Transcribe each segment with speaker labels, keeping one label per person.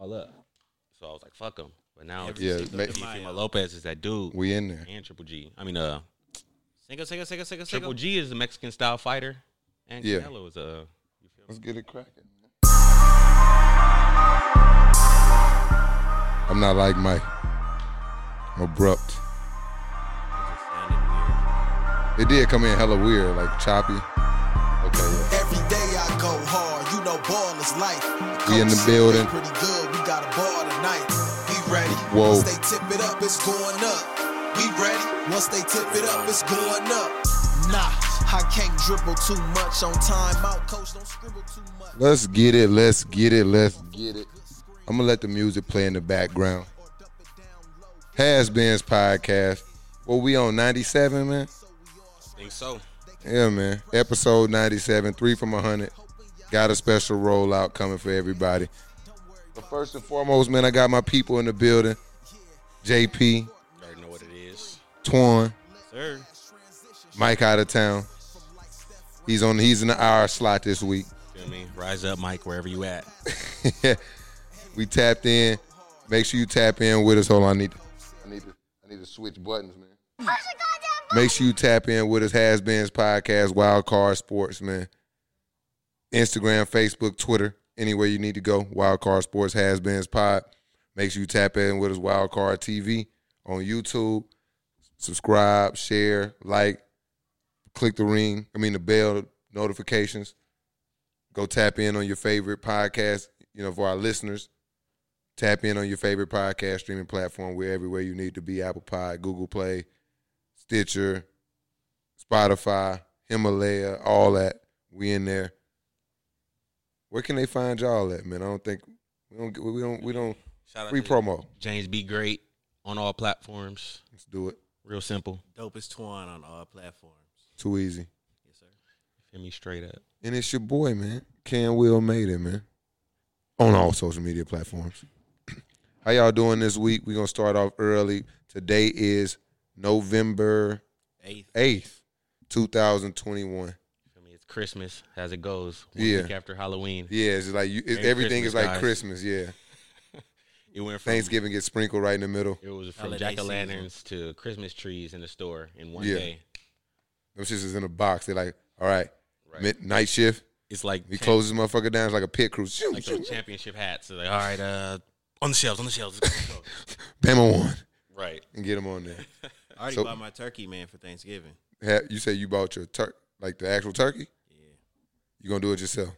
Speaker 1: all up. So I was like, fuck him. But now it's
Speaker 2: Yeah,
Speaker 1: just
Speaker 2: ma-
Speaker 1: Fema Lopez is that dude.
Speaker 2: We in there.
Speaker 1: and Triple G. I mean, uh,
Speaker 3: Single, single, single,
Speaker 1: Triple
Speaker 3: single, single.
Speaker 1: G is a Mexican style fighter, and
Speaker 2: Yeah.
Speaker 1: Canelo is a. You feel me?
Speaker 2: Let's get it cracking. I'm not like Mike. I'm abrupt. It did come in hella weird, like choppy. Okay, yeah.
Speaker 4: Every day I go hard, you know ball is life.
Speaker 2: We in the
Speaker 4: Coach
Speaker 2: building.
Speaker 4: said they Pretty good, we got a ball tonight. We ready.
Speaker 2: Whoa.
Speaker 4: Once they tip it up, it's going up. We ready. Once they tip it up, it's going up. Nah, I can't dribble too much on time out. Coach, don't scribble too much.
Speaker 2: Let's get it. Let's get it. Let's get it. I'm gonna let the music play in the background.
Speaker 4: Or dump it down low.
Speaker 2: Has Been's podcast. Well, we on 97, man.
Speaker 1: think so.
Speaker 2: Yeah, man. Episode 97, three from 100. Got a special rollout coming for everybody. But first and foremost, man, I got my people in the building. JP,
Speaker 1: You already know what it is.
Speaker 2: Twan,
Speaker 1: Sir,
Speaker 2: Mike out of town. He's on. He's in the hour slot this week.
Speaker 1: feel me? Rise up, Mike, wherever you at.
Speaker 2: we tapped in. Make sure you tap in with us. Hold on, I need. I need to. I need to switch buttons, man. Make sure you tap in with us. Has Been's podcast, Wild Card Sports, man. Instagram, Facebook, Twitter, anywhere you need to go. Wild Card Sports Has Been's pod. Make sure you tap in with us. Wild Card TV on YouTube. Subscribe, share, like, click the ring. I mean the bell notifications. Go tap in on your favorite podcast. You know, for our listeners, tap in on your favorite podcast streaming platform. We're everywhere you need to be: Apple Pod, Google Play, Stitcher, Spotify, Himalaya, all that. We in there. Where can they find y'all at, man? I don't think we don't we don't we don't
Speaker 1: Shout out
Speaker 2: free
Speaker 1: to
Speaker 2: promo.
Speaker 1: James B. Great on all platforms.
Speaker 2: Let's do it.
Speaker 1: Real simple.
Speaker 3: Dope is Twan on all platforms.
Speaker 2: Too easy.
Speaker 3: Yes, sir.
Speaker 1: Feel me straight up.
Speaker 2: And it's your boy, man. Can Will made it, man. On all social media platforms. How y'all doing this week? We're gonna start off early. Today is November
Speaker 3: Eighth.
Speaker 2: eighth, two thousand twenty-one.
Speaker 1: Feel me? It's Christmas as it goes. One
Speaker 2: Yeah.
Speaker 1: week after Halloween,
Speaker 2: Yeah, it's like you, it,
Speaker 1: Merry
Speaker 2: everything is
Speaker 1: Christmas,
Speaker 2: like
Speaker 1: guys.
Speaker 2: Christmas. Yeah,
Speaker 1: it went from
Speaker 2: Thanksgiving gets sprinkled right in the middle.
Speaker 1: It was from
Speaker 3: Holiday
Speaker 1: jack o' lanterns to Christmas trees in the store in one
Speaker 2: Yeah.
Speaker 1: day.
Speaker 2: Them shits is in a box. They're like, all right,
Speaker 1: Right.
Speaker 2: mid- night shift.
Speaker 1: It's like
Speaker 2: We
Speaker 1: champ-
Speaker 2: close this motherfucker down. It's like a pit crew. Shoot,
Speaker 1: like
Speaker 2: shoot.
Speaker 1: those championship hats. They're like, all right, uh, on the shelves, on the shelves. let's go."
Speaker 2: Bama one
Speaker 1: right.
Speaker 2: and get them on there.
Speaker 3: I already
Speaker 2: So-
Speaker 3: bought my turkey, man, for Thanksgiving.
Speaker 2: Ha- you say you bought your turkey, like the actual turkey.
Speaker 3: Yeah.
Speaker 2: You gonna do it yourself?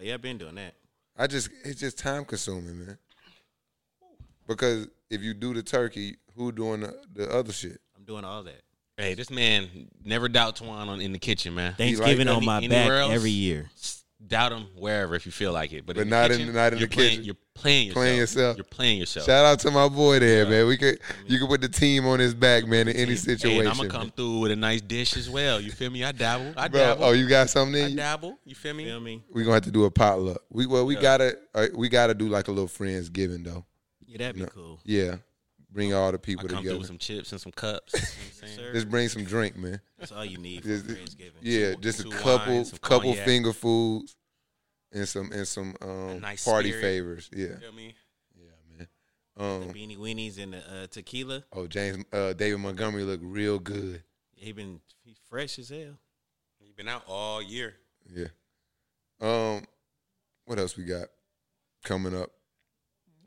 Speaker 3: Oh, yeah, I've been doing that.
Speaker 2: I just it's just time consuming, man. Because if you do the turkey, who doing the, the other shit?
Speaker 3: I'm doing all that.
Speaker 1: Hey, this man never doubt Twan on in the kitchen, man.
Speaker 3: Thanksgiving
Speaker 1: like
Speaker 3: on
Speaker 1: that?
Speaker 3: my
Speaker 1: Anywhere
Speaker 3: back
Speaker 1: else?
Speaker 3: every year.
Speaker 1: S- Doubt him wherever if you feel like it, but,
Speaker 2: But
Speaker 1: in
Speaker 2: not
Speaker 1: the
Speaker 2: in-
Speaker 1: kitchen,
Speaker 2: not in the
Speaker 1: you're playing-
Speaker 2: kitchen.
Speaker 1: You're playing
Speaker 2: Playing
Speaker 1: yourself.
Speaker 2: yourself.
Speaker 1: You're playing yourself.
Speaker 2: Shout out to my boy there, man. We could you could put the team on his back, man, in any situation.
Speaker 1: I'm gonna come through with a nice dish as well. You feel me? I dabble. I
Speaker 2: Bro,
Speaker 1: dabble.
Speaker 2: oh, you got something?
Speaker 1: I
Speaker 2: in you?
Speaker 1: dabble. You feel me?
Speaker 3: Feel me?
Speaker 2: We gonna have to do a potluck. We well, we gotta uh, we gotta do like a little friendsgiving though.
Speaker 3: Yeah, that'd be cool.
Speaker 2: Yeah, bring all the
Speaker 1: I
Speaker 2: people
Speaker 1: come through
Speaker 2: together.
Speaker 1: with some chips and some cups. You know what I'm saying?
Speaker 3: Sir,
Speaker 2: Just bring some drink, man.
Speaker 3: that's all you need for
Speaker 2: Just-
Speaker 3: Thanksgiving.
Speaker 2: Yeah, just a
Speaker 1: two wines,
Speaker 2: couple
Speaker 1: some
Speaker 2: couple
Speaker 1: cognac.
Speaker 2: finger foods and some and some um,
Speaker 1: nice
Speaker 2: party
Speaker 1: spirit.
Speaker 2: favors. Yeah,
Speaker 1: You feel me?
Speaker 2: yeah, man. Um,
Speaker 3: Beanie weenies and the uh, tequila.
Speaker 2: oh, James uh, David Montgomery looked real good.
Speaker 3: He been he fresh as hell.
Speaker 1: You've been out all year.
Speaker 2: Yeah. Um, what else we got coming up?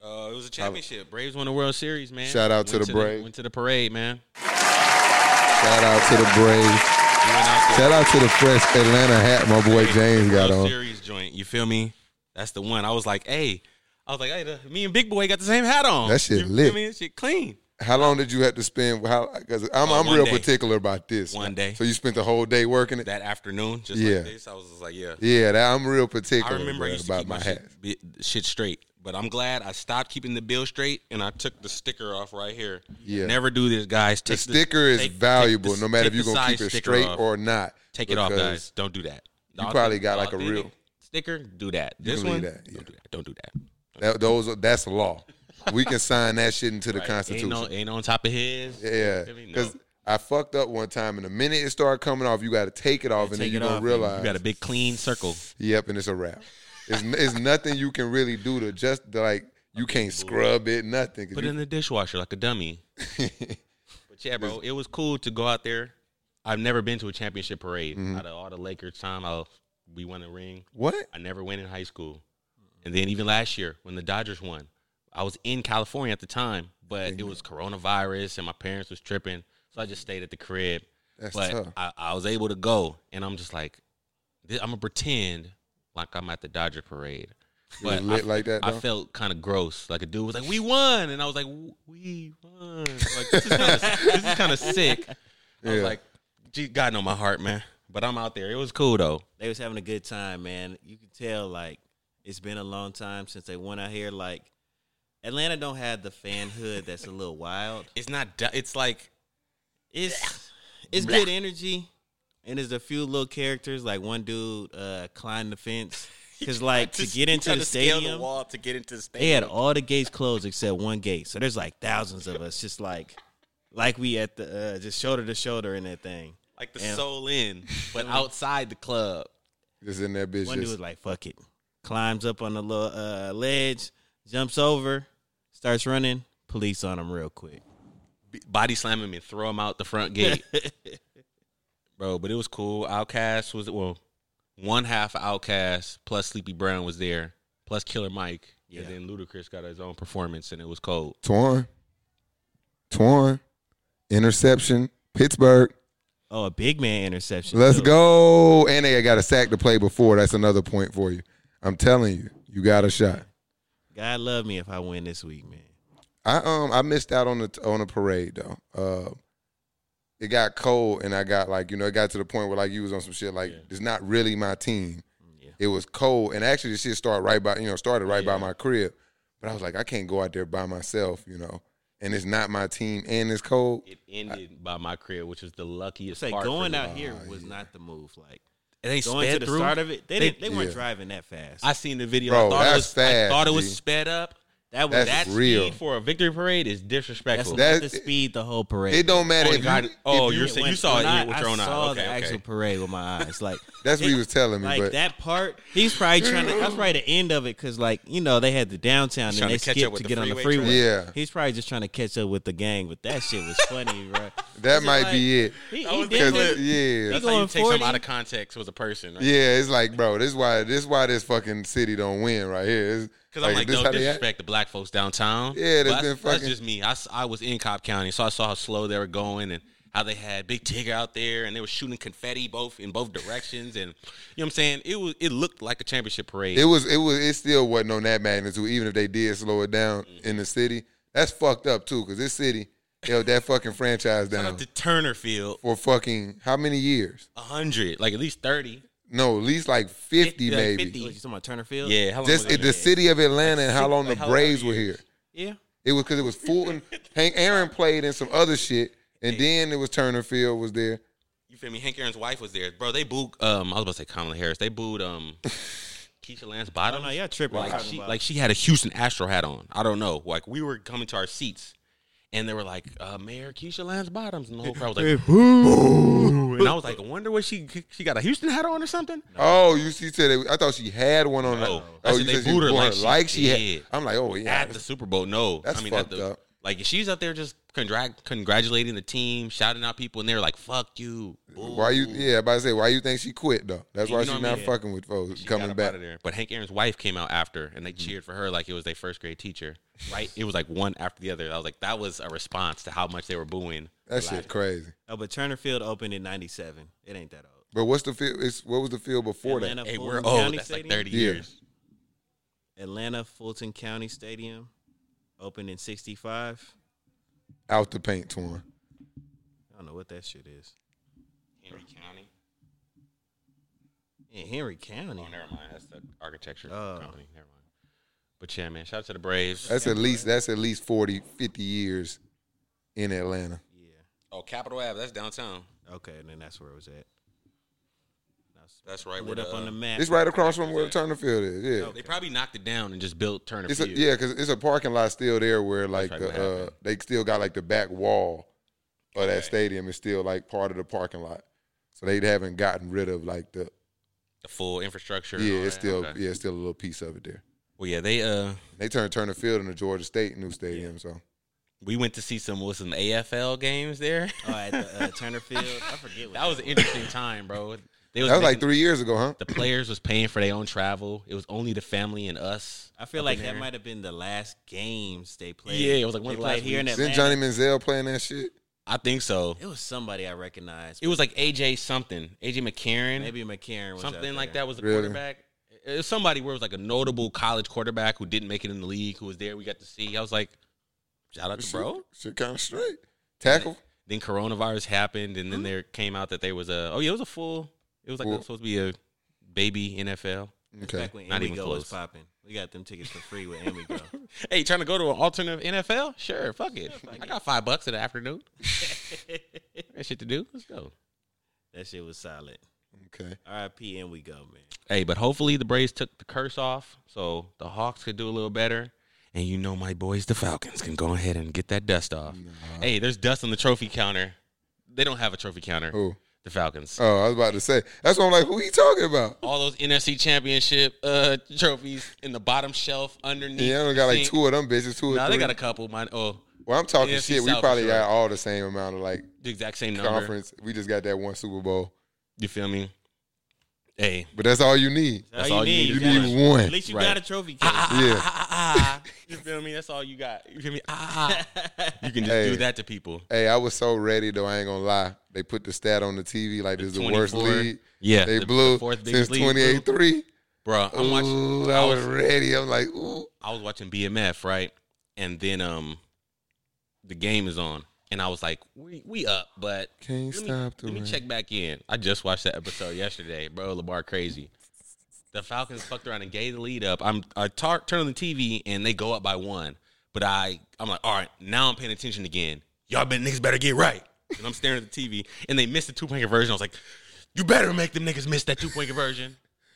Speaker 1: Uh, it was a championship. Braves won the World Series, man.
Speaker 2: Shout out to
Speaker 1: Went
Speaker 2: the Braves.
Speaker 1: went to the parade, man.
Speaker 2: Shout out to the Braves.
Speaker 1: We went out there.
Speaker 2: Shout out to the fresh Atlanta hat my boy James got
Speaker 1: World
Speaker 2: on.
Speaker 1: Series joint. You feel me? That's the one. I was like, hey, I was like, hey, the, me and Big Boy got the same hat on.
Speaker 2: That shit
Speaker 1: you
Speaker 2: lit.
Speaker 1: Feel me? That shit clean.
Speaker 2: How long did you have to spend? How? Because I'm,
Speaker 1: Oh,
Speaker 2: I'm
Speaker 1: one
Speaker 2: real
Speaker 1: day.
Speaker 2: particular about this.
Speaker 1: One day.
Speaker 2: So you spent the whole day working it.
Speaker 1: That afternoon, just
Speaker 2: Yeah.
Speaker 1: like this, I was just like, yeah.
Speaker 2: yeah, that, I'm real
Speaker 1: I
Speaker 2: particular
Speaker 1: remember I
Speaker 2: bruh,
Speaker 1: used to
Speaker 2: about
Speaker 1: keep
Speaker 2: my
Speaker 1: my
Speaker 2: hat.
Speaker 1: shit, bi- shit straight, but I'm glad I stopped keeping the bill straight and I took the sticker off right here.
Speaker 2: Yeah.
Speaker 1: Never do this, guys.
Speaker 2: The
Speaker 1: Take
Speaker 2: sticker is
Speaker 1: take- take
Speaker 2: valuable,
Speaker 1: the-
Speaker 2: no matter
Speaker 1: take
Speaker 2: if
Speaker 1: the
Speaker 2: you're gonna keep
Speaker 1: size
Speaker 2: it
Speaker 1: sticker
Speaker 2: straight
Speaker 1: off.
Speaker 2: or not.
Speaker 1: Take it off,
Speaker 2: because
Speaker 1: guys. Don't do that.
Speaker 2: you probably got, like, a
Speaker 1: authentic
Speaker 2: real-
Speaker 1: sticker. Do that.
Speaker 2: can
Speaker 1: This
Speaker 2: leave
Speaker 1: one.
Speaker 2: that, yeah.
Speaker 1: Don't do that. Don't do that.
Speaker 2: that- those are, that's law. We can sign that shit into the Constitution.
Speaker 1: Ain't, no, ain't on top of his.
Speaker 2: yeah,
Speaker 1: Feel me? No.
Speaker 2: because I fucked up one time, and the minute it started coming off, you got to take it off, and then
Speaker 3: take
Speaker 2: you
Speaker 3: it
Speaker 2: gonna
Speaker 3: off, and you
Speaker 2: realize
Speaker 1: You got a big clean circle.
Speaker 2: Yep, and it's a wrap. It's, it's nothing you can really do to just to, like You can't scrub it, nothing. 'cause
Speaker 1: Put it
Speaker 2: you-
Speaker 1: in the dishwasher like a dummy. but yeah, bro, it was cool to go out there. I've never been to a championship parade.
Speaker 2: Mm-hmm.
Speaker 1: Out of all the Lakers time, I, we won a ring.
Speaker 2: what?
Speaker 1: I never went in high school. And then even last year when the Dodgers won, I was in California at the time, but it was coronavirus and my parents was tripping, so I just stayed at the crib.
Speaker 2: That's
Speaker 1: but
Speaker 2: tough.
Speaker 1: I, I was able to go, and I'm just like, I'm gonna pretend like I'm at the Dodger parade.
Speaker 2: You was
Speaker 1: But
Speaker 2: lit
Speaker 1: I,
Speaker 2: like that,
Speaker 1: I
Speaker 2: though?
Speaker 1: felt kind of gross. Like a dude was like, "We won," and I was like, "We won." Like this is kind of, this is kind of sick. I
Speaker 2: Yeah.
Speaker 1: was like, Gee, "God know my heart, man." But I'm out there. It was cool though.
Speaker 3: They was having a good time, man. You can tell like it's been a long time since they went out here. Like Atlanta don't have the fan hood that's a little wild.
Speaker 1: It's not. do- It's like
Speaker 3: It's it's good energy, and there's a few little characters. Like one dude uh climbed the fence because like to get into the stadium,
Speaker 1: wall to get into the
Speaker 3: they
Speaker 1: stadium.
Speaker 3: had all the gates closed except one gate. So there's like thousands of us, just like like we at the uh, just shoulder to shoulder in that thing.
Speaker 1: like the
Speaker 3: and-
Speaker 1: soul in, but outside the club.
Speaker 2: Just in that bitch.
Speaker 3: One dude
Speaker 2: Just,
Speaker 3: was like, "Fuck it," climbs up on the little uh, ledge, jumps over, starts running. Police on him real quick.
Speaker 1: B- Body slam him and throw him out the front gate, bro. But it was cool. Outcast was well, one half of Outcast plus Sleepy Brown was there, plus Killer Mike,
Speaker 3: Yeah.
Speaker 1: and then Ludacris got his own performance, and it was cold.
Speaker 2: Torn. Torn. Interception. Pittsburgh.
Speaker 3: Oh, a big man interception.
Speaker 2: Let's
Speaker 3: too.
Speaker 2: go. And they got a sack to play before. That's another point for you. I'm telling you, you got a shot.
Speaker 3: God love me if I win this week, man.
Speaker 2: I um I missed out on the on the parade though. Uh, it got cold and I got like you know it got to the point where like you was on some shit like it's not really my team.
Speaker 3: yeah.
Speaker 2: It was cold and actually the shit started right by you know started right by my crib, but I was like I can't go out there by myself you know and it's not my team and it's cold.
Speaker 1: It ended by my crib, which was the luckiest
Speaker 3: Say
Speaker 1: part. for
Speaker 3: going
Speaker 1: me.
Speaker 3: out here
Speaker 2: Ah,
Speaker 3: was not the move. Like
Speaker 1: and they
Speaker 3: going to
Speaker 1: sped
Speaker 3: the
Speaker 1: through.
Speaker 3: start of it, they
Speaker 1: They-
Speaker 3: didn't, they weren't
Speaker 2: Yeah.
Speaker 3: driving that fast.
Speaker 1: I seen the video.
Speaker 2: Bro,
Speaker 1: I thought
Speaker 2: that's
Speaker 1: it was,
Speaker 2: fast,
Speaker 1: I thought it
Speaker 2: G.
Speaker 1: was sped up.
Speaker 3: that was
Speaker 2: That's
Speaker 3: that's
Speaker 2: real.
Speaker 1: Speed for a victory parade is
Speaker 3: that's
Speaker 1: disrespectful.
Speaker 2: That-
Speaker 3: the speed the whole parade.
Speaker 2: It don't matter
Speaker 1: Oh,
Speaker 2: if
Speaker 1: God.
Speaker 2: you,
Speaker 1: Oh,
Speaker 2: if you-
Speaker 1: you're saying you
Speaker 3: When-
Speaker 1: saw
Speaker 3: when
Speaker 1: it
Speaker 3: I,
Speaker 1: with your own
Speaker 3: I
Speaker 1: eye.
Speaker 3: saw the
Speaker 1: Okay, okay.
Speaker 3: actual parade with my eyes. Like
Speaker 2: that's what
Speaker 3: it-
Speaker 2: he was telling me.
Speaker 3: Like
Speaker 2: but
Speaker 3: that part, he's probably trying to. That's probably the end of it because, like, you know, they had the downtown
Speaker 1: He's
Speaker 3: and
Speaker 1: trying
Speaker 3: they
Speaker 1: to catch up
Speaker 3: skipped
Speaker 1: with
Speaker 3: to
Speaker 1: the
Speaker 3: get on the
Speaker 1: freeway
Speaker 3: freeway.
Speaker 2: trip. Yeah.
Speaker 3: he's probably just trying to catch up with the gang. But that shit was funny, bro.
Speaker 2: that might be it.
Speaker 3: He,
Speaker 1: That
Speaker 3: he
Speaker 1: was
Speaker 3: did
Speaker 1: the
Speaker 3: it.
Speaker 1: clip.
Speaker 2: Yeah,
Speaker 1: That's how you
Speaker 3: going
Speaker 1: take something
Speaker 3: 40.
Speaker 1: out of context with a person, right?
Speaker 2: yeah. It's like bro, this why this why this fucking city don't win right here.
Speaker 1: Because I'm like,
Speaker 2: this
Speaker 1: don't
Speaker 2: how they act.
Speaker 1: disrespect the black folks downtown. But
Speaker 2: Yeah, that's
Speaker 1: that's,
Speaker 2: been
Speaker 1: that's
Speaker 2: fucking-
Speaker 1: just me. I, s- I was in Cobb County, so I saw how slow they were going and how they had Big Tigger out there, and they were shooting confetti both in both directions, and you know what I'm saying? It was it looked like a championship parade.
Speaker 2: It was it was it still wasn't on that magnitude, even if they did slow it down
Speaker 1: Mm-hmm.
Speaker 2: in the city. That's fucked up too, because this city held that fucking franchise
Speaker 1: Shout
Speaker 2: down
Speaker 1: out to Turner Field,
Speaker 2: for fucking how many years?
Speaker 1: hundred, like at least thirty.
Speaker 2: No, at least like
Speaker 1: Fifty,
Speaker 2: fifty,
Speaker 1: like
Speaker 2: maybe.
Speaker 1: fifty.
Speaker 3: What, you talking about Turner Field?
Speaker 1: Yeah, how long
Speaker 2: Just
Speaker 1: was
Speaker 2: it,
Speaker 1: it?
Speaker 2: the city of Atlanta and how long the
Speaker 1: like, how
Speaker 2: Braves
Speaker 1: long
Speaker 2: were
Speaker 1: years?
Speaker 2: here.
Speaker 3: yeah.
Speaker 2: It was because it was Fulton. Hank Aaron played in some other shit, and then it was Turner Field was there.
Speaker 1: You feel me? Hank Aaron's wife was there, bro. They booed. Um, I was about to say Kamala Harris. They booed. Um, Keisha Lance
Speaker 3: I don't
Speaker 1: Bottoms.
Speaker 3: know. Oh, Y'all tripping?
Speaker 1: like
Speaker 3: Talking
Speaker 1: she
Speaker 3: about-
Speaker 1: like she had a Houston Astro hat on. I don't know. Like we were coming to our seats, and they were like, uh, "Mayor Keisha Lance Bottoms," and the whole crowd was like, "Boo!" And I was like, "I wonder what she she got a Houston hat on or something."
Speaker 2: Oh, you see, said it, I thought she had one on.
Speaker 1: No. I
Speaker 2: Oh,
Speaker 1: said
Speaker 2: you
Speaker 1: they
Speaker 2: said you
Speaker 1: booed her
Speaker 2: bought
Speaker 1: like
Speaker 2: her
Speaker 1: she
Speaker 2: like she had.
Speaker 1: did.
Speaker 2: I'm like, oh yeah,
Speaker 1: At the Super Bowl, no,
Speaker 2: That's
Speaker 1: I mean, at
Speaker 2: fucked
Speaker 1: the,
Speaker 2: up.
Speaker 1: like she's up there just congrat- congratulating the team, shouting out people, and they're like, "Fuck you!" Boo.
Speaker 2: Why you? Yeah, about to say why you think she quit though. That's
Speaker 1: You
Speaker 2: why
Speaker 1: know
Speaker 2: she's
Speaker 1: what I
Speaker 2: not
Speaker 1: mean?
Speaker 2: fucking with folks
Speaker 1: She got
Speaker 2: coming
Speaker 1: up
Speaker 2: back.
Speaker 1: out
Speaker 2: Mm-hmm.
Speaker 1: of there. But Hank Aaron's wife came out after, and they cheered for her like it was their first grade teacher. Right? it was like one after the other. I was like, that was a response to how much they were booing.
Speaker 2: That shit crazy.
Speaker 3: oh, but Turner Field opened in '97. It ain't that old.
Speaker 2: But what's the field? It's what was the field before
Speaker 3: Atlanta
Speaker 1: Hey,
Speaker 3: Fulton
Speaker 1: we're old.
Speaker 3: County
Speaker 1: That's like
Speaker 3: Stadium?
Speaker 1: thirty
Speaker 2: Yeah.
Speaker 1: years.
Speaker 3: Atlanta Fulton County Stadium opened in '65.
Speaker 2: that? Out the paint, torn.
Speaker 3: I don't know what that shit is.
Speaker 1: Henry County.
Speaker 3: In Henry County.
Speaker 1: Oh, never mind. That's the architecture
Speaker 3: Oh.
Speaker 1: company. Never mind. But yeah, man. Shout out to the Braves.
Speaker 2: That's at least that's at least 40, 50 years in Atlanta.
Speaker 3: Yeah.
Speaker 1: oh, Capitol Ave. That's downtown.
Speaker 3: Okay, and then that's where it was at. That's
Speaker 1: That's right. uh,
Speaker 3: Put up on the map.
Speaker 2: It's right across from where Turner Field is. Yeah,
Speaker 1: They probably knocked it down and just built Turner
Speaker 2: it's a,
Speaker 1: Field.
Speaker 2: yeah, because it's a parking lot still there where like
Speaker 1: right,
Speaker 2: the,
Speaker 1: what
Speaker 2: uh,
Speaker 1: happened.
Speaker 2: they still got like the back wall of that stadium is still like part of the parking lot. So they haven't gotten rid of like the
Speaker 1: The full infrastructure. and
Speaker 2: yeah,
Speaker 1: all
Speaker 2: it's
Speaker 1: that.
Speaker 2: still
Speaker 1: Okay.
Speaker 2: yeah, it's still a little piece of it there.
Speaker 1: Well, yeah, they uh,
Speaker 2: They turned Turner Field into Georgia State new stadium. So
Speaker 1: we went to see some with some AFL games there.
Speaker 3: Oh, at the, uh, Turner Field. I forget. What
Speaker 1: That was an interesting time, bro. They
Speaker 2: that was like
Speaker 1: making-
Speaker 2: three years ago, huh?
Speaker 1: The players was paying for their own travel. It was only the family and us.
Speaker 3: I feel
Speaker 1: up
Speaker 3: like
Speaker 1: in
Speaker 3: that
Speaker 1: there.
Speaker 3: might have been the last games they played.
Speaker 1: Yeah, it was like one
Speaker 3: they
Speaker 1: of the last
Speaker 3: played here in
Speaker 1: weeks.
Speaker 2: Isn't
Speaker 3: Atlanta.
Speaker 2: Johnny Manziel playing that shit?
Speaker 1: I think so.
Speaker 3: It was somebody I recognized.
Speaker 1: It was like AJ something, AJ McCarron,
Speaker 3: maybe McCarron. Was out
Speaker 1: something like
Speaker 3: there.
Speaker 1: that was the
Speaker 2: Really?
Speaker 1: quarterback. It was somebody where it was like a notable college quarterback who didn't make it in the league who was there. We got to see. I was like, shout out to bro.
Speaker 2: shit, shit kind of straight. Tackle.
Speaker 1: Then coronavirus happened, and then there came out that there was a oh yeah, it was a Mm-hmm. full. It was like
Speaker 2: Full.
Speaker 1: supposed to be a baby NFL.
Speaker 2: Okay.
Speaker 3: Back when
Speaker 1: Not
Speaker 3: Not
Speaker 1: even
Speaker 3: was
Speaker 1: close.
Speaker 3: popping. We got them tickets for free with and we go.
Speaker 1: Hey, trying to go to an alternative NFL? Sure, fuck it. I got five bucks in the afternoon. That shit to do. Let's go.
Speaker 3: that shit was solid.
Speaker 2: Okay.
Speaker 3: R.I.P. and we go, man.
Speaker 1: Hey, but hopefully the Braves took the curse off, so the Hawks could do a little better. And you know my boys, the Falcons, can go ahead and get that dust off. Hey, there's dust on the trophy counter. They don't have a trophy counter.
Speaker 2: Who?
Speaker 1: The Falcons.
Speaker 2: Oh, I was about to say. That's what I'm like. Who he talking about?
Speaker 1: All those NFC Championship uh, trophies in the bottom shelf underneath.
Speaker 2: Yeah, I
Speaker 1: the
Speaker 2: only got like
Speaker 1: sink.
Speaker 2: two of them bitches. Two or
Speaker 1: Nah,
Speaker 2: three.
Speaker 1: they got a couple. Mine, oh,
Speaker 2: well, I'm talking
Speaker 1: NFC
Speaker 2: shit. We
Speaker 1: South,
Speaker 2: probably
Speaker 1: sure.
Speaker 2: got all the same amount of like
Speaker 1: the exact same number.
Speaker 2: conference. We just got that one Super Bowl,
Speaker 1: You feel me? Hey,
Speaker 2: but that's all you need.
Speaker 1: That's all you need.
Speaker 2: You
Speaker 1: You got
Speaker 2: need one.
Speaker 3: At least you
Speaker 1: Right. Ah,
Speaker 3: got a trophy case.
Speaker 2: Yeah.
Speaker 1: you feel me? That's all you got. ah, You feel me? Ah, you can just
Speaker 2: Hey.
Speaker 1: do that to people.
Speaker 2: Hey, I was so ready though. I ain't gonna lie. They put the stat on the TV like this is the worst
Speaker 1: 24.
Speaker 2: league.
Speaker 1: Yeah,
Speaker 2: They
Speaker 1: the-
Speaker 2: blew
Speaker 1: the fourth
Speaker 2: since
Speaker 1: biggest league,
Speaker 2: twenty eight three.
Speaker 1: bro. I'm watching.
Speaker 2: Ooh, I
Speaker 1: I
Speaker 2: was
Speaker 1: was,
Speaker 2: ready. I'm like, ooh.
Speaker 1: I was watching BMF right, and then um, the game is on, and I was like, we we up, but
Speaker 2: Can't
Speaker 1: let me,
Speaker 2: stop the
Speaker 1: Let me
Speaker 2: rain.
Speaker 1: check back in. I just watched that episode yesterday, bro. Lamar crazy. The Falcons fucked around and gave the lead up. I'm I tar- turn on the TV and they go up by one, but I I'm like, all right, now I'm paying attention again. Y'all bet niggas better get right. And I'm staring at the TV, and they missed the two point conversion. I was like, you better make them niggas miss that two point conversion.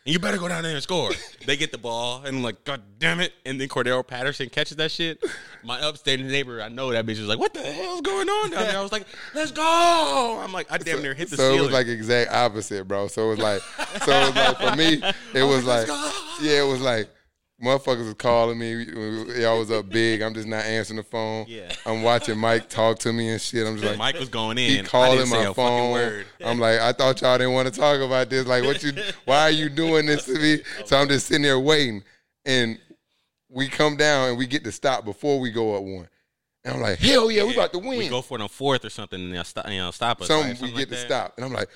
Speaker 1: And you better go down there and score. they get the ball, and I'm like, God damn it. And then Cordero Patterson catches that shit. My upstairs neighbor, I know that bitch was like, What the hell's going on down there? I was like, Let's go. I'm like, I damn near hit the
Speaker 2: so it was
Speaker 1: ceiling.
Speaker 2: like exact opposite, bro. So it was like, so it was like for me,
Speaker 1: Oh
Speaker 2: it was like, yeah, it was like, motherfuckers was calling me. Y'all was up big. I'm just not answering the phone.
Speaker 3: Yeah.
Speaker 2: I'm watching Mike talk to me and shit. I'm just like,
Speaker 1: Mike was going
Speaker 2: he
Speaker 1: in. I
Speaker 2: calling
Speaker 1: didn't say
Speaker 2: my
Speaker 1: a fucking
Speaker 2: phone.
Speaker 1: word.
Speaker 2: I'm like, I thought y'all didn't want to talk about this. Like, what you? Why are you doing this to me? So I'm just sitting there waiting, and we come down and we get to stop before we go up one. And I'm like, hell yeah, we about to win.
Speaker 1: We go for it on fourth or something, and they'll stop, and they'll stop us.
Speaker 2: Some
Speaker 1: right?
Speaker 2: we
Speaker 1: Something
Speaker 2: get
Speaker 1: like
Speaker 2: to
Speaker 1: that.
Speaker 2: stop, and I'm like,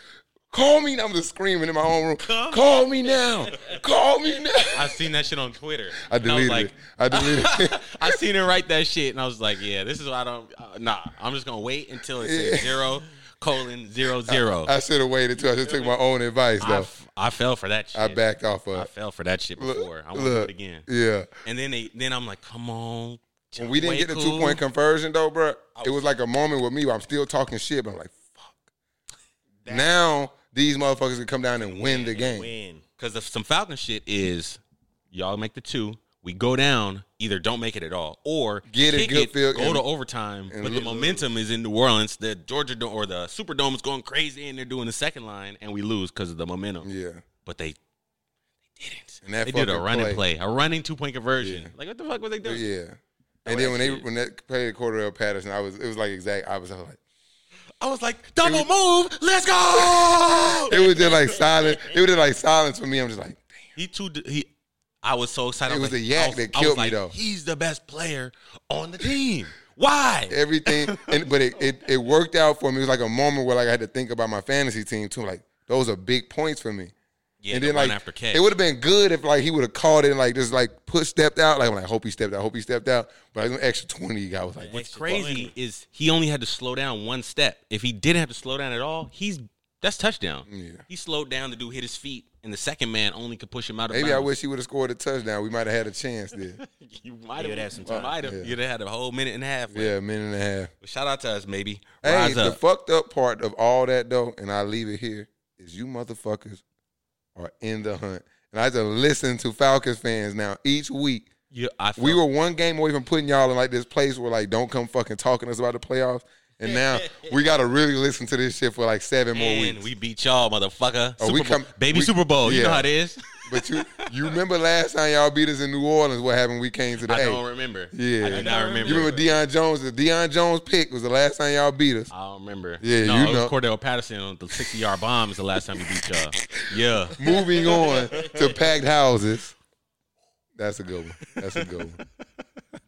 Speaker 2: call me. And I'm just screaming in my own room. Call me now. Call me now.
Speaker 1: I seen that shit on Twitter.
Speaker 2: I
Speaker 1: and was
Speaker 2: deleted
Speaker 1: like,
Speaker 2: it. I deleted it.
Speaker 1: I seen her write that shit, and I was like, "Yeah, this is why I don't. Uh, nah, I'm just gonna wait until it says zero colon zero zero. I,
Speaker 2: I should have waited too. I just took my own advice though.
Speaker 1: f- I fell for that. shit.
Speaker 2: I backed off
Speaker 1: I
Speaker 2: of. it.
Speaker 1: fell for that shit
Speaker 2: Look-
Speaker 1: before. I want to do
Speaker 2: look,
Speaker 1: it again.
Speaker 2: Yeah.
Speaker 1: And then they, then I'm like, "Come on."
Speaker 2: When we didn't
Speaker 1: Wait,
Speaker 2: get the
Speaker 1: cool.
Speaker 2: two point conversion though, bro, it was like a moment with me where I'm still talking shit, but I'm like, fuck. now these motherfuckers can come down and win the game.
Speaker 3: Win.
Speaker 1: Because if some Falcon shit is y'all make the two, we go down, either don't make it at all, or
Speaker 2: Get it,
Speaker 1: kick
Speaker 2: good field,
Speaker 1: go
Speaker 2: and-
Speaker 1: to overtime.
Speaker 2: and
Speaker 1: But the
Speaker 2: lose.
Speaker 1: momentum is in New Orleans. The Georgia Dome or the Superdome is going crazy, and they're doing the second line, and we lose because of the momentum.
Speaker 2: Yeah.
Speaker 1: But they, they didn't.
Speaker 2: And that
Speaker 1: they did a
Speaker 2: fucking
Speaker 1: running
Speaker 2: play.
Speaker 1: play. a running two point conversion. Like what the fuck was they doing?
Speaker 2: Yeah. And then when they when that played Cordell Patterson, I was it was like exact opposite. I was like,
Speaker 1: I was like, double move, let's go.
Speaker 2: it was just like silent. It was just like silence for me. I'm just like,
Speaker 1: He too. He. I was so excited. I
Speaker 2: It was
Speaker 1: like-
Speaker 2: a yak
Speaker 1: I was-
Speaker 2: that
Speaker 1: I was
Speaker 2: killed me,
Speaker 1: like,
Speaker 2: though.
Speaker 1: He's the best player on the team. Why?
Speaker 2: everything. And but it, it it worked out for me. It was like a moment where like I had to think about my fantasy team too. Like those are big points for me.
Speaker 1: Yeah,
Speaker 2: and
Speaker 1: the
Speaker 2: then
Speaker 1: run
Speaker 2: like
Speaker 1: after catch.
Speaker 2: it would have been good if like he would have caught it and like just like put stepped out. Like I'm like, hope he stepped out. Hope he stepped out. But like an extra twenty he got was like,
Speaker 1: What's
Speaker 3: Extra
Speaker 1: crazy is he only had to slow down one step. If he didn't have to slow down at all, he's that's touchdown.
Speaker 2: Yeah.
Speaker 1: He slowed down. The dude hit his feet, and the second man only could push him out. Of
Speaker 2: maybe I
Speaker 1: bounds.
Speaker 2: wish he would have scored a touchdown. We might have had a chance there.
Speaker 1: you might
Speaker 3: You'd
Speaker 1: have
Speaker 3: have some time.
Speaker 1: Might have.
Speaker 2: Yeah.
Speaker 1: You'd have had a whole minute and a half. left.
Speaker 2: yeah, a minute and a half.
Speaker 1: But shout out to us, maybe.
Speaker 2: Hey,
Speaker 1: Rise
Speaker 2: the
Speaker 1: up.
Speaker 2: fucked up part of all that though, and I leave it here, is you motherfuckers are in the hunt. And I just listen to Falcons fans now each week.
Speaker 1: yeah, I felt,
Speaker 2: We were one game away from putting y'all in like this place where like don't come fucking talking to us about the playoffs. And now we gotta really listen to this shit for like seven more
Speaker 1: and
Speaker 2: weeks.
Speaker 1: we beat y'all, motherfucker.
Speaker 2: Oh,
Speaker 1: Super
Speaker 2: we
Speaker 1: Bowl-
Speaker 2: come-
Speaker 1: baby
Speaker 2: we-
Speaker 1: Super Bowl. You know
Speaker 2: yeah.
Speaker 1: how it is.
Speaker 2: But you you remember last time y'all beat us in New Orleans? What happened? We came to the
Speaker 1: I
Speaker 2: A.
Speaker 1: don't remember.
Speaker 2: Yeah.
Speaker 1: I do not remember.
Speaker 2: You remember Deion Jones? The Deion Jones pick was the last time y'all beat us.
Speaker 1: I don't remember.
Speaker 2: Yeah,
Speaker 1: no,
Speaker 2: you
Speaker 1: it was
Speaker 2: know.
Speaker 1: Cordell Patterson on the 60 yard bomb is the last time you beat y'all. Yeah.
Speaker 2: Moving on to packed houses. That's a good one. That's a good one.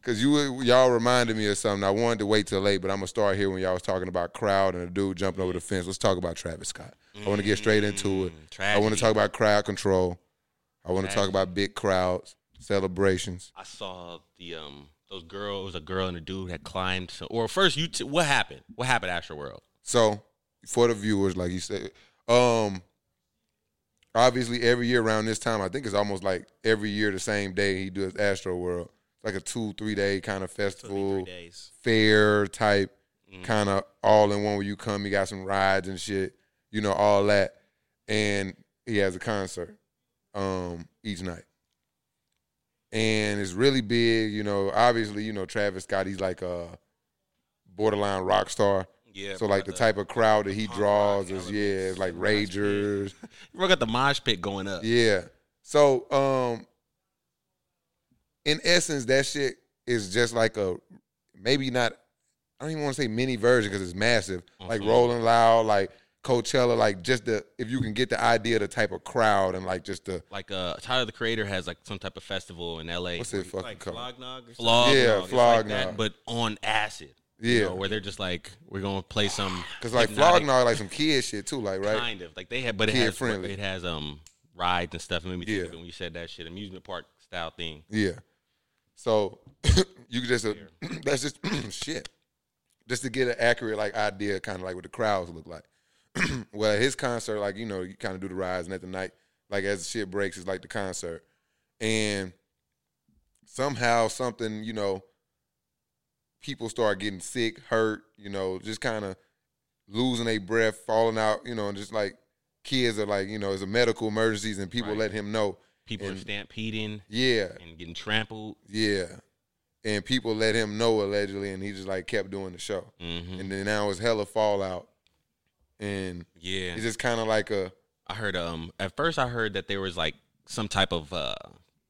Speaker 2: Cause you were- y'all reminded me of something. I wanted to wait till late, but I'm gonna start here when y'all was talking about crowd and a dude jumping over the fence. Let's talk about Travis Scott. I want to get straight into it. I want
Speaker 1: tragedy.
Speaker 2: to talk about crowd control. I want to talk about big crowds, celebrations.
Speaker 1: I saw the um those girl. It was a girl and a dude had climbed. So, or first, you t- what happened? What happened, Astro World?
Speaker 2: So for the viewers, like you said, um, obviously every year around this time, I think it's almost like every year the same day he does Astro World, like a two three day kind of
Speaker 3: Three Mm-hmm.
Speaker 2: festival
Speaker 3: days.
Speaker 2: fair type kind of all in one where you come, you got some rides and shit, you know all that, and he has a concert um each night. And it's really big, you know. Obviously, you know Travis Scott. He's like a borderline rock star.
Speaker 1: Yeah.
Speaker 2: So like the type of crowd that he draws is yeah, it's like ragers.
Speaker 1: we got the mosh pit going up.
Speaker 2: Yeah. So um in essence that shit is just like a maybe not I don't even want to say mini version cuz it's massive. Like Rolling Loud, like Coachella, like just the if you can get the idea of the type of crowd and like just the
Speaker 1: Like uh, Tyler the Creator has like some type of festival in L.A.
Speaker 2: what's it fucking
Speaker 3: Like
Speaker 2: called?
Speaker 3: Flognog or something.
Speaker 1: Flog,
Speaker 2: Yeah,
Speaker 1: it's like
Speaker 2: Flog
Speaker 1: that,
Speaker 2: Nog.
Speaker 1: but on acid.
Speaker 2: Yeah.
Speaker 1: You know, where they're just like, we're gonna play some.
Speaker 2: Cuz like
Speaker 1: hypnotic
Speaker 2: Flognar like some kid shit too like right?
Speaker 1: Kind of like they had, but it
Speaker 2: Kid
Speaker 1: has
Speaker 2: friendly.
Speaker 1: it has um rides and stuff. It made me think
Speaker 2: Yeah.
Speaker 1: of it when you said that shit, amusement park style thing.
Speaker 2: Yeah. So you could just uh, that's just shit. Just to get an accurate like idea, kind of like what the crowds look like. well, at his concert, like you know, you kind of do the rides, and at the night, like as the shit breaks, it's like the concert, and somehow something, you know, people start getting sick, hurt, you know, just kind of losing their breath, falling out, you know, and just like kids are like, you know, it's a medical emergencies, and people
Speaker 1: Right.
Speaker 2: let him know,
Speaker 1: People
Speaker 2: And-
Speaker 1: are stampeding
Speaker 2: yeah,
Speaker 1: and getting trampled.
Speaker 2: yeah. And people let him know allegedly, and he just like kept doing the show.
Speaker 1: hmm
Speaker 2: And then now it's hella fallout. And
Speaker 1: Yeah,
Speaker 2: it's just kind of like a
Speaker 1: I heard um at first I heard that there was like some type of uh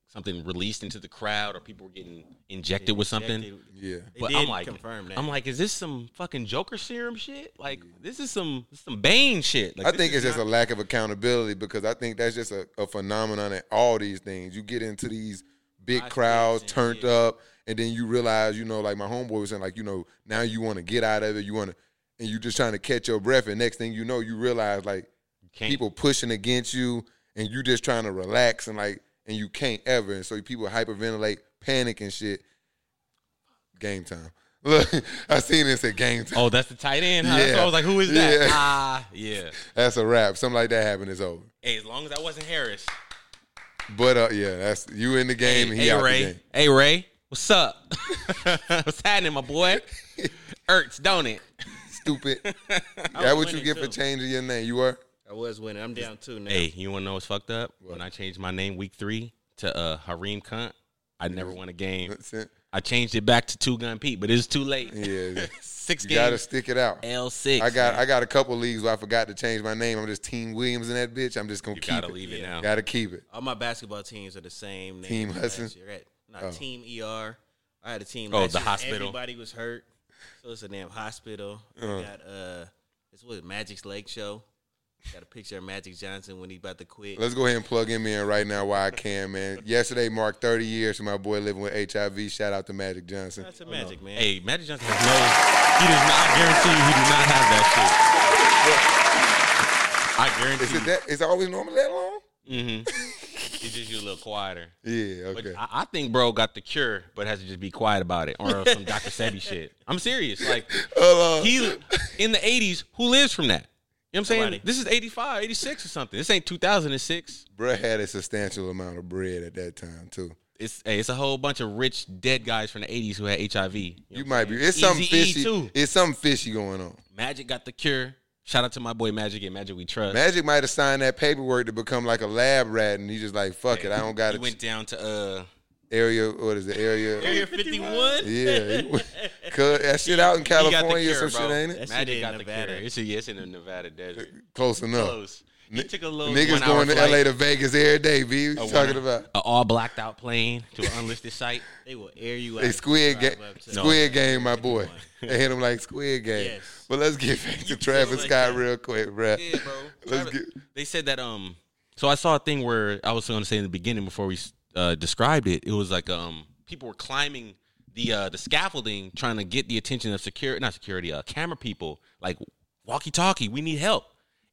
Speaker 1: something released into the crowd or people were getting injected with something.
Speaker 3: Injected-
Speaker 2: yeah.
Speaker 3: They
Speaker 1: But
Speaker 3: did
Speaker 1: I'm like
Speaker 3: confirm that.
Speaker 1: I'm like is this some fucking Joker serum shit? Like this is some this some Bane shit. Like,
Speaker 2: I
Speaker 1: this
Speaker 2: think
Speaker 1: is
Speaker 2: it's just a lack of accountability because I think that's just a, a phenomenon at all these things. You get into these big crowds, turned up, and then you realize, you know, like my homeboy was saying, like, you know, now you want to get out of it, you want to, and you just trying to catch your breath. And next thing you know, you realize, like,
Speaker 1: can't-
Speaker 2: people pushing against you and you just trying to relax and like and you can't ever and so people hyperventilate panic and shit game time look i seen it and said game time
Speaker 1: Oh, that's the tight end. Huh?
Speaker 2: Yeah.
Speaker 1: So I was like, who is that?
Speaker 2: Yeah.
Speaker 1: Ah, yeah.
Speaker 2: that's a wrap something like that happened it's over
Speaker 1: Hey, as long as I wasn't Harris.
Speaker 2: but uh yeah that's you in the game and he
Speaker 1: hey,
Speaker 2: out
Speaker 1: Ray.
Speaker 2: the game
Speaker 1: Hey, Ray. What's up? What's happening, my boy? Ertz, don't it?
Speaker 2: stupid that what you
Speaker 3: winning,
Speaker 2: get for
Speaker 3: too.
Speaker 2: changing your name you are
Speaker 3: I was winning. I'm down two now.
Speaker 1: Hey, you want to know what's fucked up? When I changed my name week three to uh, Hareem Cunt, I never
Speaker 2: Mm-hmm.
Speaker 1: won a game.
Speaker 2: that's it
Speaker 1: I changed it back to Two Gun Pete, but it's too late.
Speaker 2: yeah
Speaker 1: Six
Speaker 2: you gotta
Speaker 1: games,
Speaker 2: stick it out
Speaker 1: L six.
Speaker 2: I got I got a couple leagues where I forgot to change my name. I'm just Team Williams in that bitch. I'm just gonna
Speaker 1: You
Speaker 2: keep
Speaker 1: gotta
Speaker 2: it.
Speaker 1: leave it now.
Speaker 2: Gotta keep it.
Speaker 3: All my basketball teams are the same. name
Speaker 2: Team
Speaker 3: as
Speaker 2: Hudson?
Speaker 3: last year, Right? Not
Speaker 2: Oh.
Speaker 3: Team ER. I had a team.
Speaker 1: Oh,
Speaker 3: last
Speaker 1: the
Speaker 3: year.
Speaker 1: hospital.
Speaker 3: Everybody was hurt, so it's a damn hospital. We got uh, it's what Magic's Lake Show. Got a picture of Magic Johnson when he about to quit.
Speaker 2: Let's go ahead and plug him in right now while I can, man. Yesterday marked 30 years for my boy living with HIV. Shout out to Magic Johnson.
Speaker 3: That's a Magic man.
Speaker 1: Hey, Magic Johnson has no. He does not I guarantee you. He does not have that shit. I
Speaker 2: Is
Speaker 1: guarantee.
Speaker 2: it that? Is it always normally that long?
Speaker 1: Mm-hmm. it's just you a little quieter.
Speaker 2: Yeah,
Speaker 1: But
Speaker 2: okay.
Speaker 1: I, I think bro got the cure, but has to just be quiet about it or some Dr. Sebi shit. I'm serious. Like
Speaker 2: Hold on.
Speaker 1: he in the 80s, who lives from that? You know what I'm saying?
Speaker 3: Nobody.
Speaker 1: This is 85, 86 or something. This ain't 2006.
Speaker 2: Bruh had a substantial amount of bread at that time, too.
Speaker 1: It's hey, it's a whole bunch of rich dead guys from the 80s who had HIV. You, know
Speaker 2: You
Speaker 1: what I'm
Speaker 2: might be. It's
Speaker 1: saying?
Speaker 2: something
Speaker 1: Eazy-E,
Speaker 2: fishy.
Speaker 1: E, too.
Speaker 2: It's something fishy going on.
Speaker 1: Magic got the cure. Shout out to my boy Magic and Magic We Trust.
Speaker 2: Magic might have signed that paperwork to become like a lab rat, and he just like, fuck it, I don't got
Speaker 1: he
Speaker 2: it.
Speaker 1: went down to uh
Speaker 2: area, what is it, area?
Speaker 3: Area
Speaker 2: yeah.
Speaker 3: 51.
Speaker 2: he went- Cut that shit out in
Speaker 1: he got the
Speaker 2: California or
Speaker 1: cure, bro.
Speaker 2: some shit, ain't it?
Speaker 3: That's- shit
Speaker 1: Magic
Speaker 3: in
Speaker 1: got the
Speaker 3: Nevada.
Speaker 1: cure. It's, a, yeah, it's in the Nevada desert.
Speaker 2: Close enough.
Speaker 1: Close. He took a little
Speaker 2: Niggas
Speaker 1: one-hour
Speaker 2: going to
Speaker 1: flight,
Speaker 2: LA to Vegas every day, B. What
Speaker 1: a
Speaker 2: you talking
Speaker 1: one-
Speaker 2: about?
Speaker 1: a all blacked out plane to an unlisted site.
Speaker 3: They will air you out.
Speaker 2: Hey, Squid Game,
Speaker 3: Drive up to-
Speaker 2: Squid Game, my boy. They hit him like Squid Game.
Speaker 3: Yes.
Speaker 2: But let's get back to
Speaker 1: You
Speaker 2: Travis
Speaker 1: feel like that?
Speaker 2: Scott real quick, bruh.
Speaker 1: Yeah, bro.
Speaker 2: Let's
Speaker 1: Travis-
Speaker 2: get-
Speaker 1: they said that um so I saw a thing where I was going to say in the beginning before we uh, described it, it was like um people were climbing the uh the scaffolding trying to get the attention of security not security, uh camera people like walkie-talkie, we need help.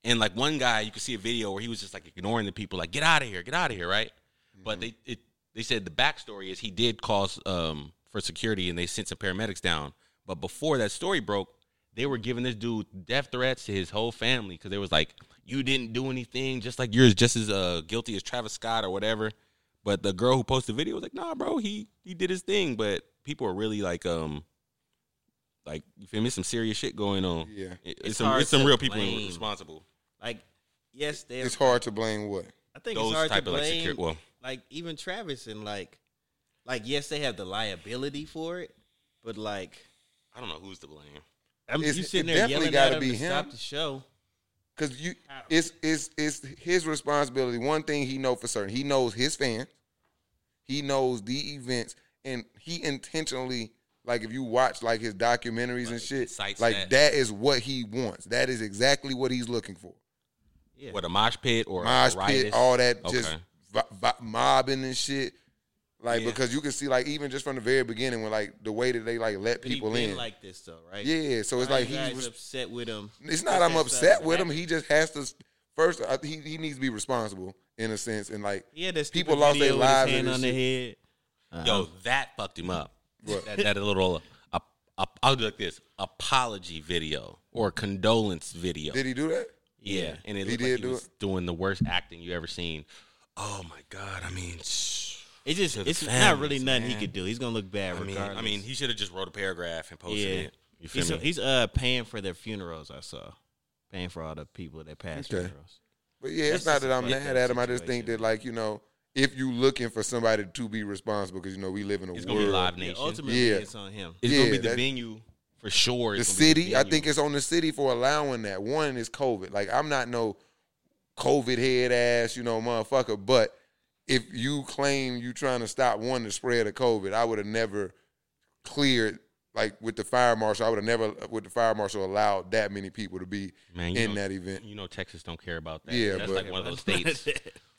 Speaker 1: And like one guy, you could see a video where he was just like ignoring the people like get out of here, get out of here, right? But they it they said the backstory is he did cause um for security and they sent some paramedics down. But before that story broke, they were giving this dude death threats to his whole family because they was like, "You didn't do anything, just like you're just as uh, guilty as Travis Scott or whatever." But the girl who posted the video was like, "Nah, bro, he he did his thing." But people are really like, um, like you feel me? Some serious shit going on.
Speaker 2: Yeah.
Speaker 1: It- it's,
Speaker 3: It's
Speaker 1: some
Speaker 3: hard
Speaker 1: it's some
Speaker 3: to
Speaker 1: real people
Speaker 3: blame.
Speaker 1: responsible.
Speaker 3: Like, yes, they.
Speaker 2: It's hard to blame what?
Speaker 3: I think
Speaker 1: Those
Speaker 3: it's hard
Speaker 1: type
Speaker 3: to
Speaker 1: of like
Speaker 3: blame.
Speaker 1: secure. Well,
Speaker 3: like even Travis and like, like yes, they have the liability for it, but like,
Speaker 1: I don't know who's to blame.
Speaker 3: I'm
Speaker 2: It's-
Speaker 3: you
Speaker 2: it
Speaker 3: sitting there
Speaker 2: definitely
Speaker 3: yelling
Speaker 2: gotta
Speaker 3: at him
Speaker 2: be
Speaker 3: to
Speaker 2: him.
Speaker 3: stop the show.
Speaker 2: Cause you, it's it's it's his responsibility. One thing he know for certain, he knows his fans, he knows the events, and he intentionally, like if you watch like his documentaries and
Speaker 1: Like,
Speaker 2: shit,
Speaker 1: incites
Speaker 2: like
Speaker 1: that.
Speaker 2: that is what he wants. That is exactly what he's looking for.
Speaker 3: Yeah.
Speaker 1: What a mosh pit or a
Speaker 2: Mosh pit,
Speaker 1: riotous-
Speaker 2: all that, just
Speaker 1: Okay.
Speaker 2: vi- vi- mobbing and shit. Like
Speaker 1: Yeah.
Speaker 2: because you can see, like even just from the very beginning, when like the way that they like let
Speaker 3: But he
Speaker 2: people
Speaker 3: been
Speaker 2: in,
Speaker 3: like this though, right?
Speaker 2: yeah. So it's
Speaker 3: Why
Speaker 2: like
Speaker 3: you
Speaker 2: he
Speaker 3: guys
Speaker 2: was
Speaker 3: upset with him.
Speaker 2: It's not
Speaker 3: Okay,
Speaker 2: I'm
Speaker 3: so
Speaker 2: upset with him.
Speaker 3: that-
Speaker 2: He just has to first. I, he he needs to be responsible in a sense, and like
Speaker 3: He had this
Speaker 2: people
Speaker 3: people
Speaker 2: lost
Speaker 3: lost
Speaker 2: their
Speaker 3: their
Speaker 2: lives
Speaker 3: with his hand
Speaker 2: and
Speaker 3: on
Speaker 2: this
Speaker 3: the head.
Speaker 1: Yo, that fucked him up.
Speaker 2: What?
Speaker 1: That, that little, uh, uh, I'll do like this apology video or condolence video.
Speaker 2: did he do that?
Speaker 1: yeah. and it
Speaker 2: He
Speaker 1: looked
Speaker 2: did
Speaker 1: like he
Speaker 2: do
Speaker 1: was doing the worst acting you ever seen. Oh my god! I mean, sh-
Speaker 3: It's just
Speaker 1: To the
Speaker 3: it's not
Speaker 1: families,
Speaker 3: really nothing he
Speaker 1: man.
Speaker 3: could do. He's gonna look bad
Speaker 1: I mean,
Speaker 3: regardless.
Speaker 1: I mean, he should have just wrote a paragraph and posted
Speaker 3: yeah.
Speaker 1: it. You feel
Speaker 3: He's,
Speaker 1: me?
Speaker 3: he's uh paying for their funerals. I saw paying for all the people that passed
Speaker 2: Okay.
Speaker 3: funerals.
Speaker 2: But yeah, it's
Speaker 3: That's
Speaker 2: not
Speaker 3: just
Speaker 2: that I'm
Speaker 3: a
Speaker 2: mad
Speaker 3: fucked
Speaker 2: at
Speaker 3: up
Speaker 2: him. I just think
Speaker 3: situation.
Speaker 2: that like you know, if you looking for somebody to be responsible, because you know we live in a
Speaker 1: It's
Speaker 2: world.
Speaker 1: gonna be live
Speaker 3: Yeah,
Speaker 1: nation.
Speaker 3: ultimately,
Speaker 2: Yeah.
Speaker 3: it's on him.
Speaker 1: it's gonna
Speaker 2: Yeah,
Speaker 1: be the
Speaker 2: that-
Speaker 1: venue for sure.
Speaker 2: the
Speaker 1: It's gonna be
Speaker 2: city, I
Speaker 1: venue.
Speaker 2: think it's on the city for allowing that. One is COVID. Like I'm not no COVID head ass, you know, motherfucker. But if you claim you trying to stop one to spread of COVID, I would have never cleared like with the fire marshal. I would have never uh, with the fire marshal allowed that many people to be
Speaker 1: Man, you
Speaker 2: in
Speaker 1: know-
Speaker 2: that event.
Speaker 1: You know, Texas don't care about that.
Speaker 2: Yeah,
Speaker 1: that's
Speaker 2: but-
Speaker 1: like one of those states.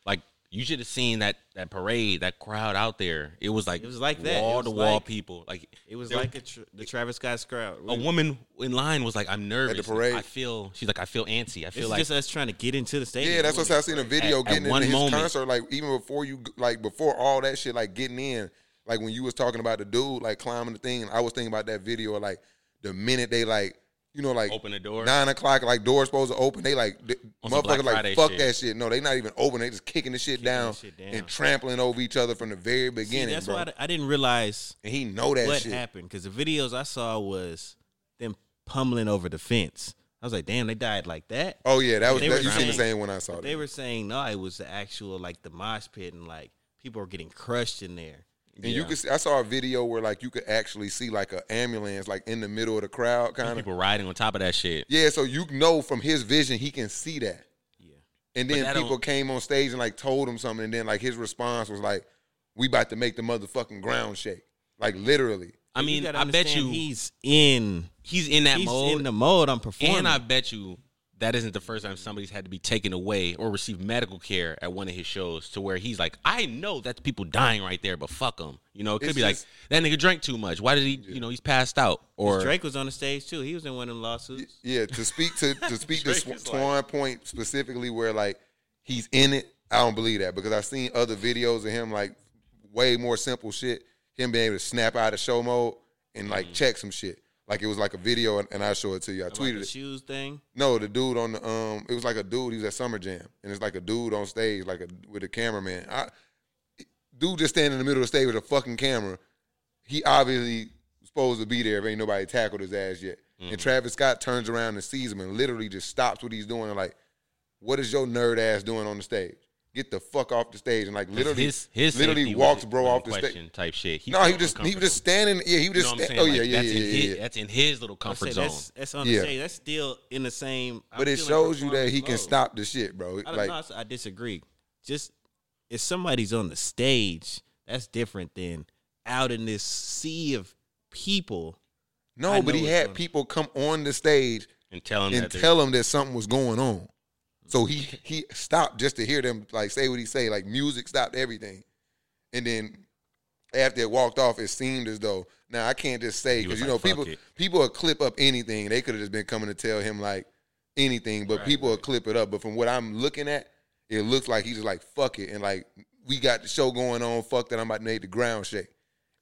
Speaker 1: like you should have seen that that parade, that crowd out there. It was like
Speaker 3: It was like that. It
Speaker 1: wall
Speaker 3: was
Speaker 1: to wall
Speaker 3: like-
Speaker 1: people. Like
Speaker 3: It was
Speaker 1: there-
Speaker 3: like a tr- the Travis Scott crowd.
Speaker 1: a woman in line was like, "I'm nervous.
Speaker 2: parade?
Speaker 1: I feel." She's like, "I feel antsy. I
Speaker 3: It's
Speaker 1: feel like."
Speaker 3: just us trying to get into the stadium.
Speaker 2: Yeah, that's what I seen a video
Speaker 1: At- at
Speaker 2: getting
Speaker 1: one
Speaker 2: into his
Speaker 1: moment.
Speaker 2: concert. Like even before you, like before all that shit, like getting in. Like when you was talking about the dude like climbing the thing, and I was thinking about that video. Like the minute they like, you know, like
Speaker 1: Open the door.
Speaker 2: nine o'clock, like doors supposed to open. They like the,
Speaker 1: On some Black
Speaker 2: motherfuckers like
Speaker 1: Friday
Speaker 2: fuck
Speaker 1: shit.
Speaker 2: that shit. No, they not even open. They just kicking the shit, down,
Speaker 3: the shit
Speaker 2: and
Speaker 3: down.
Speaker 2: trampling over each other from the very
Speaker 3: See,
Speaker 2: beginning,
Speaker 3: that's
Speaker 2: bro.
Speaker 3: why I, I didn't realize
Speaker 2: and he know that
Speaker 3: what
Speaker 2: shit.
Speaker 3: happened because the videos I saw was them pummeling over the fence. I was like, damn, they died like that.
Speaker 2: Oh yeah, that was
Speaker 3: They
Speaker 2: that,
Speaker 3: were
Speaker 2: you seen the
Speaker 3: saying-
Speaker 2: same one I saw.
Speaker 3: They
Speaker 2: that.
Speaker 3: were saying no, it was the actual like the mosh pit and like people were getting crushed in there.
Speaker 2: And you could see, I saw a video where like you could actually see like an ambulance like in the middle of the crowd kind of.
Speaker 1: people riding on top of that shit.
Speaker 2: Yeah, so you know from his vision he can see that.
Speaker 3: Yeah.
Speaker 2: And
Speaker 1: But
Speaker 2: then
Speaker 1: that
Speaker 2: people
Speaker 1: don't-
Speaker 2: came on stage and like told him something, and then like his response was like, "We about to make the motherfucking ground shake." Like literally,
Speaker 1: I
Speaker 3: You
Speaker 1: mean,
Speaker 3: gotta
Speaker 1: I bet
Speaker 3: understand
Speaker 1: you he's,
Speaker 3: he's in
Speaker 1: in that
Speaker 3: he's
Speaker 1: mode,
Speaker 3: in the mode I'm performing.
Speaker 1: and I bet you that isn't the first time somebody's had to be taken away or receive medical care at one of his shows to where he's like, I know that's people dying right there, but fuck them. You know, it could
Speaker 2: It's
Speaker 1: be
Speaker 2: just-
Speaker 1: like that nigga drank too much. Why did he? You know, he's passed out. Or
Speaker 3: Drake was on the stage too. He was in one of them lawsuits.
Speaker 2: Yeah, to speak to to speak to
Speaker 1: Drake
Speaker 2: Sw-
Speaker 1: is like-
Speaker 2: Twan point specifically where like he's in it. I don't believe that because I've seen other videos of him like way more simple shit. Him being able to snap out of show mode and like
Speaker 1: Mm.
Speaker 2: check some shit. Like it was like a video and, and I show it to you. I
Speaker 3: Like
Speaker 2: tweeted
Speaker 3: the
Speaker 2: it.
Speaker 3: shoes thing.
Speaker 2: No, the dude on the um, it was like a dude. He was at Summer Jam, and it's like a dude on stage, like a with a cameraman. I dude just standing in the middle of the stage with a fucking camera. He obviously supposed to be there if ain't nobody tackled his ass yet. And Travis Scott turns around and sees him and literally just stops what he's doing and like, what is your nerd ass doing on the stage? get the fuck off the stage and like literally
Speaker 1: his, his
Speaker 2: literally
Speaker 1: safety
Speaker 2: walks
Speaker 1: was
Speaker 2: bro
Speaker 1: no
Speaker 2: off the
Speaker 1: question
Speaker 2: stage.
Speaker 1: type shit.
Speaker 2: No, he was just he was just standing. Yeah, he was
Speaker 1: You know
Speaker 2: just.
Speaker 1: what I'm
Speaker 2: sta-
Speaker 1: saying?
Speaker 2: oh yeah,
Speaker 1: Like,
Speaker 2: yeah,
Speaker 1: that's
Speaker 2: yeah,
Speaker 1: in
Speaker 2: yeah,
Speaker 1: his,
Speaker 2: yeah.
Speaker 1: That's in his little
Speaker 3: I
Speaker 1: comfort
Speaker 3: say
Speaker 1: zone.
Speaker 3: that's that's on the
Speaker 2: Yeah.
Speaker 3: stage. That's still in the same. I
Speaker 2: But it
Speaker 3: feel like
Speaker 2: shows you
Speaker 3: that's
Speaker 2: that
Speaker 3: on
Speaker 2: he
Speaker 3: the
Speaker 2: can
Speaker 3: low.
Speaker 2: stop the shit, bro.
Speaker 3: I, don't
Speaker 2: Like
Speaker 3: know, I s- I disagree. Just if somebody's on the stage, that's different than out in this sea of people. I
Speaker 2: no, but
Speaker 3: know
Speaker 2: he
Speaker 3: it's
Speaker 2: had
Speaker 3: on.
Speaker 2: people come on the stage
Speaker 1: and tell him
Speaker 2: and
Speaker 1: that they're-
Speaker 2: tell him that something was going on. So he
Speaker 1: Mm-hmm.
Speaker 2: he stopped just to hear them like say what he say. Like music stopped everything, and then after it walked off, it seemed as though now I can't just say
Speaker 1: He was
Speaker 2: because you know
Speaker 1: like, "Fuck
Speaker 2: people
Speaker 1: it."
Speaker 2: people will clip up anything. They could have just been coming to tell him like anything, but people will clip it up. But from what I'm looking at, it looks like he's just like fuck it and like we got the show going on. Fuck that! I'm about to make the ground shake.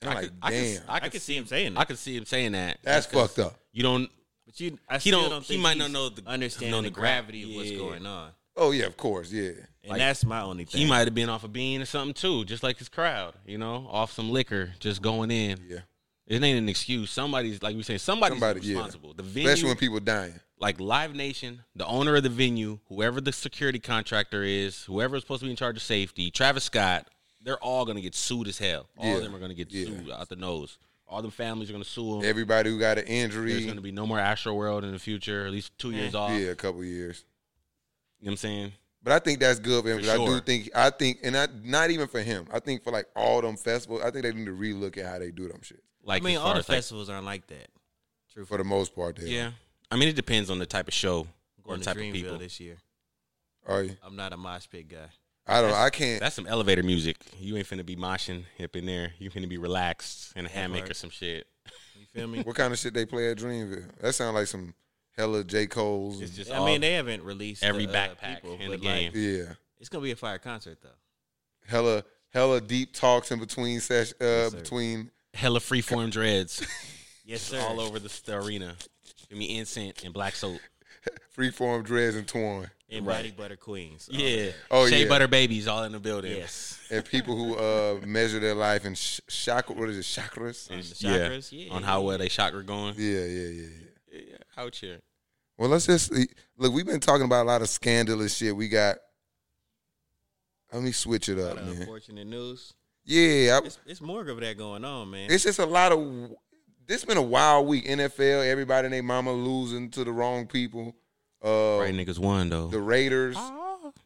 Speaker 2: And I'm
Speaker 1: I
Speaker 2: like,
Speaker 1: could- I
Speaker 2: damn,
Speaker 1: could- I
Speaker 3: I
Speaker 1: could
Speaker 3: can
Speaker 1: see-
Speaker 3: see him saying
Speaker 1: I
Speaker 3: that,
Speaker 1: could see him saying that.
Speaker 2: that's
Speaker 1: because
Speaker 2: fucked up.
Speaker 1: You don't.
Speaker 3: but you, I
Speaker 1: He
Speaker 3: still
Speaker 1: don't.
Speaker 3: don't.
Speaker 1: he
Speaker 3: think
Speaker 1: might not
Speaker 3: he's
Speaker 1: know the
Speaker 3: understand
Speaker 1: know
Speaker 3: the gravity of what's
Speaker 1: Yeah.
Speaker 3: going on,
Speaker 2: Oh yeah, of course, yeah.
Speaker 3: and
Speaker 1: Like,
Speaker 3: that's my only thing.
Speaker 1: He might have been off a bean or something too, just like his crowd. You know, off some liquor, just going in.
Speaker 2: Yeah.
Speaker 1: It ain't an excuse. Somebody's like we say, somebody's
Speaker 2: Somebody, yeah.
Speaker 1: responsible. The
Speaker 2: Especially
Speaker 1: venue,
Speaker 2: when people dying.
Speaker 1: like Live Nation, the owner of the venue, whoever the security contractor is, whoever is supposed to be in charge of safety, Travis Scott, they're all gonna get sued as hell. All
Speaker 2: Yeah.
Speaker 1: of them are gonna get
Speaker 2: Yeah.
Speaker 1: sued out the nose. All the families are gonna sue them.
Speaker 2: Everybody who got an
Speaker 1: There's
Speaker 2: injury,
Speaker 1: gonna be no more Astro World in the future. At least two years off. You
Speaker 2: yeah, a couple years.
Speaker 1: know what I'm saying?
Speaker 2: But I think that's good for him.
Speaker 1: For
Speaker 2: 'cause I do
Speaker 1: sure.
Speaker 2: think I think, and I, not even for him. I think for like all them festivals, I think they need to relook at how they do them shit.
Speaker 1: Like
Speaker 3: I mean,
Speaker 1: as far
Speaker 3: all the
Speaker 1: as, like,
Speaker 3: festivals aren't like that. True
Speaker 2: For the most part, they
Speaker 1: yeah. I mean, it depends on the type of show or
Speaker 3: going
Speaker 1: the
Speaker 3: to
Speaker 1: type of
Speaker 3: Dreamville
Speaker 1: people.
Speaker 3: this year.
Speaker 2: Are you?
Speaker 3: I'm not a mosh pit guy.
Speaker 2: I don't. know. I can't.
Speaker 1: That's some elevator music. You ain't finna be moshing up in there. You finna be relaxed in a hammock
Speaker 3: part.
Speaker 1: or some shit.
Speaker 3: You feel me?
Speaker 2: What kind of shit they play at Dreamville? That sounds like some hella J Cole's.
Speaker 1: It's
Speaker 2: and-
Speaker 1: just
Speaker 3: I mean, they haven't released
Speaker 1: every
Speaker 3: the, uh,
Speaker 1: backpack
Speaker 3: people,
Speaker 1: in the
Speaker 3: but,
Speaker 1: game.
Speaker 3: Like,
Speaker 2: yeah,
Speaker 3: it's gonna be a fire concert though.
Speaker 2: hella hella deep talks in between sesh, uh,
Speaker 3: sir.
Speaker 2: between.
Speaker 1: hella freeform dreads
Speaker 3: Yes, sir.
Speaker 1: all over the, the arena. Give me incense and black soap.
Speaker 2: Freeform dreads and twine,
Speaker 3: and
Speaker 1: Right.
Speaker 3: body butter queens. all
Speaker 1: Yeah.
Speaker 2: Oh,
Speaker 1: Shea
Speaker 2: yeah.
Speaker 1: butter babies all in the building.
Speaker 3: Yes.
Speaker 2: and people who uh, measure their life in sh- chakra. What is it? Chakras.
Speaker 3: On the
Speaker 1: Yeah.
Speaker 3: chakras, yeah.
Speaker 1: On how well they chakra going.
Speaker 2: Yeah, yeah, yeah, yeah.
Speaker 1: Yeah. Out here.
Speaker 2: Well, let's just look. We've been talking about a lot of scandalous shit. We got. Let me switch it
Speaker 3: Lot
Speaker 2: up,
Speaker 3: of
Speaker 2: man.
Speaker 3: unfortunate news.
Speaker 2: Yeah, I,
Speaker 3: It's, it's more of that going on, man.
Speaker 2: it's just a lot of. This been a wild week. NFL, everybody and their mama losing to the wrong people. Uh,
Speaker 1: Right niggas won though.
Speaker 2: The Raiders,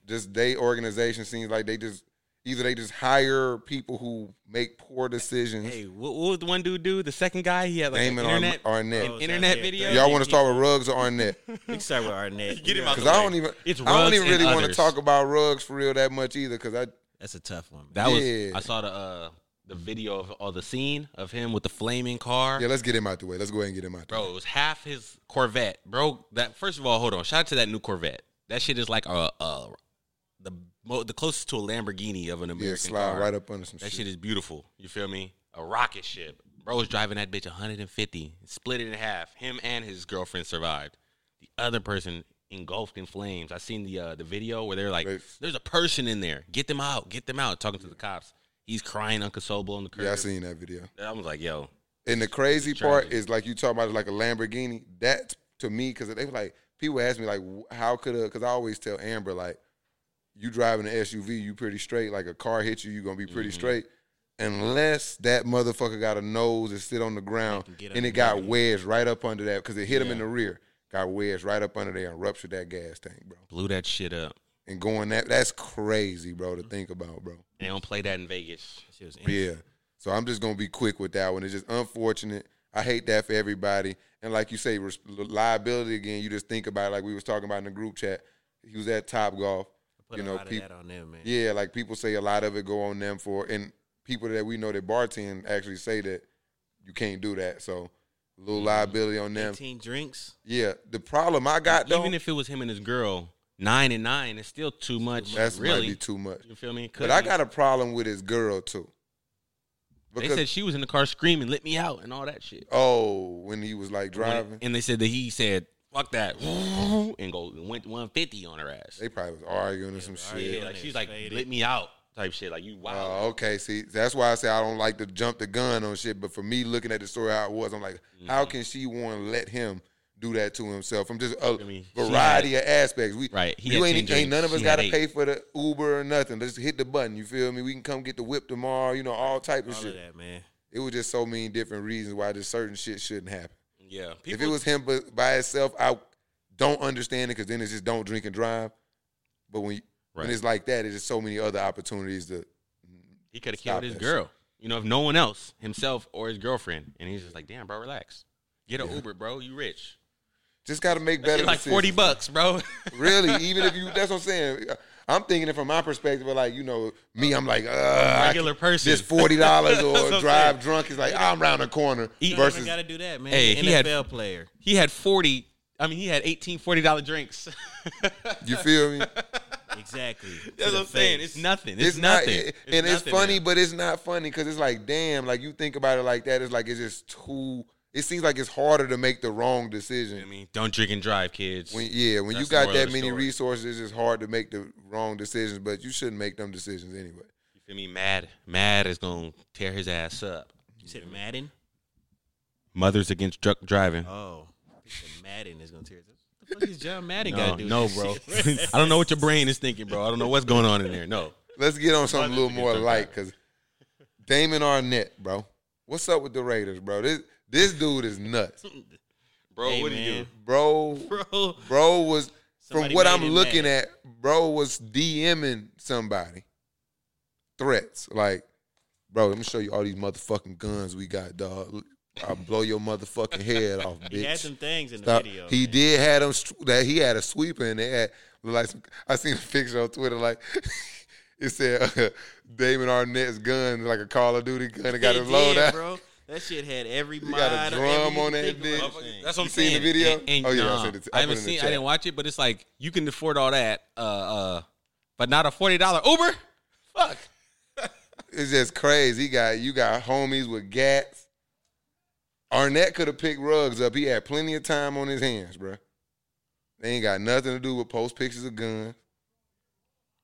Speaker 2: just they organization seems like they just either they just hire people who make poor decisions.
Speaker 1: hey, what, what was the one dude do? The second guy he had like an
Speaker 2: Damon
Speaker 1: internet, Oh,
Speaker 2: Arn- Arnett.
Speaker 1: an internet
Speaker 3: Yeah,
Speaker 1: video.
Speaker 2: Y'all want to start with Rugs or Arnett?
Speaker 3: we can start with Arnett.
Speaker 1: Get him out
Speaker 2: Because
Speaker 1: the
Speaker 2: I
Speaker 1: way.
Speaker 2: don't even.
Speaker 1: It's
Speaker 2: I don't
Speaker 1: Ruggs
Speaker 2: even
Speaker 1: and
Speaker 2: really want to
Speaker 1: others.
Speaker 2: talk about Rugs for real that much either. Because I
Speaker 3: That's a tough one. man.
Speaker 1: That
Speaker 2: Yeah.
Speaker 1: was I saw the uh, the video of or the scene of him with the flaming car.
Speaker 2: yeah, let's get him out the way. Let's go ahead and get him out. The way.
Speaker 1: Bro, it was half his Corvette. Bro, that first of all, hold on. Shout out to that new Corvette. That shit is like a, a the mo- the closest to a Lamborghini of an American
Speaker 2: Yeah, slide
Speaker 1: car.
Speaker 2: right up under some
Speaker 1: That
Speaker 2: shit.
Speaker 1: shit is beautiful. You feel me? A rocket ship. Bro was driving that bitch 150, split it in half. Him and his girlfriend survived. The other person engulfed in flames. I seen the uh, the video where they're like,
Speaker 2: Right.
Speaker 1: "There's a person in there. Get them out. Get them out." Talking to the cops. He's crying unconsolable on the curb.
Speaker 2: Yeah, I seen that video.
Speaker 1: I was like, "Yo,
Speaker 2: And the crazy part
Speaker 1: tragic.
Speaker 2: is like you talk about it like a Lamborghini. That to me, because they were like people ask me like, wh- how could a? Because I always tell Amber like, you driving an SUV, you pretty straight. Like a car hit you, you gonna be
Speaker 3: Mm-hmm.
Speaker 2: pretty straight. Unless that motherfucker got a nose and sit on the ground,
Speaker 3: can get
Speaker 2: and it
Speaker 3: underneath
Speaker 2: got
Speaker 3: it.
Speaker 2: wedged right up under that because it hit him in the rear, got wedged right up under there and ruptured that gas tank, bro.
Speaker 1: blew that shit up."
Speaker 2: And going that that's crazy, bro, to
Speaker 3: Mm-hmm.
Speaker 2: think about, bro.
Speaker 1: They don't play that in Vegas.
Speaker 3: She was in-
Speaker 2: Yeah. So I'm just gonna be quick with that one. It's just unfortunate. I hate that for everybody. And like you say, res- liability again. You just think about it, like we was talking about in the group chat. He was at Top Golf.
Speaker 3: Put
Speaker 2: you
Speaker 3: a
Speaker 2: know,
Speaker 3: lot
Speaker 2: peop-
Speaker 3: of that on them, man.
Speaker 2: Yeah, like people say a lot of it go on them for, and people that we know that bartend actually say that you can't do that. So a little
Speaker 1: Mm-hmm.
Speaker 2: liability on them.
Speaker 3: 18 drinks.
Speaker 2: Yeah. The problem I got though,
Speaker 1: Even if it was him and his girl, nine and nine, it's still too much.
Speaker 2: that's might
Speaker 1: really.
Speaker 2: be too much.
Speaker 1: You feel me?
Speaker 2: But I got a problem with his girl too.
Speaker 1: They said she was in the car screaming, "Let me out!" and all that shit.
Speaker 2: oh, when he was like
Speaker 1: When-
Speaker 2: driving.
Speaker 1: and they said that he said, "Fuck that," and go went one fifty on her ass.
Speaker 2: They probably was arguing or some shit.
Speaker 1: Yeah, like she's like, "Let me out," type shit. Like you wow.
Speaker 2: Oh, okay. See, that's why I say I don't
Speaker 1: Mm-hmm.
Speaker 2: like to jump the gun on shit. But for me, looking at the story how it was, I'm like, how can she want to let him do that to himself from just a
Speaker 1: I mean, he
Speaker 2: variety of aspects. We
Speaker 1: Right, he
Speaker 2: you
Speaker 1: had
Speaker 2: ain't,
Speaker 1: 10
Speaker 2: ain't none of
Speaker 1: drinks.
Speaker 2: us
Speaker 1: She
Speaker 2: got to
Speaker 1: had
Speaker 2: pay for the Uber or nothing. Let's hit the button. You feel me? We can come get the whip tomorrow. You know all type of
Speaker 3: All
Speaker 2: shit.
Speaker 3: of that, man.
Speaker 2: It was just so many different reasons why this certain shit shouldn't happen.
Speaker 1: Yeah,
Speaker 2: if it was him bu- by itself, I don't understand it because then it's just don't drink and drive. But when you- when
Speaker 1: Right.
Speaker 2: it's like that, it's just so many other opportunities to
Speaker 1: he could have
Speaker 2: Stop
Speaker 1: killed his
Speaker 2: that
Speaker 1: girl. You know, if no one else, himself or his girlfriend, and he's just like, "Damn, bro, relax. Get an Uber, bro. You rich.
Speaker 2: just got to make
Speaker 1: That
Speaker 2: better.
Speaker 1: shit like
Speaker 2: decisions.
Speaker 1: forty bucks, bro.
Speaker 2: really, even if you, that's what I'm saying. I'm thinking it from my perspective, but like, you know, me, I'm like, uh, I
Speaker 1: regular
Speaker 2: can-
Speaker 1: person.
Speaker 2: This $40
Speaker 1: That's what
Speaker 2: or
Speaker 1: I'm
Speaker 2: drive
Speaker 1: saying.
Speaker 2: drunk is like, I'm round the corner
Speaker 1: He-
Speaker 3: You
Speaker 2: versus,
Speaker 3: gotta do that, man.
Speaker 1: Hey,
Speaker 3: NFL
Speaker 1: he had-
Speaker 3: player.
Speaker 1: he had forty. I mean, he had 18 40 dollar drinks.
Speaker 2: you feel me?
Speaker 3: Exactly.
Speaker 1: That's what I'm saying. It's nothing. It's,
Speaker 2: not-
Speaker 1: nothing.
Speaker 2: it- and it's
Speaker 1: nothing,
Speaker 2: funny,
Speaker 1: man.
Speaker 2: but it's not funny because it's like, damn, like you think about it like that, it's like, it's just too, it seems like it's harder to make the wrong decision.
Speaker 1: I mean, don't drink and drive, kids.
Speaker 2: When, yeah, when you
Speaker 1: That's the
Speaker 2: got
Speaker 1: moral of
Speaker 2: that
Speaker 1: the
Speaker 2: many
Speaker 1: story.
Speaker 2: resources, it's hard to make the wrong decisions, but you shouldn't make them decisions anyway.
Speaker 1: you feel me? Mad, mad is gonna tear his ass up.
Speaker 3: You said Madden.
Speaker 1: Mothers against drunk driving.
Speaker 3: Oh, you said Madden is gonna tear it. What the fuck is John Madden
Speaker 1: no,
Speaker 3: gotta do?
Speaker 1: no,
Speaker 3: with
Speaker 1: bro.
Speaker 3: this shit?
Speaker 1: I don't know what your brain is thinking, bro. I don't know what's going on in there. No.
Speaker 2: Let's get on something a
Speaker 1: Others
Speaker 2: little
Speaker 1: we can
Speaker 2: more
Speaker 1: talk
Speaker 2: light
Speaker 1: about.
Speaker 2: because Damon Arnett, bro. What's up with the Raiders, bro? This this dude is nuts.
Speaker 1: Bro,
Speaker 3: Hey,
Speaker 1: what do you
Speaker 3: man.
Speaker 1: do?
Speaker 2: Bro,
Speaker 3: bro.
Speaker 2: bro was from
Speaker 3: Somebody
Speaker 2: what
Speaker 3: made
Speaker 2: I'm
Speaker 3: him
Speaker 2: looking
Speaker 3: mad.
Speaker 2: at, bro was DMing somebody. Threats. Like, bro, let me show you all these motherfucking guns we got, dog. I'll blow your motherfucking head off, bitch.
Speaker 3: He had some things in
Speaker 2: Stop.
Speaker 3: the video.
Speaker 2: He
Speaker 3: man.
Speaker 2: did had him str- that he had a sweeper in there. Like some, I seen a picture on Twitter, like it said uh, Damon Arnett's gun, like a Call of Duty gun, that got
Speaker 3: He
Speaker 2: his load
Speaker 3: did,
Speaker 2: out.
Speaker 3: bro. That shit had every
Speaker 2: You
Speaker 3: mod.
Speaker 2: got a drum
Speaker 3: every-
Speaker 2: on that bitch.
Speaker 3: Motherfucker,
Speaker 1: That's what I'm
Speaker 2: You seen
Speaker 1: saying.
Speaker 2: the video?
Speaker 1: And- and
Speaker 2: Oh, yeah, I
Speaker 1: nah,
Speaker 2: sent it to- I
Speaker 1: I, haven't
Speaker 2: put it in the
Speaker 1: seen. I
Speaker 2: chat.
Speaker 1: didn't watch it, but it's like you can afford all that, uh, uh, but not a forty dollar Uber. Fuck.
Speaker 2: It's just crazy. He got you got homies with gats. Arnett could have picked rugs up. He had plenty of time on his hands, bro. They ain't got nothing to do with post pictures of guns.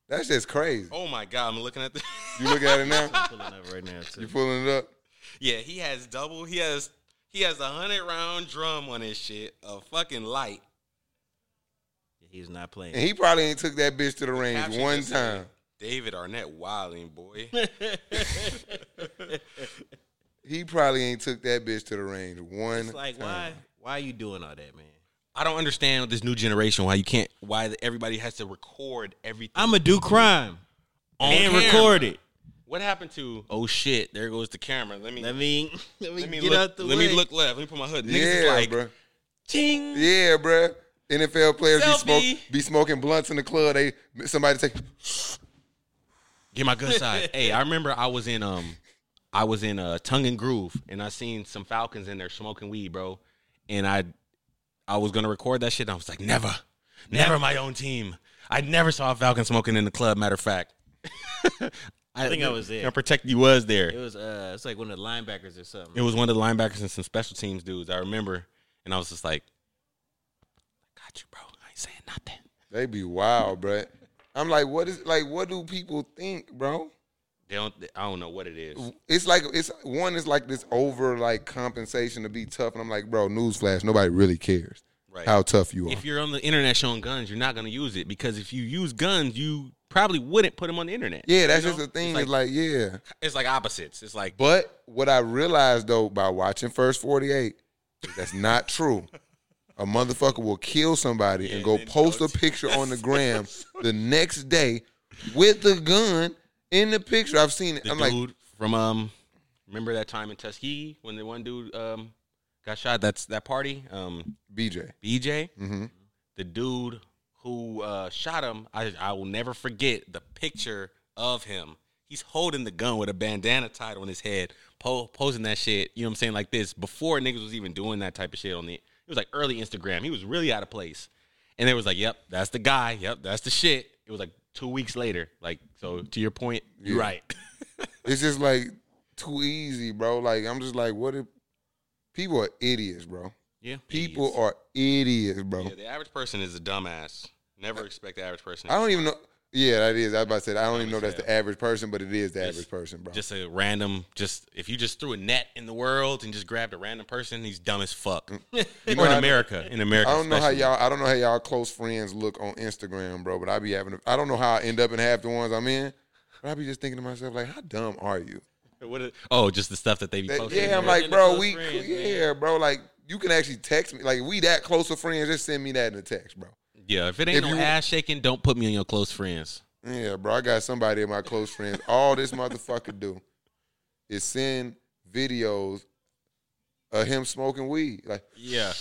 Speaker 2: That's just crazy.
Speaker 1: Oh my god, I'm looking at this.
Speaker 2: You look at it now.
Speaker 3: I'm pulling up right now.
Speaker 2: You
Speaker 3: Too.
Speaker 2: pulling it up.
Speaker 1: yeah, he has double. He has he has a hundred round drum on his shit. A fucking light.
Speaker 3: He was not playing.
Speaker 2: And he probably ain't took that bitch to the range
Speaker 1: Caption
Speaker 2: one
Speaker 1: just said,
Speaker 2: time.
Speaker 1: David Arnett wilding boy.
Speaker 2: He probably ain't took that bitch to the range one
Speaker 3: It's like why?
Speaker 2: time.
Speaker 3: Why are you doing all that, man?
Speaker 1: I don't understand this new generation why you can't why everybody has to record everything.
Speaker 3: I'ma do crime
Speaker 1: On
Speaker 3: and
Speaker 1: camera.
Speaker 3: record it.
Speaker 1: what happened to oh shit? There goes the camera. Let me
Speaker 3: Let me let me,
Speaker 1: let me
Speaker 3: get
Speaker 1: look,
Speaker 3: out the
Speaker 1: let
Speaker 3: way.
Speaker 1: me look left. Let me put my hood. Niggas is
Speaker 2: Yeah,
Speaker 1: like
Speaker 2: bro.
Speaker 1: ting.
Speaker 2: Yeah, bro. NFL players be, smoke,
Speaker 1: Selfie.
Speaker 2: be smoking blunts in the club. They somebody take
Speaker 1: Get my good side. hey, I remember I was in um I was in uh Tongue and Groove and I seen some Falcons in there smoking weed, bro. And I I was gonna record that shit and I was like, never, never my own team. I never saw a Falcon smoking in the club, matter of fact.
Speaker 3: I think I was there.
Speaker 1: I protect you was there.
Speaker 3: It was uh, it's like one of the linebackers or something.
Speaker 1: It was one of the linebackers and some special teams dudes. I remember, and I was just like, "I got you, bro. I ain't saying nothing."
Speaker 2: They be wild, bro. I'm like, what is like? What do people think, bro?
Speaker 1: They don't. I don't know what it is.
Speaker 2: It's like it's one is like this over like compensation to be tough, and I'm like, bro, newsflash, nobody really cares
Speaker 1: Right.
Speaker 2: how tough you are.
Speaker 1: If you're on the internet showing guns, you're not gonna use it because if you use guns, you probably wouldn't put them on the internet.
Speaker 2: yeah, that's
Speaker 1: You
Speaker 2: just
Speaker 1: know?
Speaker 2: the thing.
Speaker 1: It's like,
Speaker 2: It's like, yeah,
Speaker 1: it's like opposites. It's like
Speaker 2: But what I realized though by watching First 48, is that's not true. A motherfucker will kill somebody and go post a picture on the gram the next day with the gun in the picture. I've seen it.
Speaker 1: the
Speaker 2: I'm like,
Speaker 1: dude from um, remember that time in Tuskegee when the one dude um got shot. That's that party. Um,
Speaker 2: BJ.
Speaker 1: BJ.
Speaker 2: hmm
Speaker 1: the dude who uh, shot him, I, I will never forget the picture of him. He's holding the gun with a bandana tied on his head, po- posing that shit, you know what I'm saying, like this, before niggas was even doing that type of shit on the, it was like early Instagram. He was really out of place. And they was like, yep, that's the guy. Yep, that's the shit. It was like two weeks later. Like, so to your point, you're
Speaker 2: Yeah.
Speaker 1: right.
Speaker 2: It's just like too easy, bro. Like I'm just like, what if people are idiots, bro?
Speaker 1: Yeah.
Speaker 2: People are idiots, bro.
Speaker 1: Yeah, the average person is a dumbass. Never expect the average person.
Speaker 2: I don't even know. Yeah, that is. I was about to say, I don't even know if that's the average person, but it is the average person, bro.
Speaker 1: Just a random, just if you just threw a net in the world and just grabbed a random person, he's dumb as fuck.
Speaker 2: Mm. know
Speaker 1: or in
Speaker 2: how-
Speaker 1: America, in America,
Speaker 2: I don't know how
Speaker 1: especially.
Speaker 2: y'all. I don't know how y'all close friends look on Instagram, bro. But I be having. I don't know how I end up in half the ones I'm in. But I be just thinking to myself, like, how dumb are you?
Speaker 1: What is- oh, just the stuff that they be
Speaker 2: That-
Speaker 1: posting.
Speaker 2: yeah, I'm
Speaker 1: everywhere.
Speaker 2: like, bro,
Speaker 3: close
Speaker 2: we,
Speaker 3: friends,
Speaker 2: yeah, bro, like you can actually text me. Like we that close of friends, just send me that in a text, bro.
Speaker 1: yeah. If it ain't
Speaker 2: if
Speaker 1: no
Speaker 2: you-
Speaker 1: ass shaking, don't put me in your close friends.
Speaker 2: Yeah, bro, I got somebody in my close friends. All this motherfucker do is send videos of him smoking weed. Like,
Speaker 1: Yeah, I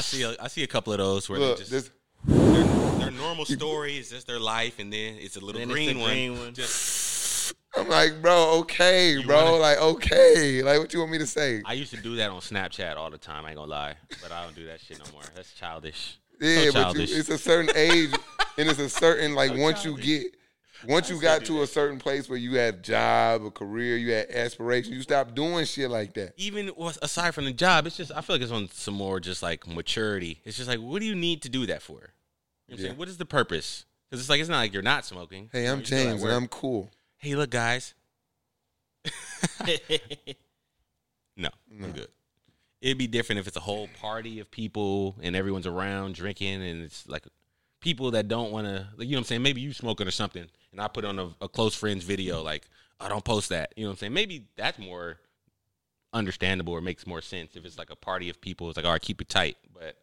Speaker 1: see. A, I see a couple of those where
Speaker 2: look,
Speaker 1: they just
Speaker 2: this,
Speaker 1: their, their normal story is just their life, and then it's a little
Speaker 3: Then it's
Speaker 1: green,
Speaker 3: the
Speaker 1: one.
Speaker 3: green one.
Speaker 1: Just,
Speaker 2: I'm like, bro, okay, bro,
Speaker 1: wanna-
Speaker 2: like, okay, like, what you want me to say?
Speaker 1: I used to do that on Snapchat all the time. I ain't gonna lie, but I don't do that shit no more. That's childish.
Speaker 2: Yeah,
Speaker 1: so
Speaker 2: but you,
Speaker 1: childish.
Speaker 2: it's a certain age, and it's a certain like once you get, once you got to a certain place where you had a job, a career, you had aspirations, you stop doing shit like that.
Speaker 1: even was- aside from the job, it's just I feel like it's on some more just like maturity. It's just like, what do you need to do that for? You know what I'm
Speaker 2: Yeah.
Speaker 1: saying? What is the purpose? Because it's like it's not like you're not smoking.
Speaker 2: Hey,
Speaker 1: You know,
Speaker 2: I'm
Speaker 1: you're still at
Speaker 2: James, and
Speaker 1: work.
Speaker 2: I'm cool.
Speaker 1: Hey, look, guys. No, I'm good. It'd be different if it's a whole party of people and everyone's around drinking, and it's like people that don't want to. Like, you know what I'm saying? Maybe you smoking or something, and I put on a, a close friend's video. Like, I don't post that. You know what I'm saying? Maybe that's more understandable or makes more sense if it's like a party of people. It's like, all right, keep it tight, but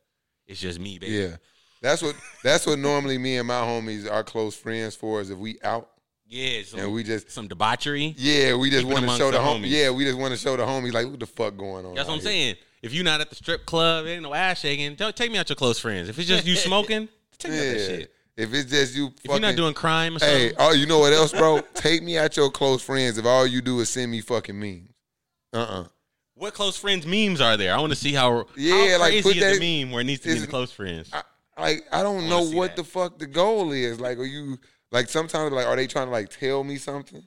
Speaker 1: it's just me, baby.
Speaker 2: Yeah, that's what that's what normally me and my homies are close friends for is if we out
Speaker 1: yeah. it's Some,
Speaker 2: and we just
Speaker 1: some debauchery.
Speaker 2: yeah we just
Speaker 1: Keep it
Speaker 2: want to
Speaker 1: amongst
Speaker 2: show the
Speaker 1: the
Speaker 2: hom-
Speaker 1: homies.
Speaker 2: yeah we just want to show the homies like what the fuck going on.
Speaker 1: That's what I'm
Speaker 2: out here?
Speaker 1: saying. If you're not at the strip club, ain't no ass shaking. Don't take me out your close friends. If it's just you smoking, take me out that
Speaker 2: Yeah.
Speaker 1: shit.
Speaker 2: If it's just you,
Speaker 1: If you're not
Speaker 2: fucking-
Speaker 1: doing crime or something,
Speaker 2: Hey, oh, you know what else, bro? Take me out your close friends if all you do is send me fucking memes. Uh uh
Speaker 1: What close friends memes are there? I want to see how
Speaker 2: Yeah,
Speaker 1: how
Speaker 2: like,
Speaker 1: crazy
Speaker 2: put
Speaker 1: is
Speaker 2: that-
Speaker 1: the meme where it needs to be in
Speaker 2: is-
Speaker 1: the close friends.
Speaker 2: I, like, I don't know
Speaker 1: see
Speaker 2: what
Speaker 1: that.
Speaker 2: the fuck the goal is. Like, are you, like, sometimes, like, are they trying to, like, tell me something?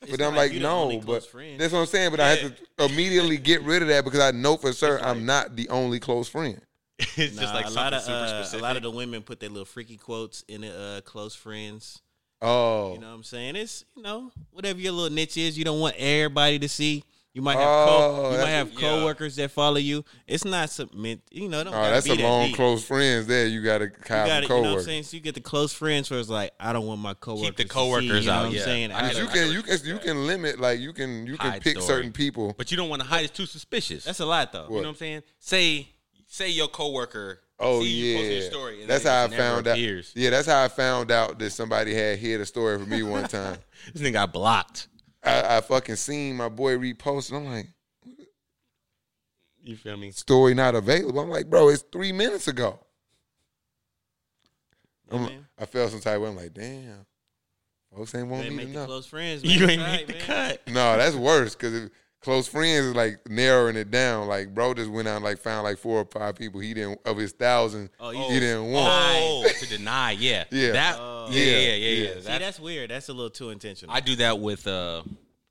Speaker 2: But I'm like, no, but that's what I'm saying. But I have to immediately get rid of that because I know for certain I'm not the only close friend.
Speaker 1: it's just like
Speaker 3: a lot of
Speaker 1: super
Speaker 3: uh,
Speaker 1: specific.
Speaker 3: a lot of the women put their little freaky quotes in the uh, close friends.
Speaker 2: Oh.
Speaker 3: You know what I'm saying? It's you know whatever your little niche is. You don't want everybody to see. You might have
Speaker 2: Oh,
Speaker 3: co- you might
Speaker 2: that's-
Speaker 3: have
Speaker 1: yeah.
Speaker 3: coworkers that follow you. It's not some meant. You know, it don't
Speaker 2: oh,
Speaker 3: gotta
Speaker 2: that's
Speaker 3: be
Speaker 2: a
Speaker 3: that
Speaker 2: long
Speaker 3: deep.
Speaker 2: close friends there. You got to
Speaker 3: You
Speaker 2: have
Speaker 3: got
Speaker 2: a
Speaker 3: it. You know what I'm
Speaker 2: coworker.
Speaker 3: saying? So you get the close friends where it's like, I don't want my coworkers.
Speaker 1: the
Speaker 3: to see,
Speaker 1: coworkers
Speaker 3: you know
Speaker 1: out,
Speaker 3: What I'm
Speaker 1: yeah.
Speaker 3: saying
Speaker 1: I get
Speaker 3: I-
Speaker 2: But you
Speaker 1: I
Speaker 2: can
Speaker 1: would
Speaker 2: you can you can limit like you can you can
Speaker 1: Hide
Speaker 2: pick
Speaker 1: story.
Speaker 2: certain people.
Speaker 1: but you don't want to hide it too suspicious.
Speaker 3: that's a lot though.
Speaker 1: you know what I'm saying. Say say your coworker.
Speaker 2: Oh
Speaker 1: see
Speaker 2: yeah,
Speaker 1: you posting your story. And
Speaker 2: that's
Speaker 1: then it
Speaker 2: how I
Speaker 1: just never
Speaker 2: found out.
Speaker 1: appears.
Speaker 2: Yeah, that's how I found out that somebody had hid a story from me one time.
Speaker 1: This nigga got blocked.
Speaker 2: I, I fucking seen my boy repost, and I'm like,
Speaker 1: You feel me?
Speaker 2: story not available. I'm like, bro, it's three minutes ago. I'm-
Speaker 3: man.
Speaker 2: I felt some type of way. I'm like, damn, folks ain't want
Speaker 3: They
Speaker 2: me to
Speaker 3: make the
Speaker 2: know.
Speaker 3: close friends. Man.
Speaker 1: You
Speaker 3: It's
Speaker 1: ain't
Speaker 3: all
Speaker 1: make
Speaker 3: right,
Speaker 1: the
Speaker 3: man.
Speaker 1: cut.
Speaker 2: No, that's worse because close friends is like narrowing it down. Like, bro just went out and like found like four or five people he didn't of his thousand.
Speaker 3: Oh,
Speaker 2: he,
Speaker 3: you
Speaker 1: just-
Speaker 2: didn't want.
Speaker 1: Oh, to deny, yeah,
Speaker 2: Mm. Yeah.
Speaker 1: that,
Speaker 3: Oh.
Speaker 1: yeah, yeah, yeah, yeah.
Speaker 2: Yeah.
Speaker 1: That-
Speaker 3: See, that's weird. That's a little too intentional.
Speaker 1: I do that with uh,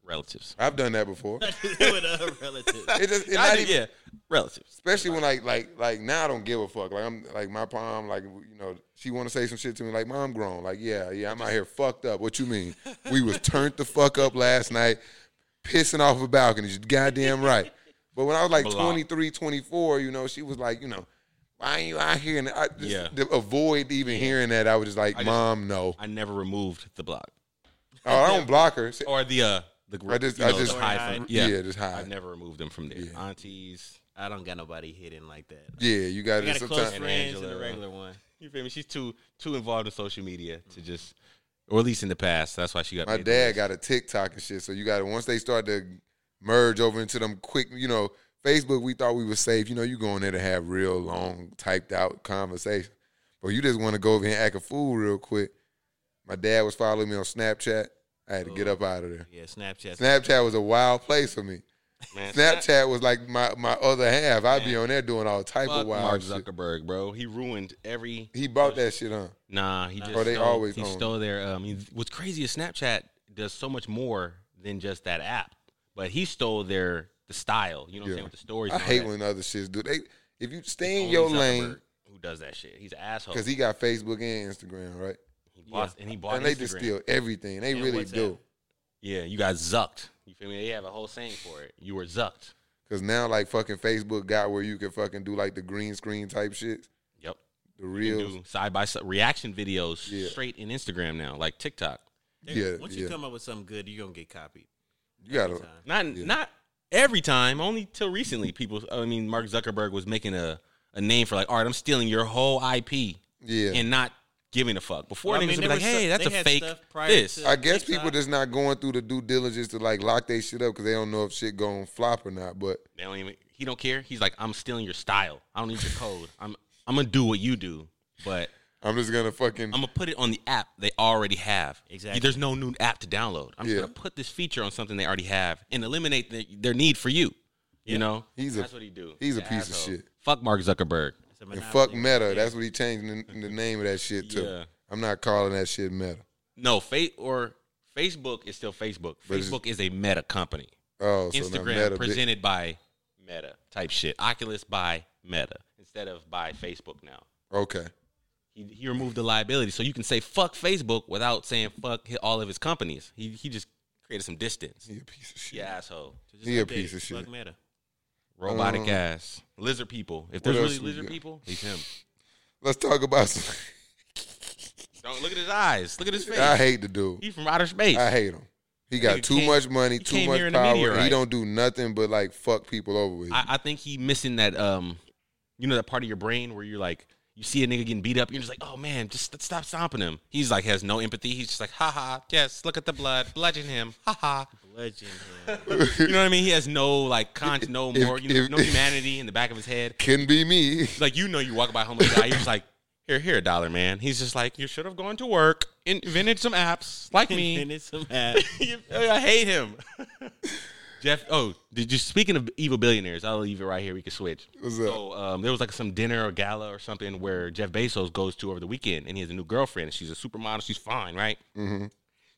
Speaker 1: relatives.
Speaker 2: I've done that before.
Speaker 3: with a relative.
Speaker 2: It just, it
Speaker 1: I
Speaker 2: not
Speaker 1: do,
Speaker 2: even-
Speaker 1: yeah, relatives.
Speaker 2: Especially when like like like now I don't give a fuck. Like I'm like my mom like you know she want to say some shit to me like mom grown. Like yeah yeah I'm out here fucked up. What you mean? we was turned the fuck up last night, pissing off a balcony. You goddamn right. But when I was like
Speaker 1: Block.
Speaker 2: 23, 24, you know she was like you know why ain't you out here and I just
Speaker 1: Yeah.
Speaker 2: to avoid even hearing that. I was just like mom no.
Speaker 1: I never removed the block.
Speaker 2: Oh, I don't block her.
Speaker 1: or the uh the gr-
Speaker 2: I just
Speaker 1: you
Speaker 2: I
Speaker 1: know,
Speaker 2: just
Speaker 1: the high from,
Speaker 2: yeah.
Speaker 1: yeah.
Speaker 2: just
Speaker 1: I've
Speaker 2: hide.
Speaker 1: never removed them from there. Aunties,
Speaker 3: I don't got nobody hidden like that.
Speaker 2: Yeah, you got
Speaker 3: I got
Speaker 2: it
Speaker 3: a close
Speaker 2: sometimes.
Speaker 1: friend.
Speaker 3: friends and a
Speaker 1: Angela.
Speaker 3: regular one.
Speaker 1: you feel me? She's too too involved in social media to just, or at least in the past. That's why she got
Speaker 2: My
Speaker 1: made the
Speaker 2: dad
Speaker 1: list.
Speaker 2: got a TikTok and shit, so you got to once they start to merge over into them quick, you know, Facebook. We thought we were safe, you know. You go in there to have real long typed out conversation, but you just want to go over here and act a fool real quick. My dad was following me on Snapchat. I had to get up out of there.
Speaker 3: Yeah, Snapchat.
Speaker 2: Snapchat was a wild place for me.
Speaker 1: Man,
Speaker 2: Snapchat was like my, my other half. I'd be on there doing all type
Speaker 1: fuck
Speaker 2: of wild
Speaker 1: Mark
Speaker 2: shit.
Speaker 1: Zuckerberg, bro. He ruined every.
Speaker 2: He bought that shit on.
Speaker 1: Nah, he just.
Speaker 2: Bro, Oh, they
Speaker 1: stole,
Speaker 2: always
Speaker 1: he
Speaker 2: own
Speaker 1: stole their. Um, he- what's crazy is Snapchat does so much more than just that app, but he stole their the style. You know what I'm
Speaker 2: Yeah.
Speaker 1: saying with the stories.
Speaker 2: I
Speaker 1: and all
Speaker 2: hate
Speaker 1: that.
Speaker 2: when other shits do. They if you stay in
Speaker 1: Only
Speaker 2: your
Speaker 1: Zuckerberg
Speaker 2: lane
Speaker 1: Who does that shit? He's an asshole.
Speaker 2: because he got Facebook and Instagram, right?
Speaker 1: He Lost, and he bought
Speaker 2: And they
Speaker 1: Instagram.
Speaker 2: just steal everything. They
Speaker 3: And
Speaker 2: really
Speaker 3: WhatsApp.
Speaker 2: do.
Speaker 1: Yeah, you got zucked. You feel me? They have a whole saying for it. You were zucked.
Speaker 2: Cause now like fucking Facebook got where you can fucking do like the green screen type shit.
Speaker 1: Yep.
Speaker 2: The
Speaker 1: You
Speaker 2: real
Speaker 1: do side by side reaction videos
Speaker 2: Yeah.
Speaker 1: straight in Instagram now, like TikTok.
Speaker 2: Yeah,
Speaker 3: Once you
Speaker 2: yeah.
Speaker 3: come up with something good, you're gonna get copied.
Speaker 2: you gotta
Speaker 3: Time.
Speaker 1: Not not every time, only till recently. People, I mean, Mark Zuckerberg was making a, a name for like, all right, I'm stealing your whole IP
Speaker 2: Yeah.
Speaker 1: and not giving a fuck. Before
Speaker 3: Well, I
Speaker 1: niggas
Speaker 3: mean,
Speaker 1: would be
Speaker 3: there
Speaker 1: like,
Speaker 3: was
Speaker 1: hey,
Speaker 3: stuff-
Speaker 1: that's
Speaker 3: they
Speaker 1: a
Speaker 3: had
Speaker 1: fake
Speaker 3: stuff prior
Speaker 1: this.
Speaker 3: to-
Speaker 2: I guess
Speaker 3: TikTok.
Speaker 2: people just not going through the due diligence to like lock their shit up because they don't know if shit going flop or not. But
Speaker 1: They don't even. He don't care. He's like, I'm stealing your style. I don't need your code. I'm I'm gonna do what you do, but
Speaker 2: I'm just gonna fucking
Speaker 1: I'm gonna put it on the app they already have.
Speaker 3: Exactly.
Speaker 1: There's no new app to download. I'm
Speaker 2: Yeah.
Speaker 1: just gonna put this feature on something they already have and eliminate the, their need for you. You know,
Speaker 2: He's a-
Speaker 1: that's what he do.
Speaker 2: he's a
Speaker 1: The
Speaker 2: piece of shit.
Speaker 1: Fuck Mark Zuckerberg.
Speaker 3: It's a
Speaker 2: and
Speaker 3: monopoly.
Speaker 2: fuck Meta. That's what he changed the, the name of that shit to.
Speaker 1: Yeah.
Speaker 2: I'm not calling that shit Meta.
Speaker 1: No, fa- or Facebook is still Facebook.
Speaker 2: But it's-
Speaker 1: Facebook is a Meta company.
Speaker 2: Oh, so now
Speaker 1: Instagram
Speaker 2: Meta. bi-
Speaker 1: presented by Meta type shit. Oculus by Meta instead of by Facebook now.
Speaker 2: Okay.
Speaker 1: he, he removed the liability, so you can say fuck Facebook without saying fuck hi- all of his companies. He he just created some distance.
Speaker 2: He a piece of shit.
Speaker 1: Yeah, asshole,
Speaker 3: So just
Speaker 2: He a
Speaker 3: update
Speaker 2: piece
Speaker 3: it.
Speaker 2: of shit.
Speaker 3: Fuck Meta.
Speaker 1: robotic
Speaker 2: Um,
Speaker 1: ass lizard people. If
Speaker 2: what
Speaker 1: there's really
Speaker 2: else we
Speaker 1: lizard
Speaker 2: got?
Speaker 1: people, he's him.
Speaker 2: Let's talk about some.
Speaker 1: Don't look at his eyes. Look at his face.
Speaker 2: I hate the dude.
Speaker 1: He's from outer space.
Speaker 2: I hate him. He got
Speaker 1: Nigga
Speaker 2: too
Speaker 1: came-
Speaker 2: much money,
Speaker 1: he
Speaker 2: too
Speaker 1: came
Speaker 2: much
Speaker 1: here in a
Speaker 2: power. and He
Speaker 1: meteorite.
Speaker 2: don't do nothing but like fuck people over with.
Speaker 1: I, I think he missing that um, you know that part of your brain where you're like. You see a nigga getting beat up, you're just like, oh man, just st- stop stomping him. He's like, has no empathy. He's just like, ha ha, yes, look at the blood, bludgeon him, ha ha.
Speaker 3: Legend. him.
Speaker 1: You know what I mean? He has no like, con- no
Speaker 2: If-
Speaker 1: more, you know,
Speaker 2: if-
Speaker 1: no humanity in the back of his head.
Speaker 2: Can be me.
Speaker 1: Like you know, you walk by a homeless guy, you're just like, here, here, a dollar, man. He's just like, you should have gone to work, invented some apps like
Speaker 3: And
Speaker 1: me.
Speaker 3: it's some ass.
Speaker 1: I hate him. Jeff. Oh, did you? Speaking of evil billionaires, I'll leave it right here. We can switch.
Speaker 2: What's up?
Speaker 1: So um, there was like some dinner or gala or something where Jeff Bezos goes to over the weekend, and he has a new girlfriend. And she's a supermodel. She's fine, right? Mm-hmm.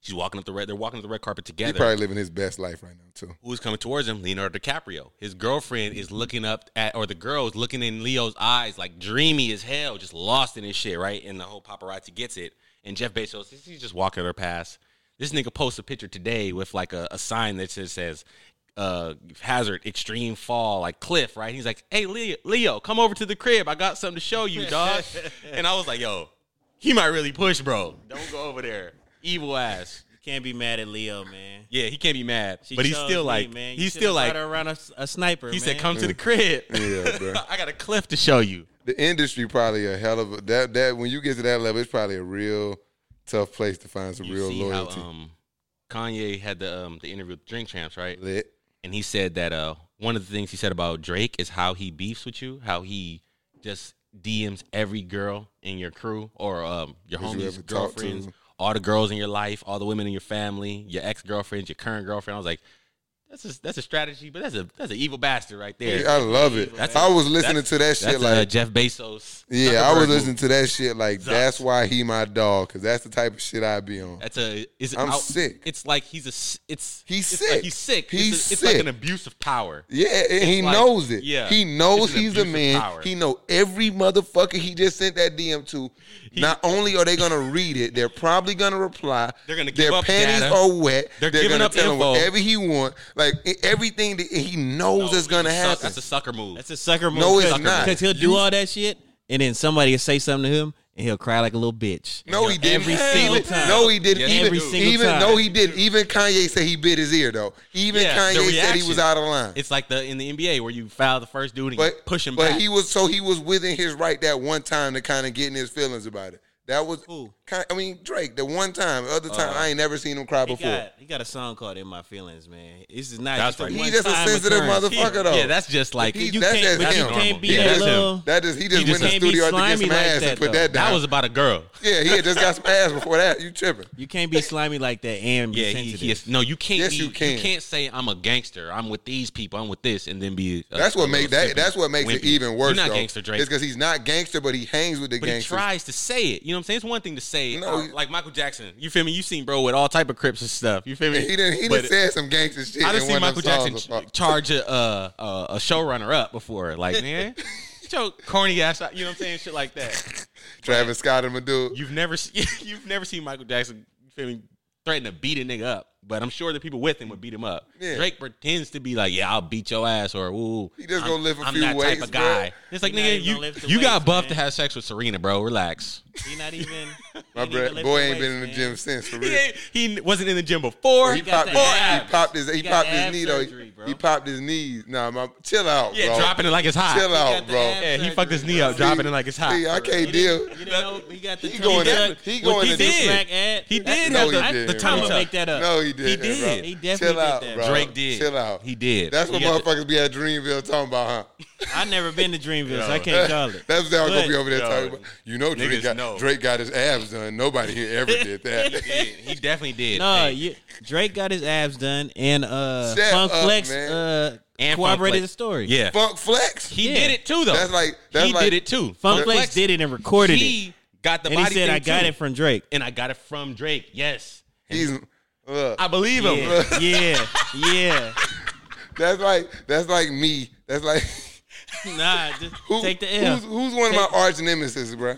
Speaker 1: She's walking up the red. They're walking up the red carpet
Speaker 2: He
Speaker 1: together
Speaker 2: probably living his best life right now too.
Speaker 1: who's coming towards him, Leonardo DiCaprio. His girlfriend is looking up at, or the girl is looking in Leo's eyes, like dreamy as hell, just lost in his shit, right? And the whole paparazzi gets it. And Jeff Bezos, he's just walking her past. This nigga posts a picture today with like a, a sign that says, says uh, hazard, extreme fall, like cliff, right? He's like, hey, Leo, Leo, come over to the crib. I got something to show you, dog. and I was like, yo, he might really push, bro. Don't go over there. Evil ass.
Speaker 3: Can't be mad at Leo, man.
Speaker 1: Yeah, he can't be mad,
Speaker 3: She
Speaker 1: but he's
Speaker 3: chose
Speaker 1: still
Speaker 3: me,
Speaker 1: like,
Speaker 3: man. You
Speaker 1: he's
Speaker 3: should've
Speaker 1: still
Speaker 3: brought
Speaker 1: like,
Speaker 3: her around a, s- a sniper.
Speaker 1: He said,
Speaker 3: man.
Speaker 1: "Come to the crib."
Speaker 2: Yeah, bro.
Speaker 1: I got a cliff to show you.
Speaker 2: The industry probably a hell of a that that when you get to that level, it's probably a real tough place to find some
Speaker 1: You
Speaker 2: real
Speaker 1: see
Speaker 2: loyalty.
Speaker 1: how um, Kanye had the um, the interview with Drink Champs, right?
Speaker 2: Lit.
Speaker 1: And he said that uh, one of the things he said about Drake is how he beefs with you, how he just DMs every girl in your crew or um, your
Speaker 2: That you
Speaker 1: homies,
Speaker 2: ever talked to.
Speaker 1: girlfriends, all the girls in your life, all the women in your family, your ex girlfriends, your current girlfriend. I was like, that's a, that's a strategy, but that's a that's an evil bastard right there.
Speaker 2: I love it.
Speaker 1: That's-
Speaker 2: I was listening
Speaker 1: that's-
Speaker 2: to that
Speaker 1: That's
Speaker 2: shit
Speaker 1: a uh,
Speaker 2: like
Speaker 1: Jeff Bezos.
Speaker 2: Yeah, I was
Speaker 1: Zuckerberg move.
Speaker 2: listening to that shit like
Speaker 1: Zucks.
Speaker 2: that's why he my dog because that's the type of shit I be on.
Speaker 1: That's a. Is
Speaker 2: I'm sick.
Speaker 1: It's like he's a. s- It's
Speaker 2: He's
Speaker 1: it's
Speaker 2: sick.
Speaker 1: Like he's sick.
Speaker 2: He's
Speaker 1: it's a, It's
Speaker 2: sick.
Speaker 1: like an abuse of power.
Speaker 2: Yeah, and he
Speaker 1: like-
Speaker 2: knows it.
Speaker 1: yeah.
Speaker 2: he knows
Speaker 1: It's an
Speaker 2: he's a
Speaker 1: abuse of
Speaker 2: man.
Speaker 1: power.
Speaker 2: He know every motherfucker he just sent that DM to. Not only are they gonna read it, they're probably gonna reply.
Speaker 1: They're gonna
Speaker 2: Their
Speaker 1: give up
Speaker 2: panties
Speaker 1: data.
Speaker 2: are wet.
Speaker 1: They're giving
Speaker 2: gonna
Speaker 1: up
Speaker 2: tell him
Speaker 1: info.
Speaker 2: whatever he want. Like e- everything that he knows is gonna
Speaker 1: That's a suck-
Speaker 2: happen.
Speaker 1: That's a sucker move.
Speaker 3: That's a sucker move.
Speaker 2: No, it's
Speaker 3: Cause-
Speaker 2: not.
Speaker 3: Cause he'll do all that shit, and then somebody will say something to him, and he'll cry like a little bitch.
Speaker 2: no, he didn't.
Speaker 3: Every single
Speaker 2: even,
Speaker 3: time.
Speaker 2: No, he didn't.
Speaker 1: Yes,
Speaker 2: even
Speaker 1: every
Speaker 3: single
Speaker 2: even
Speaker 3: time.
Speaker 2: no, he didn't. Even Kanye said he bit his ear though. Even
Speaker 1: Yeah, the
Speaker 2: Kanye said he was
Speaker 1: reaction.
Speaker 2: out of line.
Speaker 1: It's like the in the NBA where you foul the first dude and you
Speaker 2: but
Speaker 1: push him
Speaker 2: but
Speaker 1: back.
Speaker 2: he was so he was within his right that one time to kind of get in his feelings about it. That was
Speaker 3: Who?
Speaker 2: Ki- I mean Drake. The one time, the other time I ain't never seen him cry
Speaker 3: He
Speaker 2: before.
Speaker 3: got, he got a song called "In My Feelings," man. This is not.
Speaker 1: That's
Speaker 3: just a
Speaker 1: right.
Speaker 2: He
Speaker 3: one
Speaker 2: just a
Speaker 3: time
Speaker 2: sensitive
Speaker 3: occurrence.
Speaker 2: motherfucker though.
Speaker 1: yeah, that's just like
Speaker 2: He-
Speaker 3: you
Speaker 2: that's just
Speaker 3: can't- but you
Speaker 2: him.
Speaker 3: can't be
Speaker 2: He
Speaker 1: that
Speaker 2: just-
Speaker 3: little-
Speaker 2: That just he just,
Speaker 1: just
Speaker 2: went in
Speaker 3: can't
Speaker 2: the
Speaker 3: be
Speaker 2: studio to get
Speaker 3: slimy
Speaker 2: some
Speaker 3: like
Speaker 2: ass
Speaker 3: that,
Speaker 2: and put
Speaker 3: though.
Speaker 2: that down.
Speaker 1: that was about a girl.
Speaker 2: yeah, he had just got some ass before that. You tripping?
Speaker 3: You can't be slimy like that and be
Speaker 1: Yeah, he,
Speaker 3: sensitive.
Speaker 1: he is, no, you can't.
Speaker 2: Yes,
Speaker 1: be,
Speaker 2: you can.
Speaker 1: not say I'm a gangster. I'm with these people. I'm with this, and then be. a-
Speaker 2: That's
Speaker 1: a
Speaker 2: what makes
Speaker 1: little
Speaker 2: that.
Speaker 1: simpy,
Speaker 2: That's what makes it
Speaker 1: wimpy.
Speaker 2: even worse.
Speaker 1: You're not
Speaker 2: though.
Speaker 1: gangster, Drake.
Speaker 2: It's because he's not gangster, but he hangs with the
Speaker 1: But he
Speaker 2: gangsters.
Speaker 1: tries to say it. You know what I'm saying? It's one thing to say it.
Speaker 2: No,
Speaker 1: or
Speaker 2: he-
Speaker 1: like Michael Jackson. You feel me? You seen bro with all type of crips and stuff. You feel me?
Speaker 2: And he didn't. He
Speaker 1: But-
Speaker 2: didn't said some gangster shit.
Speaker 1: I
Speaker 2: in
Speaker 1: done seen
Speaker 2: one of
Speaker 1: Michael
Speaker 2: them
Speaker 1: Jackson
Speaker 2: songs
Speaker 1: ch-
Speaker 2: before.
Speaker 1: charge a, uh, uh, a showrunner up before, like man, get your corny ass, out, you know what I'm saying, shit like that.
Speaker 2: Travis Scott, I'm gonna do.
Speaker 1: You've never seen, you've never seen Michael Jackson you feel me, threaten to beat a nigga up, but I'm sure the people with him would beat him up.
Speaker 2: Yeah.
Speaker 1: Drake pretends to be like, "Yeah, I'll beat your ass," or "Ooh,
Speaker 2: He just
Speaker 1: I'm-
Speaker 2: gonna live a
Speaker 1: I'm
Speaker 2: few
Speaker 1: that
Speaker 2: ways,
Speaker 1: type of
Speaker 2: bro.
Speaker 1: guy." It's like,
Speaker 3: He not
Speaker 1: nigga,
Speaker 3: even
Speaker 1: you
Speaker 3: gonna lift the
Speaker 1: you got
Speaker 3: weights,
Speaker 1: buff
Speaker 3: man.
Speaker 1: to have sex with Serena, bro. Relax.
Speaker 3: He not even.
Speaker 2: My
Speaker 3: he didn't even
Speaker 2: bro,
Speaker 3: lift
Speaker 2: boy
Speaker 3: the
Speaker 2: ain't been
Speaker 3: weights,
Speaker 2: in the
Speaker 3: man.
Speaker 2: gym since for
Speaker 1: he
Speaker 2: real.
Speaker 1: ain't- he wasn't in the gym before.
Speaker 2: He
Speaker 3: got
Speaker 2: popped,
Speaker 3: the
Speaker 2: his,
Speaker 3: abs.
Speaker 2: he popped his he
Speaker 3: He got
Speaker 2: popped
Speaker 3: the
Speaker 2: his
Speaker 3: ab
Speaker 2: knee though.
Speaker 3: surgery, bro.
Speaker 2: he popped his knee. Nah, my chill out,
Speaker 1: yeah,
Speaker 2: bro.
Speaker 1: dropping it like it's hot.
Speaker 2: Chill
Speaker 3: got
Speaker 2: out,
Speaker 3: the
Speaker 2: bro.
Speaker 3: abs
Speaker 1: Yeah, he
Speaker 3: surgery,
Speaker 1: fucked his knee
Speaker 3: bro.
Speaker 1: up, dropping it like it's hot.
Speaker 2: See, I can't deal.
Speaker 3: You didn't know he got the
Speaker 2: He
Speaker 3: tummy
Speaker 2: going
Speaker 3: tuck
Speaker 2: in- he
Speaker 3: with
Speaker 2: going
Speaker 3: the
Speaker 2: in the-
Speaker 3: dick smack ad.
Speaker 1: He did
Speaker 2: No,
Speaker 1: have
Speaker 2: he
Speaker 1: the,
Speaker 2: didn't,
Speaker 1: the tummy
Speaker 2: bro.
Speaker 3: I'm gonna make
Speaker 1: tuck.
Speaker 3: that up.
Speaker 2: No, he did.
Speaker 1: did.
Speaker 2: Bro.
Speaker 3: He definitely
Speaker 2: chill
Speaker 3: did
Speaker 2: out,
Speaker 3: that,
Speaker 2: Bro.
Speaker 1: Drake did.
Speaker 2: Chill out.
Speaker 1: He did.
Speaker 2: That's what
Speaker 1: He got the-
Speaker 2: motherfuckers be at Dreamville talking about, huh?
Speaker 3: I never been to Dreamville, so I
Speaker 1: Yo.
Speaker 3: can't call it.
Speaker 2: That's how I'm gonna
Speaker 3: But-
Speaker 2: be over there
Speaker 1: Yo,
Speaker 2: talking about. You know, Drake
Speaker 1: niggas
Speaker 2: got,
Speaker 1: know.
Speaker 2: Drake got his abs done. Nobody here ever did that.
Speaker 1: He did. He definitely did.
Speaker 3: No,
Speaker 1: Hey,
Speaker 3: you, Drake got his abs done, and uh,
Speaker 2: Shut
Speaker 3: Funk
Speaker 2: up,
Speaker 3: Flex
Speaker 2: man.
Speaker 3: uh,
Speaker 1: And
Speaker 3: corroborated
Speaker 1: Funk
Speaker 3: the story.
Speaker 1: yeah.
Speaker 2: Funk flex.
Speaker 1: He
Speaker 3: Yeah.
Speaker 1: did it too, though.
Speaker 2: That's like that's
Speaker 1: he
Speaker 2: like
Speaker 1: did it too.
Speaker 3: Funk Flex did it and recorded
Speaker 1: he
Speaker 3: it,
Speaker 1: got the
Speaker 3: and he
Speaker 1: body
Speaker 3: said,
Speaker 1: thing
Speaker 3: "I got
Speaker 1: too.
Speaker 3: it from Drake."
Speaker 1: and I got it from Drake. Yes,
Speaker 2: He's look.
Speaker 1: I believe him.
Speaker 3: Yeah, yeah, yeah.
Speaker 2: That's like that's like me. That's like
Speaker 3: Nah, just
Speaker 2: who,
Speaker 3: take the L.
Speaker 2: Who's, who's one of my arch nemesis, bro?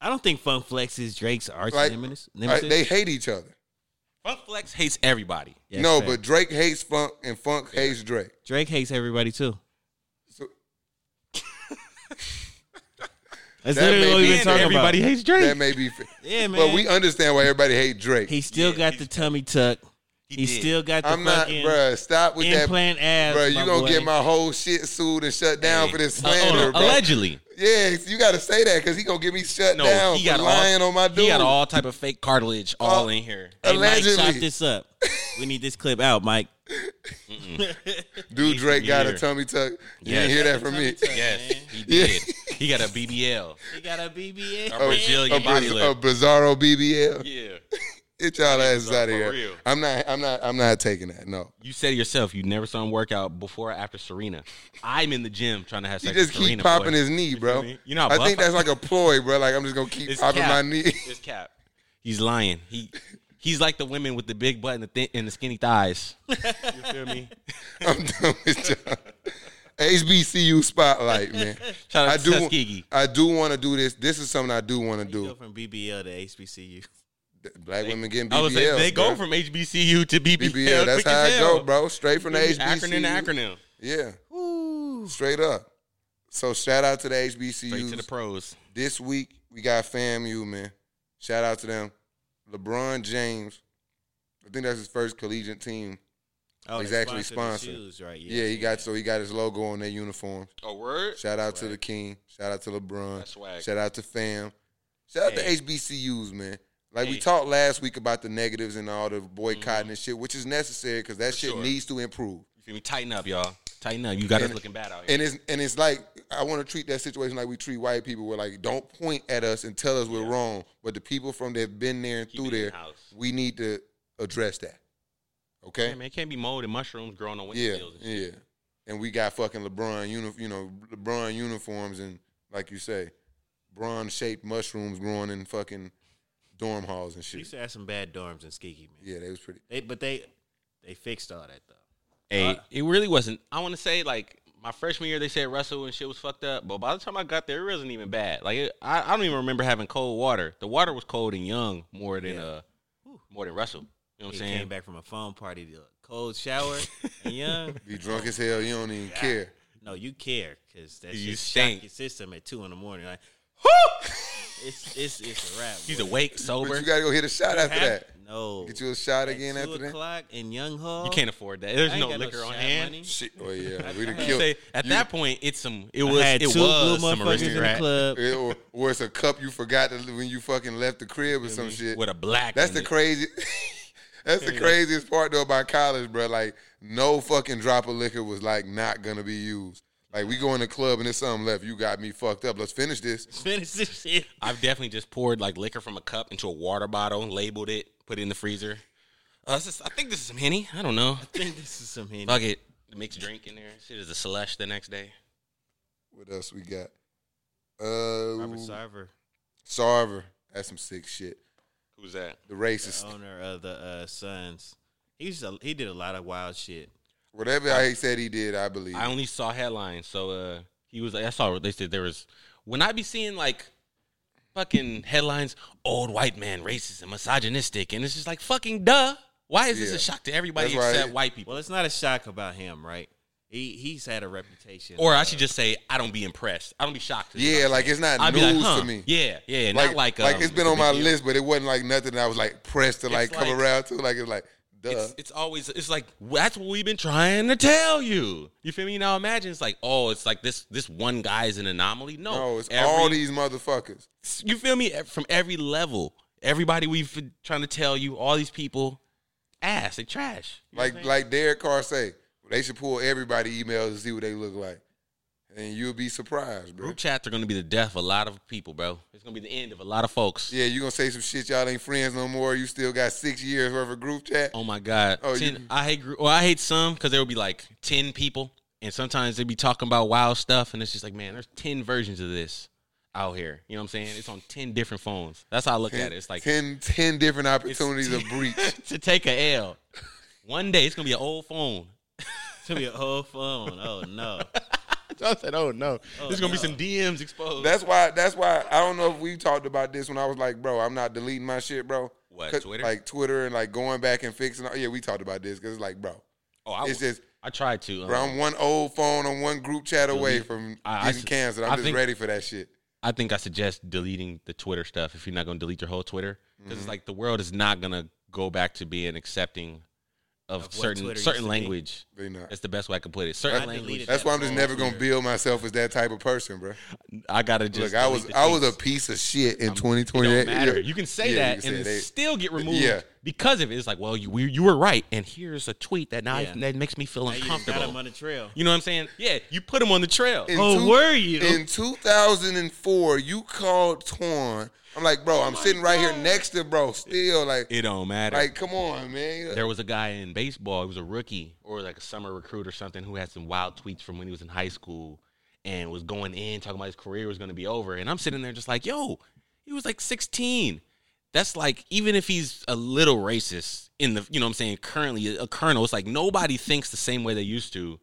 Speaker 3: I don't think Funk Flex is Drake's arch
Speaker 2: Like,
Speaker 3: nemesis.
Speaker 2: like, they hate each other.
Speaker 1: Funk Flex hates everybody.
Speaker 3: Yeah,
Speaker 2: no,
Speaker 3: fact.
Speaker 2: but Drake hates Funk and Funk hates Drake.
Speaker 3: Drake hates everybody too.
Speaker 2: So That
Speaker 3: That's
Speaker 2: may
Speaker 3: literally what
Speaker 2: be
Speaker 3: we've been
Speaker 2: it.
Speaker 3: talking
Speaker 1: everybody
Speaker 3: about.
Speaker 1: hates Drake.
Speaker 2: that may be fair.
Speaker 3: Yeah, man.
Speaker 2: But we understand why everybody hates Drake.
Speaker 3: he still
Speaker 1: Yeah,
Speaker 3: got the
Speaker 1: he's-
Speaker 3: tummy tuck. He,
Speaker 1: did.
Speaker 3: still got the
Speaker 2: I'm not,
Speaker 3: fucking
Speaker 2: bruh. Stop with that,
Speaker 3: implant abs.
Speaker 2: bruh. You
Speaker 3: my
Speaker 2: gonna
Speaker 3: boy.
Speaker 2: get my whole shit sued and shut down for this
Speaker 1: Uh, oh,
Speaker 2: slander,
Speaker 1: no,
Speaker 2: bro.
Speaker 1: allegedly.
Speaker 2: Yeah, you got to say that because he gonna get me shut
Speaker 1: No,
Speaker 2: down
Speaker 1: he
Speaker 2: for
Speaker 1: got all-
Speaker 2: lying on my dude.
Speaker 1: He got all type of fake cartilage all
Speaker 2: Oh.
Speaker 1: in here.
Speaker 3: Hey, Mike, chop
Speaker 2: Allegedly.
Speaker 3: this up. We need this clip out, Mike.
Speaker 2: Dude, Drake got a
Speaker 1: Yeah.
Speaker 2: tummy tuck. You
Speaker 1: Yes.
Speaker 2: didn't hear that from me.
Speaker 1: Yes, he
Speaker 2: Yeah.
Speaker 1: did. He got a BBL,
Speaker 3: He got a BBA.
Speaker 1: a
Speaker 2: Oh, A,
Speaker 1: Brazilian body
Speaker 2: biz- a
Speaker 1: lift.
Speaker 2: bizarro BBL.
Speaker 1: Yeah,
Speaker 2: Get y'all asses
Speaker 1: bizarro
Speaker 2: out
Speaker 1: for
Speaker 2: of here.
Speaker 1: real.
Speaker 2: I'm not. I'm not. I'm not taking that. No.
Speaker 1: you said it yourself. You never saw him work out before or after Serena. I'm in the gym trying to have
Speaker 2: He
Speaker 1: sex.
Speaker 2: just
Speaker 1: with
Speaker 2: keep
Speaker 1: Serena,
Speaker 2: popping
Speaker 1: boy.
Speaker 2: his knee, bro.
Speaker 1: me? You know how
Speaker 2: I
Speaker 1: buff
Speaker 2: think
Speaker 1: I-
Speaker 2: that's like a ploy, bro. Like I'm just gonna keep
Speaker 1: It's
Speaker 2: popping
Speaker 1: cap.
Speaker 2: my knee.
Speaker 1: It's cap. He's lying. He he's like the women with the big butt and the, thin, and the skinny thighs. You feel me?
Speaker 2: I'm done with y'all. HBCU spotlight, man.
Speaker 1: Shout out
Speaker 2: I
Speaker 1: to
Speaker 2: do.
Speaker 1: Tuskegee.
Speaker 2: I do want to do this. This is something I do want to
Speaker 3: You go
Speaker 2: do.
Speaker 3: from BBL to HBCU.
Speaker 2: Black women getting BBL.
Speaker 1: I was like, they go
Speaker 2: bro.
Speaker 1: from HBCU to BBL.
Speaker 2: BBL. That's
Speaker 1: quick
Speaker 2: how
Speaker 1: as
Speaker 2: I
Speaker 1: hell.
Speaker 2: go, bro. Straight from the HBCU.
Speaker 1: Acronym to acronym.
Speaker 2: Yeah. Straight up. So shout out to the
Speaker 1: Straight
Speaker 2: HBCUs.
Speaker 1: to the pros.
Speaker 2: this week we got FAMU, man. Shout out to them. LeBron James. I think that's his first collegiate team.
Speaker 3: Oh,
Speaker 2: He's
Speaker 3: they
Speaker 2: actually
Speaker 3: sponsored the
Speaker 2: sponsored.
Speaker 3: shoes, right?
Speaker 2: Yeah, he got so he got his logo on their uniform.
Speaker 1: A word?
Speaker 2: Shout out to the King. Shout out to LeBron.
Speaker 1: That's swag.
Speaker 2: Shout out to fam. Shout out
Speaker 1: Hey.
Speaker 2: to HBCUs, man. Like we
Speaker 1: Hey.
Speaker 2: talked last week about the negatives and all the boycotting and shit, which is necessary because that shit
Speaker 1: Mm-hmm. sure.
Speaker 2: needs to improve.
Speaker 1: You feel me? Tighten up, y'all. Tighten up. You got us
Speaker 2: And-
Speaker 1: looking bad out here.
Speaker 2: And it's and it's like I want to treat that situation like we treat white people. Where like don't point at us and tell us we're wrong, but the people from that have been there and
Speaker 1: Keep
Speaker 2: through
Speaker 1: it
Speaker 2: there,
Speaker 1: in-house.
Speaker 2: we need to address that. Okay.
Speaker 1: Hey, man, it can't be mold and mushrooms growing on
Speaker 2: yeah.
Speaker 1: windfields. and shit.
Speaker 2: Yeah. And we got fucking LeBron uni- you know LeBron uniforms and like you say, bronze shaped mushrooms growing in fucking dorm halls and
Speaker 3: We used
Speaker 2: shit.
Speaker 3: to have some bad dorms in Skeegee, man.
Speaker 2: Yeah, they was pretty.
Speaker 3: They, but they they fixed all that though.
Speaker 1: Hey, it really wasn't. I want to say like my freshman year, they said Russell and shit was fucked up. But by the time I got there, it wasn't even bad. Like it, I, I don't even remember having cold water. The water was cold and young more than uh more than Russell. You know what I'm
Speaker 3: He
Speaker 1: saying?
Speaker 3: came back from a phone party, to a cold shower, and young.
Speaker 2: Be drunk as hell. You don't even care.
Speaker 3: No, you care because that
Speaker 1: You
Speaker 3: shit
Speaker 1: stink.
Speaker 3: shock your system at two in the morning. Like, whoo! It's it's it's a wrap.
Speaker 1: He's
Speaker 3: boy.
Speaker 1: awake,
Speaker 2: But
Speaker 1: sober.
Speaker 2: you
Speaker 1: You,
Speaker 2: gotta go hit a shot after that.
Speaker 3: No,
Speaker 2: Get you a shot
Speaker 3: At
Speaker 2: again
Speaker 3: two
Speaker 2: after that.
Speaker 3: o'clock in Young Hall.
Speaker 1: can't afford that.
Speaker 3: I
Speaker 1: There's
Speaker 3: ain't
Speaker 1: no
Speaker 3: got
Speaker 1: liquor on
Speaker 3: shot
Speaker 1: hand.
Speaker 3: money.
Speaker 2: Shit. Oh yeah, we done
Speaker 1: I
Speaker 2: killed.
Speaker 1: say, at
Speaker 2: you-
Speaker 1: that point, it's some. It
Speaker 3: I
Speaker 1: was.
Speaker 3: had
Speaker 1: It
Speaker 3: two
Speaker 1: was
Speaker 3: blue
Speaker 1: some
Speaker 3: motherfuckers in the
Speaker 1: aristocrat
Speaker 3: club.
Speaker 2: Yeah, or, or it's a cup you forgot to, when you fucking left the crib or some shit.
Speaker 1: with a black.
Speaker 2: That's
Speaker 1: in
Speaker 2: the
Speaker 1: it.
Speaker 2: crazy. that's the craziest part though about college, bro. Like no fucking drop of liquor was like not gonna be used. Like we go in the club and there's something left. You got me fucked up. Let's finish this.
Speaker 3: Finish this shit.
Speaker 1: I've definitely just poured like liquor from a cup into a water bottle, labeled it, put it in the freezer. Uh, this is- I think this is some henny. I don't know.
Speaker 3: I think this is some Henny.
Speaker 1: Fuck it. Mixed drink in there. Shit is a slush the next day.
Speaker 2: What else we got? Uh,
Speaker 3: Robert Sarver,
Speaker 2: Sarver. That's some sick shit.
Speaker 1: Who's that?
Speaker 2: The racist.
Speaker 3: owner of the uh, Suns. He's a, he did a lot of wild shit.
Speaker 2: Whatever I said he did, I believe.
Speaker 1: I only saw headlines. So uh, he was. I saw they said there was. When I be seeing like fucking headlines, old white man, racist and misogynistic, and it's just like fucking duh. Why is this
Speaker 2: Yeah.
Speaker 1: a shock to everybody
Speaker 2: That's right.
Speaker 1: except white people?
Speaker 3: Well, it's not a shock about him, right? He he's had a reputation.
Speaker 1: Or I should just say I don't be impressed. I don't be shocked.
Speaker 2: Yeah, like it's not
Speaker 1: I'd be
Speaker 2: news
Speaker 1: like, huh,
Speaker 2: to me.
Speaker 1: yeah, yeah,
Speaker 2: like,
Speaker 1: not like um,
Speaker 2: it's been
Speaker 1: a
Speaker 2: on my
Speaker 1: big deal.
Speaker 2: list, but it wasn't like nothing. that I was like pressed to like come
Speaker 1: like-
Speaker 2: around to like it's like duh.
Speaker 1: It's, it's always it's like that's what we've been trying to tell you. You feel me? Now imagine it's like oh, it's like this this one guy is an anomaly. No,
Speaker 2: no, it's
Speaker 1: every-
Speaker 2: all these motherfuckers.
Speaker 1: You feel me? E, From every level, everybody we've been trying to tell you, all these people, ass, they trash. You know what I'm
Speaker 2: Like
Speaker 1: saying?
Speaker 2: like Derek Carr say, they should pull everybody emails and see what they look like, and you'll be surprised, bro.
Speaker 1: Group chats are going to be the death of a lot of people, bro. It's going to be the end of a lot of folks.
Speaker 2: Yeah, you gonna say some shit y'all ain't friends no more. You still got six years worth of group chat.
Speaker 1: Oh my god.
Speaker 2: Oh,
Speaker 1: Oh,
Speaker 2: you-
Speaker 1: I hate group. Well, I hate some because there will be like ten people, and sometimes they be talking about wild stuff, and it's just like, man, there's ten versions of this out here. You know what I'm saying? It's on ten different phones. That's how I look at it. It's like
Speaker 2: 10, 10 different opportunities of breach.
Speaker 1: to take a L. One day it's gonna be an old phone.
Speaker 3: to be a whole phone. Oh no,
Speaker 1: I said, oh no, there's gonna be
Speaker 3: no.
Speaker 1: some DMs exposed.
Speaker 2: That's why. That's why I don't know if we talked about this when I was like, bro, I'm not deleting my shit, bro.
Speaker 1: What,
Speaker 2: 'Cause,
Speaker 1: Twitter?
Speaker 2: Like Twitter and like going back and fixing. Yeah, we talked about this because it's like, bro,
Speaker 1: oh, I,
Speaker 2: it's just
Speaker 1: I tried to. um,
Speaker 2: bro. I'm one old phone on one group chat away from
Speaker 1: I- I
Speaker 2: getting
Speaker 1: s-
Speaker 2: canceled. I'm
Speaker 1: I
Speaker 2: just
Speaker 1: think-
Speaker 2: ready for that shit.
Speaker 1: I think I suggest deleting the Twitter stuff if you're not going to delete your whole Twitter because it's like the world is not going to go back to being accepting of,
Speaker 3: Of what
Speaker 1: certain
Speaker 3: Twitter used to
Speaker 1: certain
Speaker 3: be.
Speaker 1: language.
Speaker 2: They not.
Speaker 1: That's the best way I can put it. Certain
Speaker 3: I
Speaker 1: language.
Speaker 3: deleted
Speaker 2: That's why I'm
Speaker 3: that
Speaker 2: just
Speaker 3: whole
Speaker 2: never gonna
Speaker 3: Twitter.
Speaker 2: build myself as that type of person, bro.
Speaker 1: I gotta just
Speaker 2: Look, I was
Speaker 1: delete the
Speaker 2: I was a
Speaker 1: tweets.
Speaker 2: piece of shit in
Speaker 1: It
Speaker 2: 2020.
Speaker 1: don't matter. You can
Speaker 2: Yeah,
Speaker 1: say
Speaker 2: you
Speaker 1: that
Speaker 2: can say
Speaker 1: and
Speaker 2: they-
Speaker 1: still get removed
Speaker 2: Yeah.
Speaker 1: because of it. It's like, well, you we, you were right, and here's a tweet that now I-
Speaker 3: Yeah.
Speaker 1: that makes me feel
Speaker 3: now you just got him
Speaker 1: uncomfortable.
Speaker 3: on the trail.
Speaker 1: You know what I'm saying? Yeah, you put him on the trail.
Speaker 2: In
Speaker 3: Oh, were you?
Speaker 2: In 2004, you called Torn. I'm like,
Speaker 1: Oh
Speaker 2: bro, I'm sitting right here next to bro, still like,
Speaker 1: It don't matter.
Speaker 2: like, come on, man.
Speaker 1: there was a guy in baseball. He was a rookie or like a summer recruit or something who had some wild tweets from when he was in high school and was going in talking about his career was going to be over. And I'm sitting there just like, yo, he was like 16. That's like even if he's a little racist in the you know what I'm saying currently a colonel. It's like nobody thinks the same way they used to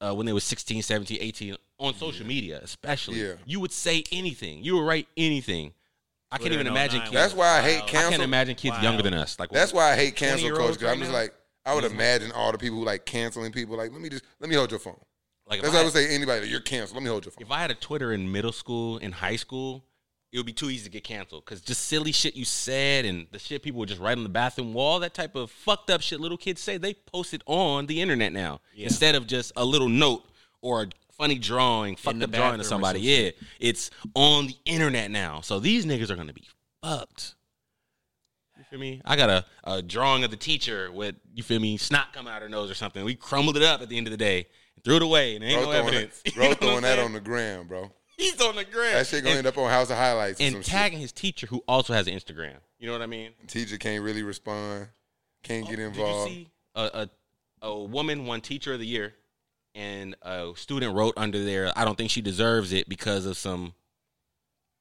Speaker 1: uh, when they was 16, 17, 18 on social media, especially.
Speaker 2: Yeah.
Speaker 1: You would say anything. You would write anything. I can't
Speaker 3: Twitter
Speaker 1: even
Speaker 3: and
Speaker 1: imagine.
Speaker 3: online.
Speaker 1: Kids,
Speaker 2: That's why I hate
Speaker 3: Wow.
Speaker 1: I
Speaker 2: cancel.
Speaker 1: can't imagine kids
Speaker 3: Wow.
Speaker 1: younger than us. Like
Speaker 2: That's why I hate cancel
Speaker 1: 20-year-olds
Speaker 2: culture. 'cause
Speaker 1: right
Speaker 2: I'm just
Speaker 1: now?
Speaker 2: like, I would imagine all the people who like canceling people. Like, let me just let me hold your phone.
Speaker 1: like if
Speaker 2: That's
Speaker 1: I
Speaker 2: what I
Speaker 1: had-
Speaker 2: would say. to Anybody, like, you're canceled. Let me hold your phone.
Speaker 1: if I had a Twitter in middle school and high school, it would be too easy to get canceled because just silly shit you said and the shit people would just write on the bathroom wall, that type of fucked up shit little kids say, they post it on the internet now instead of just a little note or a funny drawing, fucked
Speaker 3: the
Speaker 1: up drawing
Speaker 3: bathroom or
Speaker 1: of somebody.
Speaker 3: some
Speaker 1: Yeah, it's on the internet now. So these niggas are gonna be fucked. You feel me? I got a, a drawing of the teacher with you feel me snot come out her nose or something. We crumbled it up at the end of the day, threw it away, and there ain't
Speaker 2: Bro
Speaker 1: no
Speaker 2: throwing,
Speaker 1: evidence. You
Speaker 2: that, bro
Speaker 1: know what I'm
Speaker 2: throwing that
Speaker 1: saying?
Speaker 2: on the gram, bro.
Speaker 1: He's on the ground.
Speaker 2: That shit gonna
Speaker 1: and,
Speaker 2: end up on House of Highlights or
Speaker 1: and
Speaker 2: some
Speaker 1: tagging his teacher who also has an Instagram. You know what I mean?
Speaker 2: shit. Teacher can't really respond. Can't get involved.
Speaker 1: Oh, Did you see a, a a woman won teacher of the year and a student wrote under there, I don't think she deserves it because of some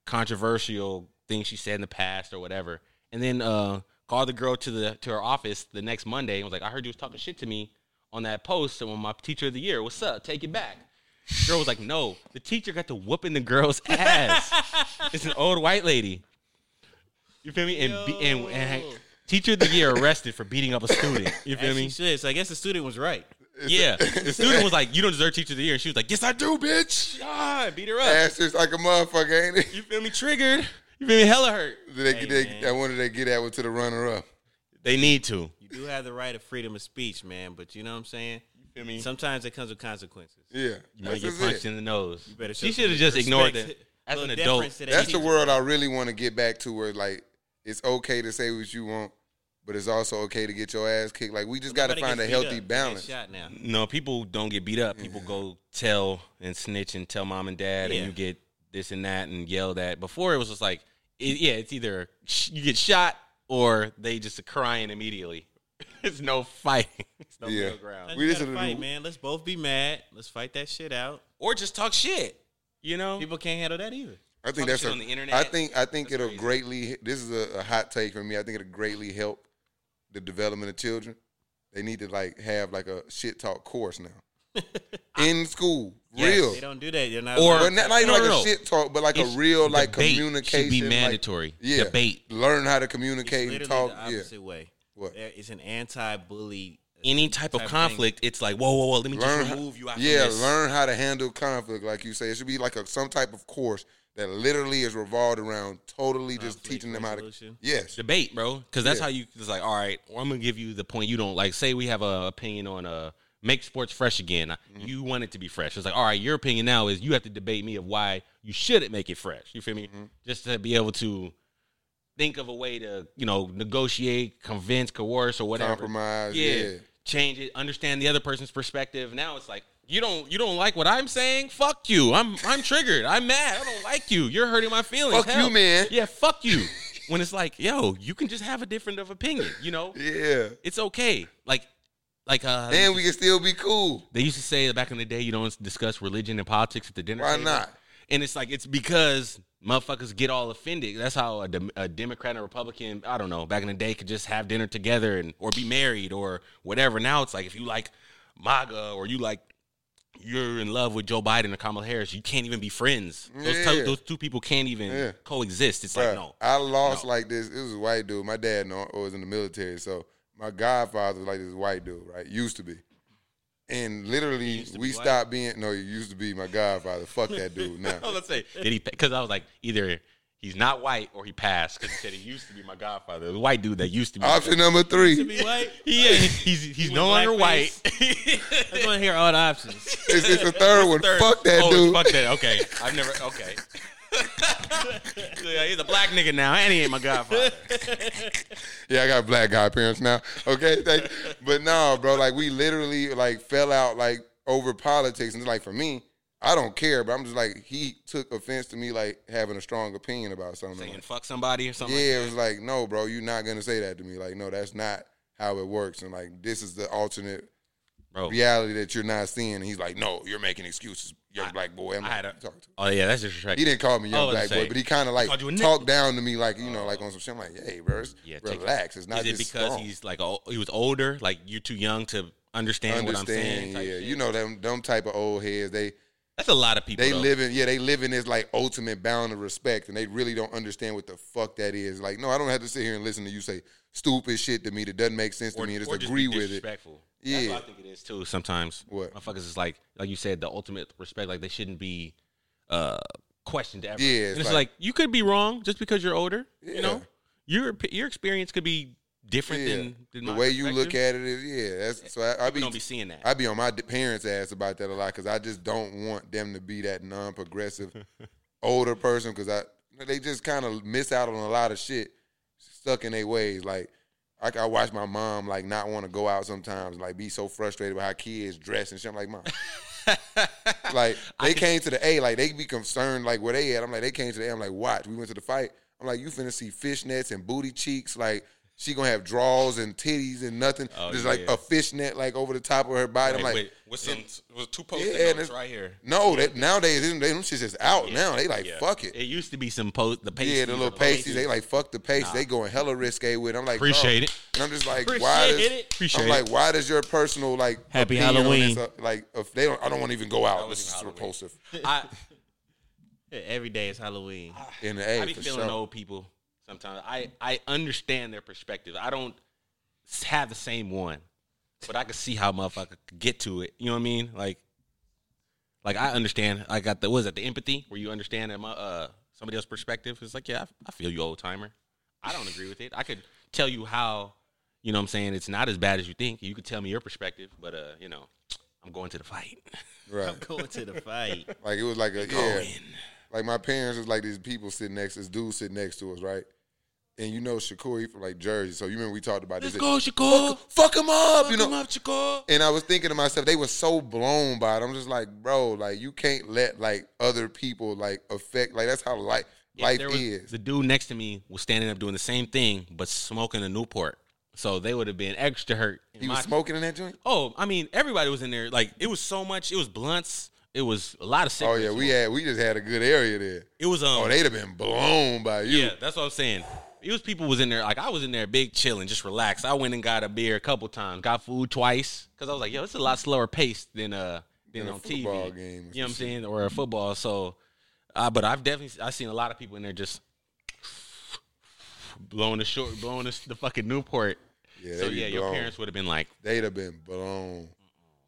Speaker 1: controversial thing she said in the past or whatever. And then uh called the girl to the to her office the next Monday and was like, I heard you was talking shit to me on that post and when my teacher of the year, what's up? Take it back. Girl was like, No, the teacher got to whooping the girl's ass. it's an old white lady. You feel me? And be, and, and
Speaker 3: Yo.
Speaker 1: teacher of the year arrested for beating up a student. You feel
Speaker 3: As
Speaker 1: me?
Speaker 3: he should. So I guess the student was right.
Speaker 1: Yeah. The student was like, "You don't deserve teacher of the year," and she was like, "Yes, I do, bitch." Ah, beat her up.
Speaker 2: Ass just like a motherfucker, ain't it?
Speaker 1: You feel me? Triggered. You feel me? Hella hurt.
Speaker 2: Did they,
Speaker 3: Hey,
Speaker 2: they-
Speaker 3: man.
Speaker 2: I wonder they get that one to the runner up.
Speaker 1: They need to.
Speaker 3: You do have the right of freedom of speech, man. But you know what I'm saying.
Speaker 1: feel me?
Speaker 3: Sometimes it comes with consequences.
Speaker 2: Yeah,
Speaker 1: You might
Speaker 2: that's,
Speaker 1: get
Speaker 2: just
Speaker 1: punched
Speaker 2: it.
Speaker 1: in the nose.
Speaker 3: better show
Speaker 1: She should have
Speaker 3: some
Speaker 1: just ignored them.
Speaker 3: respect.
Speaker 1: As
Speaker 3: Little
Speaker 1: an
Speaker 3: deference
Speaker 1: adult,
Speaker 3: to that
Speaker 2: that's the
Speaker 3: teacher.
Speaker 2: world I really want to get back to, where like it's okay to say what you want, but it's also okay to get your ass kicked. Like we just got to
Speaker 3: Nobody
Speaker 2: find a
Speaker 3: gets beat
Speaker 2: healthy
Speaker 3: up. They
Speaker 2: balance.
Speaker 3: Get shot now.
Speaker 1: no, people don't get beat up. People go tell and snitch and tell mom and dad,
Speaker 3: Yeah.
Speaker 1: and you get this and that and yelled at. Before it was just like, it, yeah, it's either sh- you get shot or they just are crying immediately. It's no fighting. It's no
Speaker 2: Yeah.
Speaker 1: middle ground.
Speaker 2: We
Speaker 3: We
Speaker 2: just
Speaker 3: just
Speaker 2: wanna do-
Speaker 3: fight, man. Let's both be mad. Let's fight that shit out.
Speaker 1: Or just talk shit. You know,
Speaker 3: People can't handle that either.
Speaker 2: I think
Speaker 1: Talk
Speaker 2: that's
Speaker 1: shit
Speaker 2: a,
Speaker 1: on the internet.
Speaker 2: I think I think
Speaker 1: That's
Speaker 2: it'll
Speaker 1: crazy.
Speaker 2: greatly. This is a, a hot take for me. I think it'll greatly help the development of children. They need to like have like a shit talk course now in school real.
Speaker 3: They don't do that. They're not.
Speaker 1: Or-
Speaker 2: But not, not even
Speaker 1: No,
Speaker 2: like
Speaker 1: no,
Speaker 2: a
Speaker 1: no.
Speaker 2: shit talk, but like
Speaker 1: It's-
Speaker 2: a real like
Speaker 1: debate should be
Speaker 2: communication. like-
Speaker 1: mandatory.
Speaker 2: yeah,
Speaker 1: Debate.
Speaker 2: Learn how to
Speaker 3: it's
Speaker 2: communicate
Speaker 3: literally
Speaker 2: and talk.
Speaker 3: the
Speaker 2: Yeah,
Speaker 3: opposite way.
Speaker 2: What?
Speaker 3: There is an anti-bully.
Speaker 1: Any type of
Speaker 3: Type of
Speaker 1: conflict, it's like whoa, whoa, whoa. Let me
Speaker 2: learn.
Speaker 1: just
Speaker 2: how-
Speaker 1: remove you out.
Speaker 2: yeah,
Speaker 1: from this.
Speaker 2: learn how to handle conflict, like you say. It should be like a some type of course that literally is revolved around totally just
Speaker 3: Conflict
Speaker 2: teaching them how to.
Speaker 3: resolution.
Speaker 2: Yes,
Speaker 1: debate, bro. Because that's
Speaker 2: Yeah.
Speaker 1: how you. It's like, all right, well, I'm gonna give you the point you don't like. Say we have a opinion on uh make sports fresh again. I-
Speaker 2: Mm-hmm.
Speaker 1: You want it to be fresh. It's like, all right, your opinion now is you have to debate me of why you shouldn't make it fresh. You feel me?
Speaker 2: Mm-hmm.
Speaker 1: Just to be able to think of a way to you know negotiate, convince, coerce, or whatever.
Speaker 2: compromise.
Speaker 1: Yeah.
Speaker 2: Yeah.
Speaker 1: Change it. Understand the other person's perspective. Now it's like. You don't you don't like what I'm saying? Fuck you. I'm I'm triggered. I'm mad. I don't like you. You're hurting my feelings.
Speaker 2: Fuck you,
Speaker 1: Hell.
Speaker 2: man.
Speaker 1: Yeah, fuck you. when it's like, yo, you can just have a different of opinion, you know?
Speaker 2: yeah.
Speaker 1: It's okay. Like like uh
Speaker 2: And we can still be cool.
Speaker 1: they used to say back in the day you don't discuss religion and politics at the dinner
Speaker 2: Why
Speaker 1: table.
Speaker 2: not?
Speaker 1: And it's like it's because motherfuckers get all offended. That's how a, dem- a Democrat and Republican, I don't know, back in the day could just have dinner together and or be married or whatever. Now it's like if you like MAGA or you like you're in love with Joe Biden or Kamala Harris, you can't even be friends. Those,
Speaker 2: Yeah.
Speaker 1: two, those two people can't even
Speaker 2: Yeah.
Speaker 1: coexist. It's
Speaker 2: Bruh,
Speaker 1: like no.
Speaker 2: I lost
Speaker 1: No.
Speaker 2: like this. It was a white dude. My dad know- was in the military, so my godfather was like this white dude, right? Used to be. And literally,
Speaker 3: to
Speaker 2: we
Speaker 3: be white?
Speaker 2: stopped being. No, he used to be my godfather. Fuck that dude now.
Speaker 1: I was gonna say, did he? Because I was like, either he's not white or he passed. Because he said he used to be my godfather, the white dude that used to be. my
Speaker 2: Option number three.
Speaker 3: Be white.
Speaker 1: He ain't. He's he's
Speaker 3: You
Speaker 1: no
Speaker 3: went
Speaker 1: longer white.
Speaker 3: I just want to hear all the options.
Speaker 2: It's, it's the third one.
Speaker 1: Third.
Speaker 2: Fuck that
Speaker 1: oh,
Speaker 2: dude.
Speaker 1: Fuck that. Okay, I've never. Okay. yeah, he's a black nigga now, and he ain't my godfather.
Speaker 2: Yeah, I got black godparents now. Okay, thank- but no, bro. Like we literally like fell out like over politics, and it's like for me, I don't care. But I'm just like he took offense to me like having a strong opinion about something.
Speaker 1: Saying fuck somebody or something.
Speaker 2: yeah, it was like no, bro. You're not gonna say that to me. Like no, that's not how it works. And like this is the alternate
Speaker 1: bro.
Speaker 2: reality that you're not seeing. And he's like, no, you're making excuses, young black boy. I'm
Speaker 1: I
Speaker 2: like,
Speaker 1: had a.
Speaker 2: "You talking to me?"
Speaker 1: Oh yeah, that's disrespectful.
Speaker 2: He didn't call me
Speaker 1: I
Speaker 2: young
Speaker 1: was
Speaker 2: black
Speaker 1: gonna
Speaker 2: boy,
Speaker 1: say,
Speaker 2: but he kind of like
Speaker 1: called you a nigga. Oh.
Speaker 2: talked down to me, like you know, like on some shit. I'm like, hey, bro, it's-
Speaker 1: Yeah, take-
Speaker 2: relax. It's not
Speaker 1: Is it
Speaker 2: this
Speaker 1: because
Speaker 2: strong.
Speaker 1: he's like oh, he was older? Like you're too young to understand, what I'm saying?
Speaker 2: understand.
Speaker 1: type
Speaker 2: yeah,
Speaker 1: shit?
Speaker 2: you know them them type of old heads. They
Speaker 1: that's a lot of people.
Speaker 2: they
Speaker 1: though.
Speaker 2: live in yeah they live in this like ultimate bound of respect, and they really don't understand what the fuck that is. Like, no, I don't have to sit here and listen to you say stupid shit to me that doesn't make sense to me and just
Speaker 1: be
Speaker 2: agree with it.
Speaker 1: disrespectful. Yeah, That's
Speaker 2: Yeah.
Speaker 1: what I think it is too. Sometimes
Speaker 2: What?
Speaker 1: motherfuckers is like, like you said, the ultimate respect. Like they shouldn't be uh questioned ever.
Speaker 2: Yeah, it's
Speaker 1: and it's
Speaker 2: like-
Speaker 1: like, you could be wrong just because you're older.
Speaker 2: Yeah.
Speaker 1: You know, your op- your experience could be different
Speaker 2: Yeah,
Speaker 1: than, than
Speaker 2: the
Speaker 1: my
Speaker 2: way you look
Speaker 1: perspective.
Speaker 2: at it is yeah. That's so I, I
Speaker 1: People
Speaker 2: be
Speaker 1: don't be seeing that.
Speaker 2: I be on my d- parents' ass about that a lot because I just don't want them to be that non-progressive older person because I they just kind of miss out on a lot of shit stuck in their ways. Like I, I watch my mom like not want to go out sometimes, like be so frustrated with how kids dress and shit. I'm like, mom. like they came to the A, like they be concerned like where they at. I'm like they came to the A. I'm like watch, we went to the fight. I'm like you finna see fishnets and booty cheeks. Like she gonna have draws and titties and nothing.
Speaker 1: Oh,
Speaker 2: There's like
Speaker 1: yeah.
Speaker 2: a fishnet like over the top of her body. I'm
Speaker 1: Like,
Speaker 2: like
Speaker 1: wait, with some with two post
Speaker 2: Yeah, and
Speaker 1: notes
Speaker 2: it's-
Speaker 1: right here.
Speaker 2: no, that nowadays they, they, them shit's just out now. They like
Speaker 1: Yeah.
Speaker 2: fuck it.
Speaker 1: It used to be some post the pasties.
Speaker 2: yeah, the little
Speaker 1: or
Speaker 2: pasties. They like fuck the paste. They going hella risque with. it. I'm like bro.
Speaker 1: Appreciate it.
Speaker 2: And I'm just like why?
Speaker 3: Appreciate
Speaker 2: Does,
Speaker 3: it.
Speaker 1: Appreciate
Speaker 2: I'm like why does your personal like
Speaker 3: Happy
Speaker 2: opinion on
Speaker 3: Halloween.
Speaker 2: this, uh, like if they don't, I don't want to even go out. This
Speaker 1: wasn't
Speaker 2: is
Speaker 1: Halloween.
Speaker 2: repulsive.
Speaker 1: I
Speaker 3: Every day is Halloween.
Speaker 2: In the A,
Speaker 1: I be
Speaker 2: for
Speaker 1: feeling
Speaker 2: sure.
Speaker 1: old people sometimes. I I understand their perspective. I don't s- have the same one, but I can see how motherfucker could get to it. You know what I mean? Like, like I understand. I got the was it the empathy where you understand that my, uh somebody else's perspective. It's like yeah, I, I feel you, old timer. I don't agree with it. I could tell you how you know what I'm saying it's not as bad as you think. You could tell me your perspective, but uh you know I'm going to the fight.
Speaker 2: Right.
Speaker 3: Going to the fight.
Speaker 2: Like it was like a yeah.
Speaker 1: Going.
Speaker 2: Like my parents was like these people sitting next, this dude sitting next to us, right? And you know Shakur, he from like Jersey, so you remember we talked about
Speaker 1: Let's
Speaker 2: this.
Speaker 1: go, Shakur.
Speaker 2: Fuck him up, you
Speaker 1: Fuck
Speaker 2: know.
Speaker 1: him up, Shakur.
Speaker 2: And I was thinking to myself, they were so blown by it. I'm just like, bro, like you can't let like other people like affect like that's how life
Speaker 1: Yeah,
Speaker 2: life
Speaker 1: there was-
Speaker 2: is.
Speaker 1: The dude next to me was standing up doing the same thing, but smoking a Newport. So they would have been extra hurt. in
Speaker 2: he
Speaker 1: my-
Speaker 2: was smoking in that joint.
Speaker 1: Oh, I mean, everybody was in there. Like it was so much. It was blunts. It was a lot of
Speaker 2: Oh
Speaker 1: cigarettes.
Speaker 2: yeah, we had we just had a good area there.
Speaker 1: It was um.
Speaker 2: Oh, they'd have been blown by you.
Speaker 1: yeah, that's what I'm saying. It was people was in there. Like I was in there, big chilling, just relaxed. I went and got a beer a couple times, got food twice, cause I was like, yo, it's a lot slower pace than uh than
Speaker 2: In a
Speaker 1: on
Speaker 2: football
Speaker 1: TV.
Speaker 2: game or
Speaker 1: you know what I'm
Speaker 2: some
Speaker 1: saying, or a football. So, uh, but I've definitely I've seen a lot of people in there just blowing the short, blowing the, the fucking Newport.
Speaker 2: Yeah,
Speaker 1: so
Speaker 2: they be
Speaker 1: yeah, your
Speaker 2: blown.
Speaker 1: parents would have been like,
Speaker 2: They'd have been blown.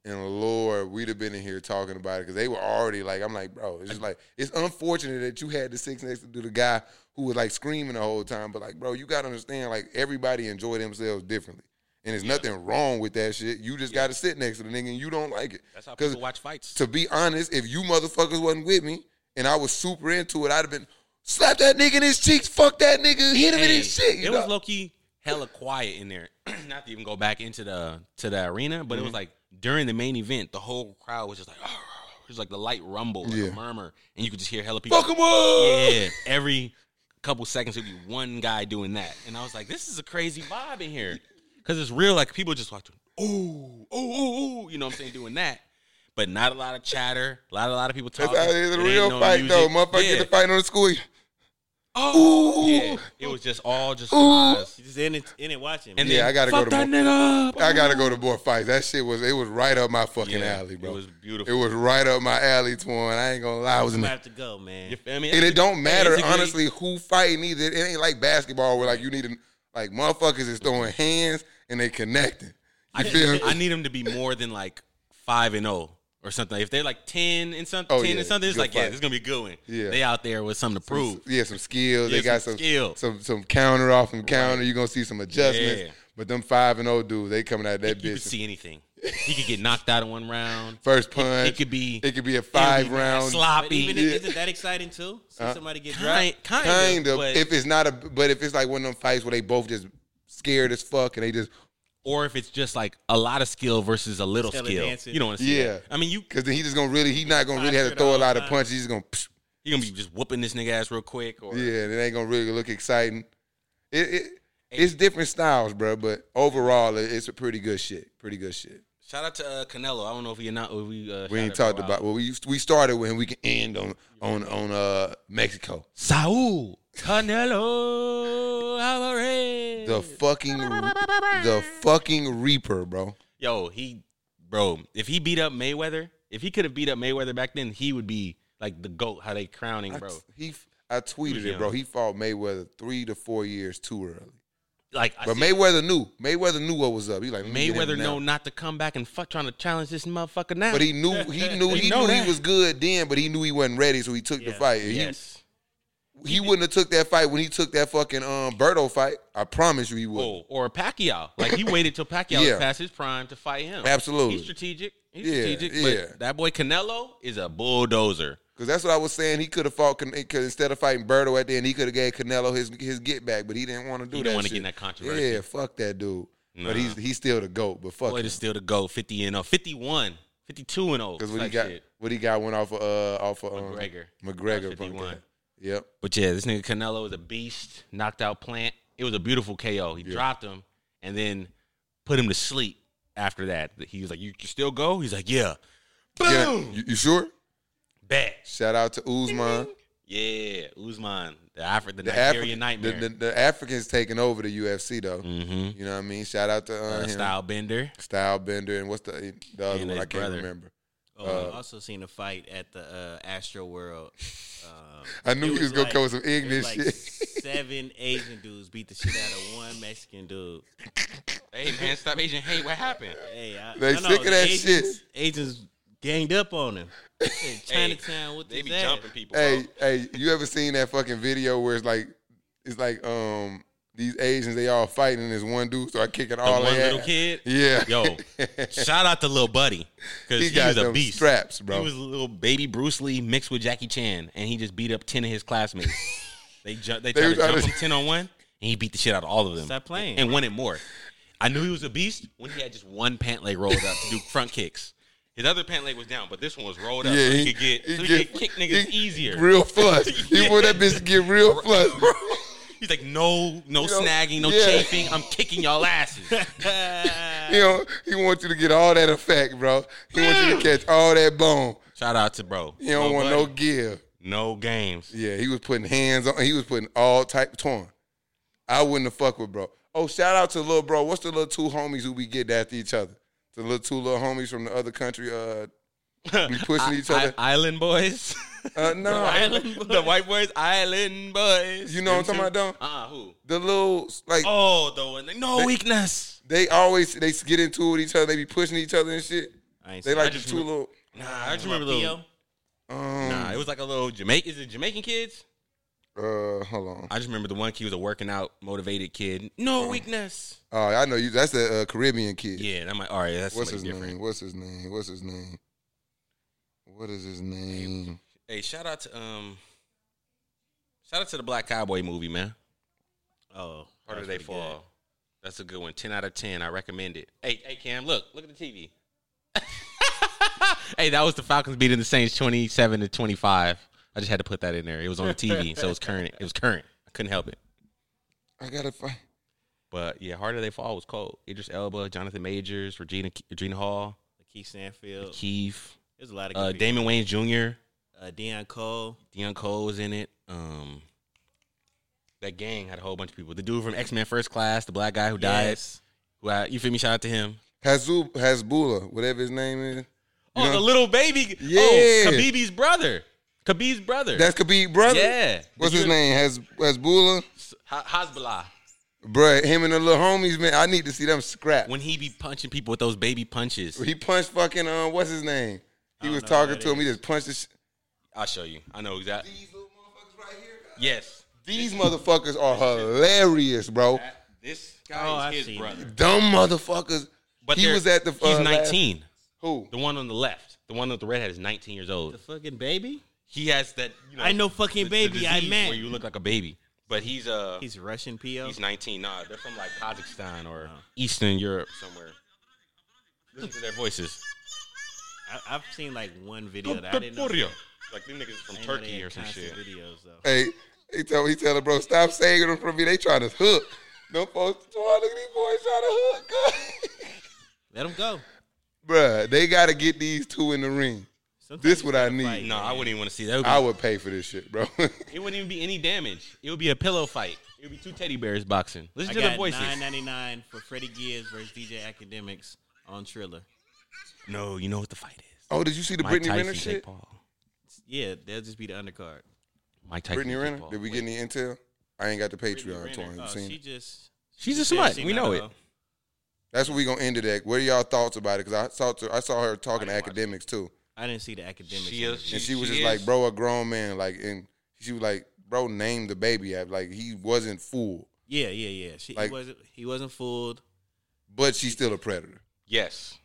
Speaker 2: And Lord, we'd have been in here talking about it because they were already like, I'm like, bro, it's just like it's unfortunate that you had the six next to the guy who was like screaming the whole time. But like, bro, you gotta understand, like everybody enjoy themselves differently. And there's nothing wrong with that shit. You just gotta sit next to the nigga and you don't like it.
Speaker 1: that's how
Speaker 2: 'Cause
Speaker 1: people watch fights.
Speaker 2: to be honest, if you motherfuckers wasn't with me and I was super into it, I'd have been slap that nigga in his cheeks, fuck that nigga, hit him in
Speaker 1: Hey,
Speaker 2: his shit. You
Speaker 1: it
Speaker 2: know?
Speaker 1: was low key hella quiet in there. Not to even go back into the to the arena, but it
Speaker 2: Mm-hmm.
Speaker 1: was like during the main event, the whole crowd was just like, "Oh." it was like the light rumble, like
Speaker 2: Yeah.
Speaker 1: a murmur, and you could just hear hella people.
Speaker 2: fuck him up.
Speaker 1: Yeah, every couple seconds there'd be one guy doing that, and I was like, this is a crazy vibe in here because it's real. Like people just watching, ooh, ooh, ooh, ooh, you know what I'm saying, doing that. But not a lot of chatter, a lot, a lot of people
Speaker 2: That's
Speaker 1: talking.
Speaker 2: how it is
Speaker 1: It
Speaker 2: a
Speaker 1: ain't
Speaker 2: real
Speaker 1: no
Speaker 2: fight though.
Speaker 1: music.
Speaker 2: Motherfucker
Speaker 1: Yeah.
Speaker 2: get the fight on the school.
Speaker 1: Oh,
Speaker 2: Ooh.
Speaker 1: yeah. It was just all just lies.
Speaker 3: You just in it, in it watching.
Speaker 1: And
Speaker 2: Yeah,
Speaker 1: then,
Speaker 2: I gotta go
Speaker 1: fuck
Speaker 2: to
Speaker 1: that
Speaker 2: more-
Speaker 1: nigga up.
Speaker 2: I gotta go to more fights. That shit was it was right up my fucking
Speaker 1: Yeah,
Speaker 2: alley, bro.
Speaker 1: It was beautiful.
Speaker 2: It was right up my alley, Twan. I ain't gonna lie. I was in
Speaker 3: I'm
Speaker 2: the-
Speaker 3: gonna have to go, man.
Speaker 1: you feel me?
Speaker 2: and it don't matter
Speaker 1: Basically-
Speaker 2: honestly who fighting either. It ain't like basketball where like you need to like motherfuckers is throwing hands and they connecting. You
Speaker 1: I,
Speaker 2: feel me?
Speaker 1: I need them to be more than like five and zero or something. If they're like ten and something,
Speaker 2: Oh,
Speaker 1: ten
Speaker 2: yeah,
Speaker 1: and something, it's
Speaker 2: good
Speaker 1: like yeah,
Speaker 2: fight.
Speaker 1: this is gonna be a good one.
Speaker 2: Yeah.
Speaker 1: they out there with something to prove.
Speaker 2: Yeah, some skills.
Speaker 1: Yeah,
Speaker 2: they got
Speaker 1: some
Speaker 2: some
Speaker 1: skill.
Speaker 2: some some counter off and counter. You're gonna see some adjustments.
Speaker 1: Yeah.
Speaker 2: But them five and oh dudes, they coming out that
Speaker 1: You
Speaker 2: bitch.
Speaker 1: could see anything. He could get knocked out in one round.
Speaker 2: First punch.
Speaker 1: It could be
Speaker 2: it could be a five round
Speaker 3: But
Speaker 1: sloppy.
Speaker 3: even if- isn't that exciting too? See
Speaker 2: Uh,
Speaker 3: somebody get
Speaker 1: kind,
Speaker 3: dropped.
Speaker 1: kind,
Speaker 2: kind of.
Speaker 1: but-
Speaker 2: If it's not a but if it's like one of them fights where they both just scared as fuck and they just
Speaker 1: or if it's just like a lot of skill versus a little
Speaker 3: Skill
Speaker 1: skill.
Speaker 3: advancing.
Speaker 1: You don't want to see
Speaker 2: Yeah.
Speaker 1: that. I mean, you
Speaker 2: cause then he just gonna really he not gonna really have to throw a lot of punches. He's gonna psh,
Speaker 1: you gonna be just whooping this nigga ass real quick. Or
Speaker 2: Yeah, and it ain't gonna really look exciting. It, it it's different styles, bro. But overall, it, it's a pretty good shit. Pretty good shit.
Speaker 1: shout out to uh, Canelo. I don't know if he not. If we uh,
Speaker 2: We
Speaker 1: shout it
Speaker 2: ain't
Speaker 1: for a
Speaker 2: talked
Speaker 1: while.
Speaker 2: about. Well, we used- we started with, and we can end on on on uh Mexico.
Speaker 1: Saul Canelo Alvarez.
Speaker 2: The fucking the fucking Reaper, bro.
Speaker 1: Yo, he, bro, if he beat up Mayweather, if he could have beat up Mayweather back then, he would be like the goat. How they crowning,
Speaker 2: I,
Speaker 1: bro?
Speaker 2: he I tweeted it, bro. He fought Mayweather three to four years too early.
Speaker 1: Like, I
Speaker 2: But
Speaker 1: see
Speaker 2: Mayweather knew. Mayweather knew what was up. He like let me get him
Speaker 1: Mayweather
Speaker 2: now.
Speaker 1: know not to come back and fuck trying to challenge this motherfucker now.
Speaker 2: But he knew he knew
Speaker 1: He
Speaker 2: he
Speaker 1: know
Speaker 2: knew
Speaker 1: that.
Speaker 2: he was good then, but he knew he wasn't ready, so he took the
Speaker 3: Yeah.
Speaker 2: fight. He-
Speaker 1: yes.
Speaker 2: he, wouldn't have took that fight when he took that fucking um Berto fight. I promise you, he would.
Speaker 1: Oh, or Pacquiao. Like he waited till Pacquiao
Speaker 2: Yeah.
Speaker 1: was past his prime to fight him.
Speaker 2: Absolutely.
Speaker 1: He's strategic. He's
Speaker 2: Yeah,
Speaker 1: strategic.
Speaker 2: yeah.
Speaker 1: But that boy Canelo is a bulldozer.
Speaker 2: Because that's what I was saying. He could have fought Can- could- instead of fighting Berto at the end. He could have gave Canelo his his get back, but he didn't want to do
Speaker 1: He
Speaker 2: that.
Speaker 1: didn't wanna get
Speaker 2: shit.
Speaker 1: in that controversy.
Speaker 2: Yeah, fuck that dude. But he's he's still the goat. But fuck
Speaker 1: Boy,
Speaker 2: him.
Speaker 1: to still to go 50 and 0, 51, 52 and 0.
Speaker 2: Because what he
Speaker 1: type
Speaker 2: got,
Speaker 1: shit.
Speaker 2: what he got went off of uh, off of um,
Speaker 1: McGregor.
Speaker 2: McGregor,
Speaker 1: About 51.
Speaker 2: punk ass. Yep.
Speaker 1: But yeah, this nigga Canelo is a beast. Knocked out Plant. It was a beautiful KO. He dropped him and then put him to sleep. After that, he was like, "You can still go." He's like, "Yeah,
Speaker 2: Yeah,
Speaker 1: boom,
Speaker 2: you, you sure?
Speaker 1: back."
Speaker 2: Shout out to Uzman.
Speaker 1: Yeah, Usman, the Afri- the,
Speaker 2: The,
Speaker 1: Nigerian
Speaker 2: Afri-
Speaker 1: nightmare,
Speaker 2: the, the, the Africans taking over the UFC though.
Speaker 1: Mhm.
Speaker 2: You know what I mean? Shout out to uh,
Speaker 1: uh,
Speaker 2: him.
Speaker 1: Style Bender.
Speaker 2: Style Bender and what's the the other
Speaker 1: And
Speaker 2: one
Speaker 1: his
Speaker 2: I can't
Speaker 1: brother.
Speaker 2: remember.
Speaker 3: Oh,
Speaker 2: uh,
Speaker 3: I also seen a fight at the uh, Astro World. Um,
Speaker 2: I knew
Speaker 3: it
Speaker 2: he was gonna
Speaker 3: like-
Speaker 2: come with some
Speaker 3: it was
Speaker 2: ignorant
Speaker 3: like
Speaker 2: shit.
Speaker 3: Seven Asian dudes beat the shit out of one Mexican dude.
Speaker 1: Hey man, stop Asian hate. What happened?
Speaker 3: Hey, I,
Speaker 2: They
Speaker 3: no, no,
Speaker 2: sick of
Speaker 3: the
Speaker 2: that shit.
Speaker 3: agents, Agents ganged up on him. Hey, Chinatown with
Speaker 1: They
Speaker 3: his
Speaker 1: be
Speaker 3: ass.
Speaker 1: jumping people.
Speaker 2: hey, hey, you ever seen that fucking video where it's like it's like um these Asians they all fighting and there's one dude so I kicking
Speaker 1: bro.
Speaker 2: all
Speaker 1: the
Speaker 2: they
Speaker 1: one little
Speaker 2: ass.
Speaker 1: kid.
Speaker 2: Yeah.
Speaker 1: Yo, shout out to little buddy because
Speaker 2: he
Speaker 1: he,
Speaker 2: got
Speaker 1: was a
Speaker 2: them
Speaker 1: beast.
Speaker 2: straps, bro.
Speaker 1: He was a little baby Bruce Lee mixed with Jackie Chan, and he just beat up ten of his classmates. they ju- they
Speaker 2: They
Speaker 1: tried
Speaker 2: was
Speaker 1: to jump
Speaker 2: trying to-
Speaker 1: him ten on one, and he beat the shit out of all of them.
Speaker 3: Stop playing.
Speaker 1: and wanted more. I knew he was a beast when he had just one pant leg rolled up to do front kicks. His other pant leg was down, but this one was rolled up. so he, could get, so he could kick niggas
Speaker 2: he-
Speaker 1: easier.
Speaker 2: Real fuss. He want that bitch to get real fuss, bro.
Speaker 1: He's like, no, no
Speaker 2: know,
Speaker 1: snagging, no
Speaker 2: yeah.
Speaker 1: chafing. I'm kicking y'all asses.
Speaker 2: You know, he wants you to get all that effect, bro. He wants you to catch all that bone.
Speaker 1: Shout out to bro.
Speaker 2: He don't
Speaker 1: Lil
Speaker 2: want no
Speaker 1: Buddy.
Speaker 2: give.
Speaker 1: no games.
Speaker 2: Yeah, he was putting hands on. He was putting all type torn. I wouldn't have fucked with bro. Oh, shout out to little bro. What's the little two homies who be getting after each other? The little two little homies from the other country. Uh, We pushing each
Speaker 1: I-
Speaker 2: other.
Speaker 1: island boys.
Speaker 2: Uh, no,
Speaker 3: Island boy.
Speaker 1: the white boys, island boys.
Speaker 2: you know what I'm talking
Speaker 1: Them
Speaker 2: about
Speaker 1: two?
Speaker 2: though.
Speaker 1: Uh-uh, who?
Speaker 2: The little like
Speaker 1: Oh, the one. No weakness.
Speaker 2: they always they get into it with each other. They be pushing each other and shit.
Speaker 3: I ain't
Speaker 2: They
Speaker 3: seen-
Speaker 2: like the
Speaker 1: just
Speaker 2: two
Speaker 1: remember-
Speaker 2: little. um,
Speaker 1: Nah, I just remember
Speaker 3: Theo?
Speaker 1: little. Nah, it was like a little Jamaican. Is it Jamaican kids?
Speaker 2: Uh, hold on.
Speaker 1: I just remember the one kid was a working out, motivated kid. No weakness.
Speaker 2: Oh, I know you. That's the uh, Caribbean kid.
Speaker 1: Yeah, and I'm like, all right, that's
Speaker 2: What's
Speaker 1: somebody
Speaker 2: his
Speaker 1: different.
Speaker 2: name? What's his name? What's his name? What is his name?
Speaker 1: Hey, shout out to um, shout out to the Black Cowboy movie, man.
Speaker 3: Oh,
Speaker 1: Part of
Speaker 3: that
Speaker 1: They
Speaker 3: was pretty good.
Speaker 1: Fall. That's a good one. Ten out of ten. I recommend it. Hey, hey, Cam, look, look at the TV. hey, that was the Falcons beating the Saints twenty-seven to twenty-five. I just had to put that in there. It was on the TV, so it was current. It was current. I couldn't help it.
Speaker 2: I gotta find.
Speaker 1: But yeah, Harder They Fall was cold. Idris Elba, Jonathan Majors, Regina Regina Hall,
Speaker 3: Keith Sanfield.
Speaker 1: Keith,
Speaker 3: There's a lot of good
Speaker 1: uh,
Speaker 3: people.
Speaker 1: Damon Wayne Jr.,
Speaker 3: Uh, Deion Cole.
Speaker 1: Deion Cole was in it. Um, that gang had a whole bunch of people. The dude from X Men First Class, the black guy who died.
Speaker 3: Yes.
Speaker 1: Who I, you feel me? Shout out to him.
Speaker 2: Hazub Hasbula, whatever his name is.
Speaker 1: Oh,
Speaker 2: know-
Speaker 1: the little baby.
Speaker 2: Yeah.
Speaker 1: Oh, Khabibi's brother. Khabib's brother.
Speaker 2: That's Khabib brother.
Speaker 1: yeah.
Speaker 2: What's his name? Has Hasbula,
Speaker 1: Hasbullah.
Speaker 2: Bruh, Him and the little homies, man. I need to see them scrap.
Speaker 1: When he be punching people with those baby punches,
Speaker 2: he punched fucking um, what's his name? He
Speaker 3: don't
Speaker 2: was
Speaker 3: know
Speaker 2: talking
Speaker 3: who
Speaker 2: to
Speaker 3: that
Speaker 2: him. He just punched the sh-
Speaker 1: I'll show you. I know exactly.
Speaker 2: These little motherfuckers right here. guys.
Speaker 1: Yes.
Speaker 2: These motherfuckers are hilarious, bro.
Speaker 1: This
Speaker 3: Oh,
Speaker 1: guy
Speaker 3: I've
Speaker 1: is his
Speaker 3: seen
Speaker 1: brother.
Speaker 2: Dumb motherfuckers.
Speaker 1: But
Speaker 2: he
Speaker 1: they're-
Speaker 2: was at the.
Speaker 1: He's
Speaker 2: uh, last-
Speaker 1: 19.
Speaker 2: Who?
Speaker 1: The one on the left, the one with the red hat, is 19 years
Speaker 3: The
Speaker 1: old.
Speaker 3: fucking baby?
Speaker 1: He has that. You know,
Speaker 3: I know
Speaker 1: the-
Speaker 3: fucking
Speaker 1: the
Speaker 3: baby, I
Speaker 1: disease
Speaker 3: meant.
Speaker 1: Where you look like a baby, but he's uh he's,
Speaker 3: He's Russian PO.
Speaker 1: 19. Nah, they're from like Kazakhstan
Speaker 3: Uh-huh.
Speaker 1: or Eastern Europe somewhere. Listen to their voices.
Speaker 3: I, I've seen like one video that I didn't know.
Speaker 1: Like these niggas from
Speaker 3: I didn't know they
Speaker 1: Turkey
Speaker 3: had
Speaker 1: or some
Speaker 3: constant
Speaker 1: shit.
Speaker 3: Videos, though.
Speaker 2: Hey, he tell he tell her, bro, stop saying them from me. They trying to hook. No folks, oh, look at these boys trying to hook.
Speaker 3: Let him go.
Speaker 2: Bruh, they gotta get these two in the ring.
Speaker 3: Sometimes
Speaker 2: This
Speaker 3: you
Speaker 2: what I
Speaker 3: gotta
Speaker 2: need.
Speaker 3: fight,
Speaker 1: No, I
Speaker 3: man.
Speaker 1: wouldn't even want to see that. It would be-
Speaker 2: I would pay for this shit, bro.
Speaker 1: it wouldn't even be any damage. It would be a pillow fight. It would be two teddy bears boxing. Listen
Speaker 3: I
Speaker 1: to
Speaker 3: got
Speaker 1: the voices.
Speaker 3: nine ninety nine for Freddie Gibbs versus DJ Academics on Triller.
Speaker 1: No, you know what the fight is.
Speaker 2: oh, did you see the
Speaker 1: Mike
Speaker 2: Brittany Renner
Speaker 1: Tyson, Jake
Speaker 2: shit?
Speaker 1: Paul.
Speaker 3: Yeah, that'll just be the undercard.
Speaker 1: Mike Tyson,
Speaker 2: Brittany
Speaker 1: Jake
Speaker 2: Renner?
Speaker 1: Paul.
Speaker 2: Did we get any intel? I ain't got the
Speaker 3: Brittany
Speaker 2: Patreon
Speaker 3: Renner,
Speaker 2: torn.
Speaker 1: uh,
Speaker 3: oh,
Speaker 2: You seen?
Speaker 3: she
Speaker 2: it?
Speaker 3: just
Speaker 1: She's a
Speaker 3: she
Speaker 1: smut.
Speaker 3: said
Speaker 1: We
Speaker 3: she
Speaker 1: know
Speaker 3: not,
Speaker 1: it.
Speaker 3: uh,
Speaker 2: That's what we gonna end it at. What are y'all thoughts about it? Cause I saw to, I saw her talking to academics too,
Speaker 3: I didn't see the academics.
Speaker 1: She is-
Speaker 2: and she was
Speaker 1: She
Speaker 2: just
Speaker 1: is-
Speaker 2: like, bro, a grown man, like, and she was like, bro, name the baby app. Like he wasn't fooled,
Speaker 3: yeah, yeah, yeah. She
Speaker 2: Like-
Speaker 3: he wasn't he wasn't fooled.
Speaker 2: but she's still a predator.
Speaker 1: Yes,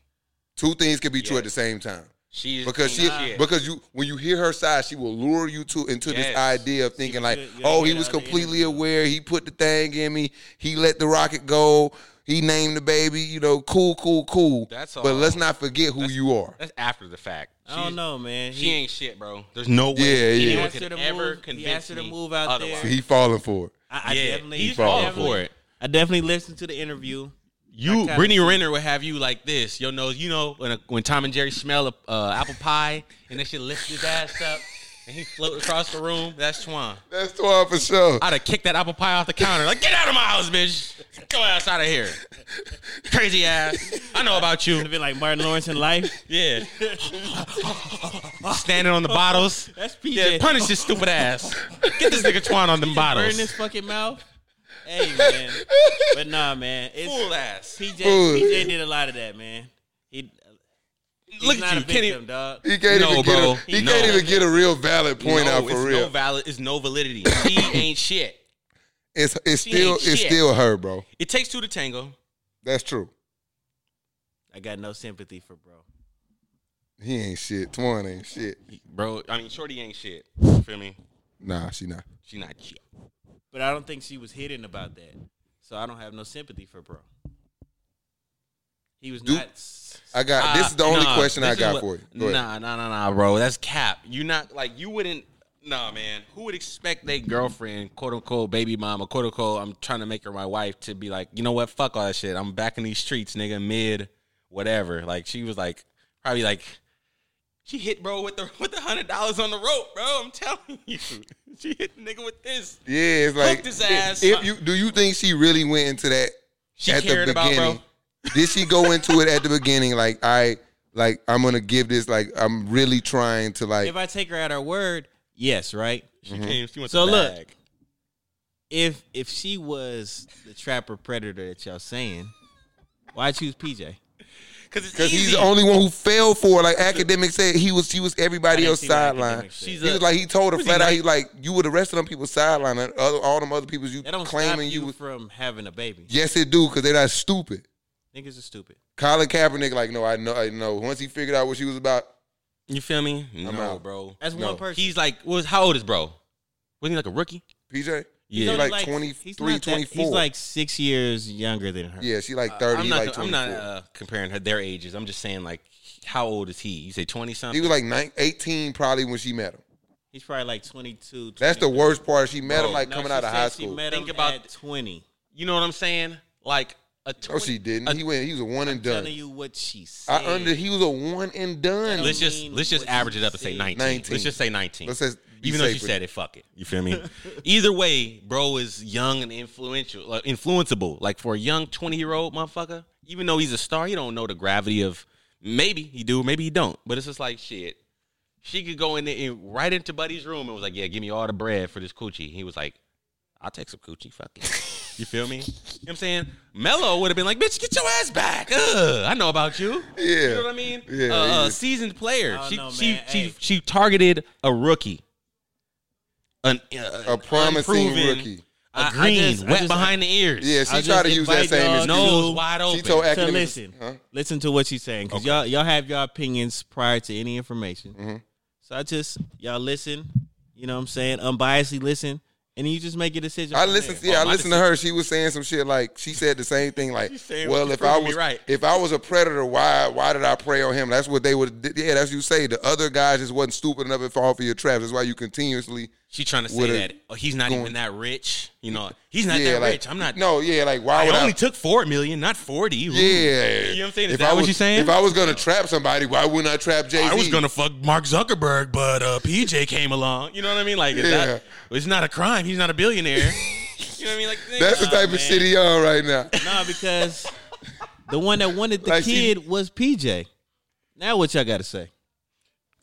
Speaker 2: Two things can be true at
Speaker 1: Yes.
Speaker 2: the same time.
Speaker 1: she's
Speaker 2: because she
Speaker 1: Yeah.
Speaker 2: because you when you hear her side, she will lure you to into this
Speaker 1: Yes.
Speaker 2: idea of thinking like,
Speaker 3: good- good
Speaker 2: oh, he
Speaker 3: at
Speaker 2: was
Speaker 3: other
Speaker 2: completely
Speaker 3: interviews.
Speaker 2: aware. He put the thing in me. He let the rocket go. He named the baby. You know, cool, cool, cool.
Speaker 1: That's
Speaker 2: But
Speaker 1: all.
Speaker 2: let's not forget who you are.
Speaker 1: That's after the fact.
Speaker 3: I don't know, man.
Speaker 1: She ain't shit, bro. There's no way
Speaker 2: Yeah, yeah.
Speaker 1: anyone
Speaker 3: He asked her
Speaker 1: could
Speaker 3: to
Speaker 1: ever
Speaker 3: move- he
Speaker 1: convince
Speaker 3: asked her to
Speaker 1: me
Speaker 3: move out there.
Speaker 1: otherwise.
Speaker 2: He falling for it.
Speaker 3: I, I
Speaker 1: Yeah,
Speaker 3: definitely
Speaker 1: he's
Speaker 3: I
Speaker 1: falling
Speaker 3: definitely-
Speaker 1: for it.
Speaker 3: I definitely listened to the interview.
Speaker 1: You,
Speaker 3: kinda
Speaker 1: Brittany Renner, would have you like this. Your nose, you know, when, a, when Tom and Jerry smell a uh, apple pie and that shit lifts his ass up and he float across the room. That's Twan.
Speaker 2: That's twelve for sure.
Speaker 1: I'd have kicked that apple pie off the counter. Like, get out of my house, bitch. Go ass out of here. Crazy ass. I know about
Speaker 3: It'd
Speaker 1: you.
Speaker 3: be like Martin Lawrence in life.
Speaker 1: Yeah. Standing on the bottles.
Speaker 3: That's PJ.
Speaker 1: Yeah, punish his stupid ass. Get this nigga Twan on them
Speaker 3: burn
Speaker 1: bottles.
Speaker 3: his fucking mouth. Hey man, but nah, man. It's,
Speaker 1: Fool ass.
Speaker 3: PJ,
Speaker 2: Fool.
Speaker 3: PJ did a lot of that, man. He he's
Speaker 1: Look
Speaker 3: not
Speaker 1: at you.
Speaker 3: a
Speaker 1: Can't
Speaker 3: victim,
Speaker 1: even,
Speaker 3: dog.
Speaker 2: He can't
Speaker 1: No,
Speaker 2: even get
Speaker 1: bro.
Speaker 2: a, he
Speaker 1: No.
Speaker 2: can't even get a real valid point
Speaker 1: no,
Speaker 2: out
Speaker 1: it's
Speaker 2: for real.
Speaker 1: no valid. It's no validity. He ain't shit.
Speaker 2: it's it's still
Speaker 1: ain't
Speaker 2: it's
Speaker 1: shit.
Speaker 2: still her, bro.
Speaker 1: It takes two to tango.
Speaker 2: That's true.
Speaker 3: I got no sympathy for bro.
Speaker 2: He ain't shit. Twan ain't shit.
Speaker 1: Bro, I mean, Shorty ain't shit. You feel me?
Speaker 2: Nah, she not.
Speaker 1: She not shit.
Speaker 3: But I don't think she was hidden about that, so I don't have no sympathy for bro. He was
Speaker 2: Do-
Speaker 3: not. s-
Speaker 2: I got
Speaker 1: Uh,
Speaker 2: this is the only
Speaker 1: nah,
Speaker 2: question I
Speaker 1: this is
Speaker 2: got
Speaker 1: what-
Speaker 2: for you. Go ahead.
Speaker 1: Nah, nah, nah, nah, bro. That's cap. You not like you wouldn't. Nah, man. Who would expect their girlfriend, quote unquote, baby mama, quote unquote, I'm trying to make her my wife, to be like, you know what? Fuck all that shit. I'm back in these streets, nigga. Mid, whatever. Like she was like, probably like, she hit bro with the with the hundred dollars on the rope, bro. I'm telling you, she hit the nigga with this.
Speaker 2: Yeah, it's like
Speaker 1: his ass
Speaker 2: If
Speaker 1: up.
Speaker 2: you do you think she really went into that
Speaker 1: She
Speaker 2: at the
Speaker 1: cared about,
Speaker 2: beginning?
Speaker 1: bro.
Speaker 2: Did she go into it at the beginning like, all right, like I'm gonna give this like I'm really trying to like
Speaker 3: If I take her at her word, yes, right?
Speaker 1: She
Speaker 2: Mm-hmm.
Speaker 1: came. She went
Speaker 3: So
Speaker 1: to
Speaker 3: look.
Speaker 1: bag.
Speaker 3: If if she was the trapper predator that y'all saying, why choose PJ?
Speaker 1: because it's
Speaker 2: Because
Speaker 1: easy.
Speaker 2: he's the only one who fell for it. Like academics said, he was he was everybody
Speaker 3: didn't
Speaker 2: else's
Speaker 3: see what
Speaker 2: sideline.
Speaker 3: academics said.
Speaker 2: He
Speaker 1: She's
Speaker 2: was
Speaker 1: a-
Speaker 2: like he told her
Speaker 1: was he
Speaker 2: flat out,
Speaker 1: like-
Speaker 2: he like you were the rest of them people's sideline. and Other, all them other people's you
Speaker 3: That don't
Speaker 2: claiming
Speaker 3: stop
Speaker 2: you
Speaker 3: you,
Speaker 2: was.
Speaker 3: from having a baby.
Speaker 2: Yes, it do because they're not stupid.
Speaker 3: Niggas are stupid.
Speaker 2: Colin Kaepernick, like no, I know, I know. Once he figured out what she was about,
Speaker 1: You feel me? No,
Speaker 2: out.
Speaker 1: bro.
Speaker 3: That's
Speaker 2: No.
Speaker 3: one person.
Speaker 1: He's like, was how old is bro? Wasn't he like a rookie?
Speaker 2: PJ,
Speaker 1: Yeah.
Speaker 2: yeah,
Speaker 1: He's
Speaker 2: she
Speaker 3: only
Speaker 2: like,
Speaker 3: he's
Speaker 2: 23,
Speaker 3: not that-
Speaker 2: 24.
Speaker 3: He's like six years younger than her.
Speaker 2: yeah, she like thirty,
Speaker 1: Uh, I'm
Speaker 2: he
Speaker 1: not.
Speaker 2: like
Speaker 1: I'm
Speaker 2: twenty
Speaker 1: not
Speaker 2: four.
Speaker 1: uh, comparing her their ages. I'm just saying like, how old is he? You say twenty
Speaker 2: He
Speaker 1: something.
Speaker 2: was like nine, 18 probably when she met him.
Speaker 3: He's probably like 22.
Speaker 2: That's the
Speaker 3: 23.
Speaker 2: worst part. She met
Speaker 1: Bro,
Speaker 2: him like
Speaker 3: No,
Speaker 2: coming
Speaker 3: she
Speaker 2: out of
Speaker 3: said
Speaker 2: high
Speaker 3: she
Speaker 2: school.
Speaker 3: Met
Speaker 1: Think
Speaker 3: Think
Speaker 1: about-
Speaker 3: about twenty.
Speaker 1: You know what I'm saying? Like a.
Speaker 2: Oh,
Speaker 1: 20
Speaker 2: she didn't.
Speaker 1: a-
Speaker 2: he went. He was a one and done.
Speaker 3: Telling you what she said.
Speaker 2: I under. He was a one and done.
Speaker 1: let's just
Speaker 3: mean
Speaker 1: let's just
Speaker 3: what
Speaker 1: average
Speaker 3: you
Speaker 1: it up and say
Speaker 3: said.
Speaker 1: 19.
Speaker 2: 19.
Speaker 1: Let's just say 19.
Speaker 2: Let's just be
Speaker 1: even though she
Speaker 2: safe with
Speaker 1: said it, fuck it. You feel me? Either way, bro is young and influential, like, influenceable. Like for a young 20 year old motherfucker, even though he's a star, he don't know the gravity of. Maybe he do, maybe he don't. But it's just like shit. She could go in there and right into Buddy's room and was like, "Yeah, give me all the bread for this coochie." He was like, "I'll take some coochie, fuck it." You feel me? You know what I'm saying? Mello would have been like, "Bitch, get your ass back." Ugh, I know about you.
Speaker 2: Yeah.
Speaker 1: You know what I mean?
Speaker 2: Yeah,
Speaker 1: Uh,
Speaker 2: he
Speaker 1: uh,
Speaker 2: just-
Speaker 1: seasoned player.
Speaker 3: I
Speaker 1: She
Speaker 3: don't know,
Speaker 1: she
Speaker 3: man.
Speaker 1: she
Speaker 3: Hey.
Speaker 1: she targeted a rookie. An, uh,
Speaker 2: a
Speaker 1: an
Speaker 2: promising
Speaker 1: unproven-
Speaker 2: rookie.
Speaker 3: I-
Speaker 1: A
Speaker 3: I
Speaker 1: green,
Speaker 3: just- I
Speaker 1: wet
Speaker 3: just-
Speaker 1: behind the ears.
Speaker 2: Yeah, she
Speaker 3: I
Speaker 2: tried to
Speaker 3: just
Speaker 2: use that
Speaker 3: invite
Speaker 2: same
Speaker 3: y'all
Speaker 2: excuse.
Speaker 3: to-
Speaker 1: nose wide open.
Speaker 2: She told
Speaker 3: So
Speaker 2: academics.
Speaker 3: listen,
Speaker 2: Huh?
Speaker 3: listen to what she's saying because y'all y'all have your opinions prior to any information.
Speaker 2: Mhm.
Speaker 3: So I just y'all listen. You know what I'm saying? Unbiasedly listen, and you just make a decision.
Speaker 2: I
Speaker 3: from
Speaker 2: listened.
Speaker 3: there.
Speaker 2: Yeah, I
Speaker 1: my
Speaker 2: listened to her. She was saying some shit like she said the same thing. Like,
Speaker 1: saying what
Speaker 2: well,
Speaker 1: she
Speaker 2: if I
Speaker 1: proved me
Speaker 2: was
Speaker 1: right.
Speaker 2: if I was a predator, why why did I prey on him? That's what they would. Yeah, that's what you say. The other guys just wasn't stupid enough to fall for your traps. That's why you continuously.
Speaker 1: She trying to say
Speaker 2: With a-
Speaker 1: that oh, he's not
Speaker 2: going-
Speaker 1: even that rich. You know, he's not
Speaker 2: yeah,
Speaker 1: that
Speaker 2: like
Speaker 1: rich. I'm not.
Speaker 2: No, yeah, like why
Speaker 1: I
Speaker 2: would
Speaker 1: only
Speaker 2: I?
Speaker 1: took four million, not forty. Ooh.
Speaker 2: yeah,
Speaker 1: You know what I'm saying? Is
Speaker 2: if
Speaker 1: that
Speaker 2: I
Speaker 1: what
Speaker 2: was,
Speaker 1: you saying?
Speaker 2: If I was gonna trap somebody, why wouldn't I trap Jay Z?
Speaker 1: I was gonna fuck Mark Zuckerberg, but uh, PJ came along. You know what I mean? Like, is
Speaker 2: Yeah.
Speaker 1: that, it's not a crime. He's not a billionaire. you know what I mean? Like,
Speaker 2: That's the
Speaker 1: nigga,
Speaker 2: type
Speaker 1: man.
Speaker 2: of shit he on right now.
Speaker 3: Nah, because the one that wanted the
Speaker 2: Like she-
Speaker 3: kid was PJ. Now what y'all got to say?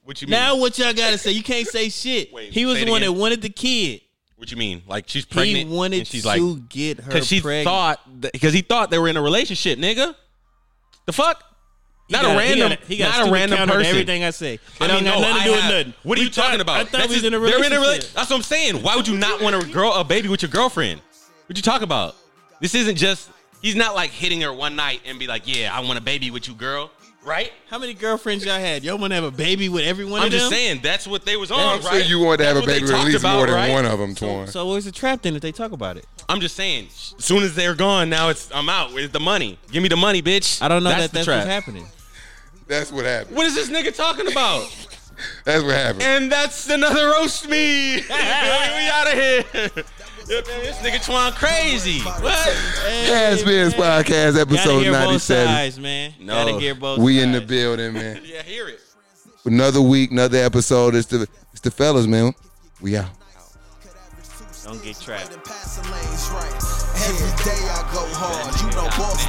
Speaker 1: What you mean?
Speaker 3: Now what y'all got to say? You can't say shit.
Speaker 1: Wait,
Speaker 3: he was
Speaker 1: say it
Speaker 3: the one
Speaker 1: again.
Speaker 3: that wanted the kid.
Speaker 1: What you mean? Like she's pregnant?
Speaker 3: he wanted
Speaker 1: and she's
Speaker 3: to
Speaker 1: like,
Speaker 3: get her
Speaker 1: Because she
Speaker 3: pregnant.
Speaker 1: thought, because he thought they were in a relationship, nigga. The fuck? Not
Speaker 3: got
Speaker 1: a random,
Speaker 3: he got
Speaker 1: not a
Speaker 3: stupid
Speaker 1: random
Speaker 3: counter to
Speaker 1: person.
Speaker 3: Everything I say,
Speaker 1: I
Speaker 3: I
Speaker 1: mean,
Speaker 3: don't
Speaker 1: no,
Speaker 3: got nothing
Speaker 1: I
Speaker 3: to do with
Speaker 1: have-
Speaker 3: nothing.
Speaker 1: What are
Speaker 3: We
Speaker 1: you
Speaker 3: thought-
Speaker 1: talking about?
Speaker 3: I thought
Speaker 1: That's
Speaker 3: we was
Speaker 1: just-
Speaker 3: in a
Speaker 1: they're
Speaker 3: relationship.
Speaker 1: rela- That's what I'm saying. Why would you not want to grow a baby with your girlfriend? What you talking about? This isn't just. He's not like hitting her one night and be like, "Yeah, I want a baby with you, girl." Right?
Speaker 3: How many girlfriends y'all had? Y'all want to have a baby with every one
Speaker 1: I'm
Speaker 3: of
Speaker 1: just
Speaker 3: them?
Speaker 1: saying that's what they was on.
Speaker 2: I'm sure
Speaker 1: right?
Speaker 2: you wanted to have
Speaker 1: That's
Speaker 2: a
Speaker 1: what they
Speaker 2: baby with at
Speaker 1: talked
Speaker 2: least
Speaker 1: about,
Speaker 2: more than
Speaker 1: right?
Speaker 2: one of them, Twan.
Speaker 3: So where's the trap then if they talk about it?
Speaker 1: I'm just saying. As soon as they're gone, now it's I'm out. Where's the money? Give me the money, bitch.
Speaker 3: I don't know that
Speaker 1: the
Speaker 3: that's
Speaker 1: trap.
Speaker 3: what's happening.
Speaker 2: That's what happened.
Speaker 1: What is this nigga talking about?
Speaker 2: That's what happened.
Speaker 1: And that's another roast me. we out of here. Yeah, man, this nigga Twan crazy. What?
Speaker 2: Cast Bears Podcast,
Speaker 3: Gotta
Speaker 2: episode
Speaker 3: hear both
Speaker 2: 97.
Speaker 3: sides, man.
Speaker 1: No.
Speaker 3: Gotta hear both
Speaker 2: We in the
Speaker 3: sides.
Speaker 2: building, man.
Speaker 1: Yeah, hear it.
Speaker 2: Another week, another episode. It's the it's the fellas, man. We out.
Speaker 3: Don't get trapped.
Speaker 4: Passing lanes right. Every day I go hard. You know, boss.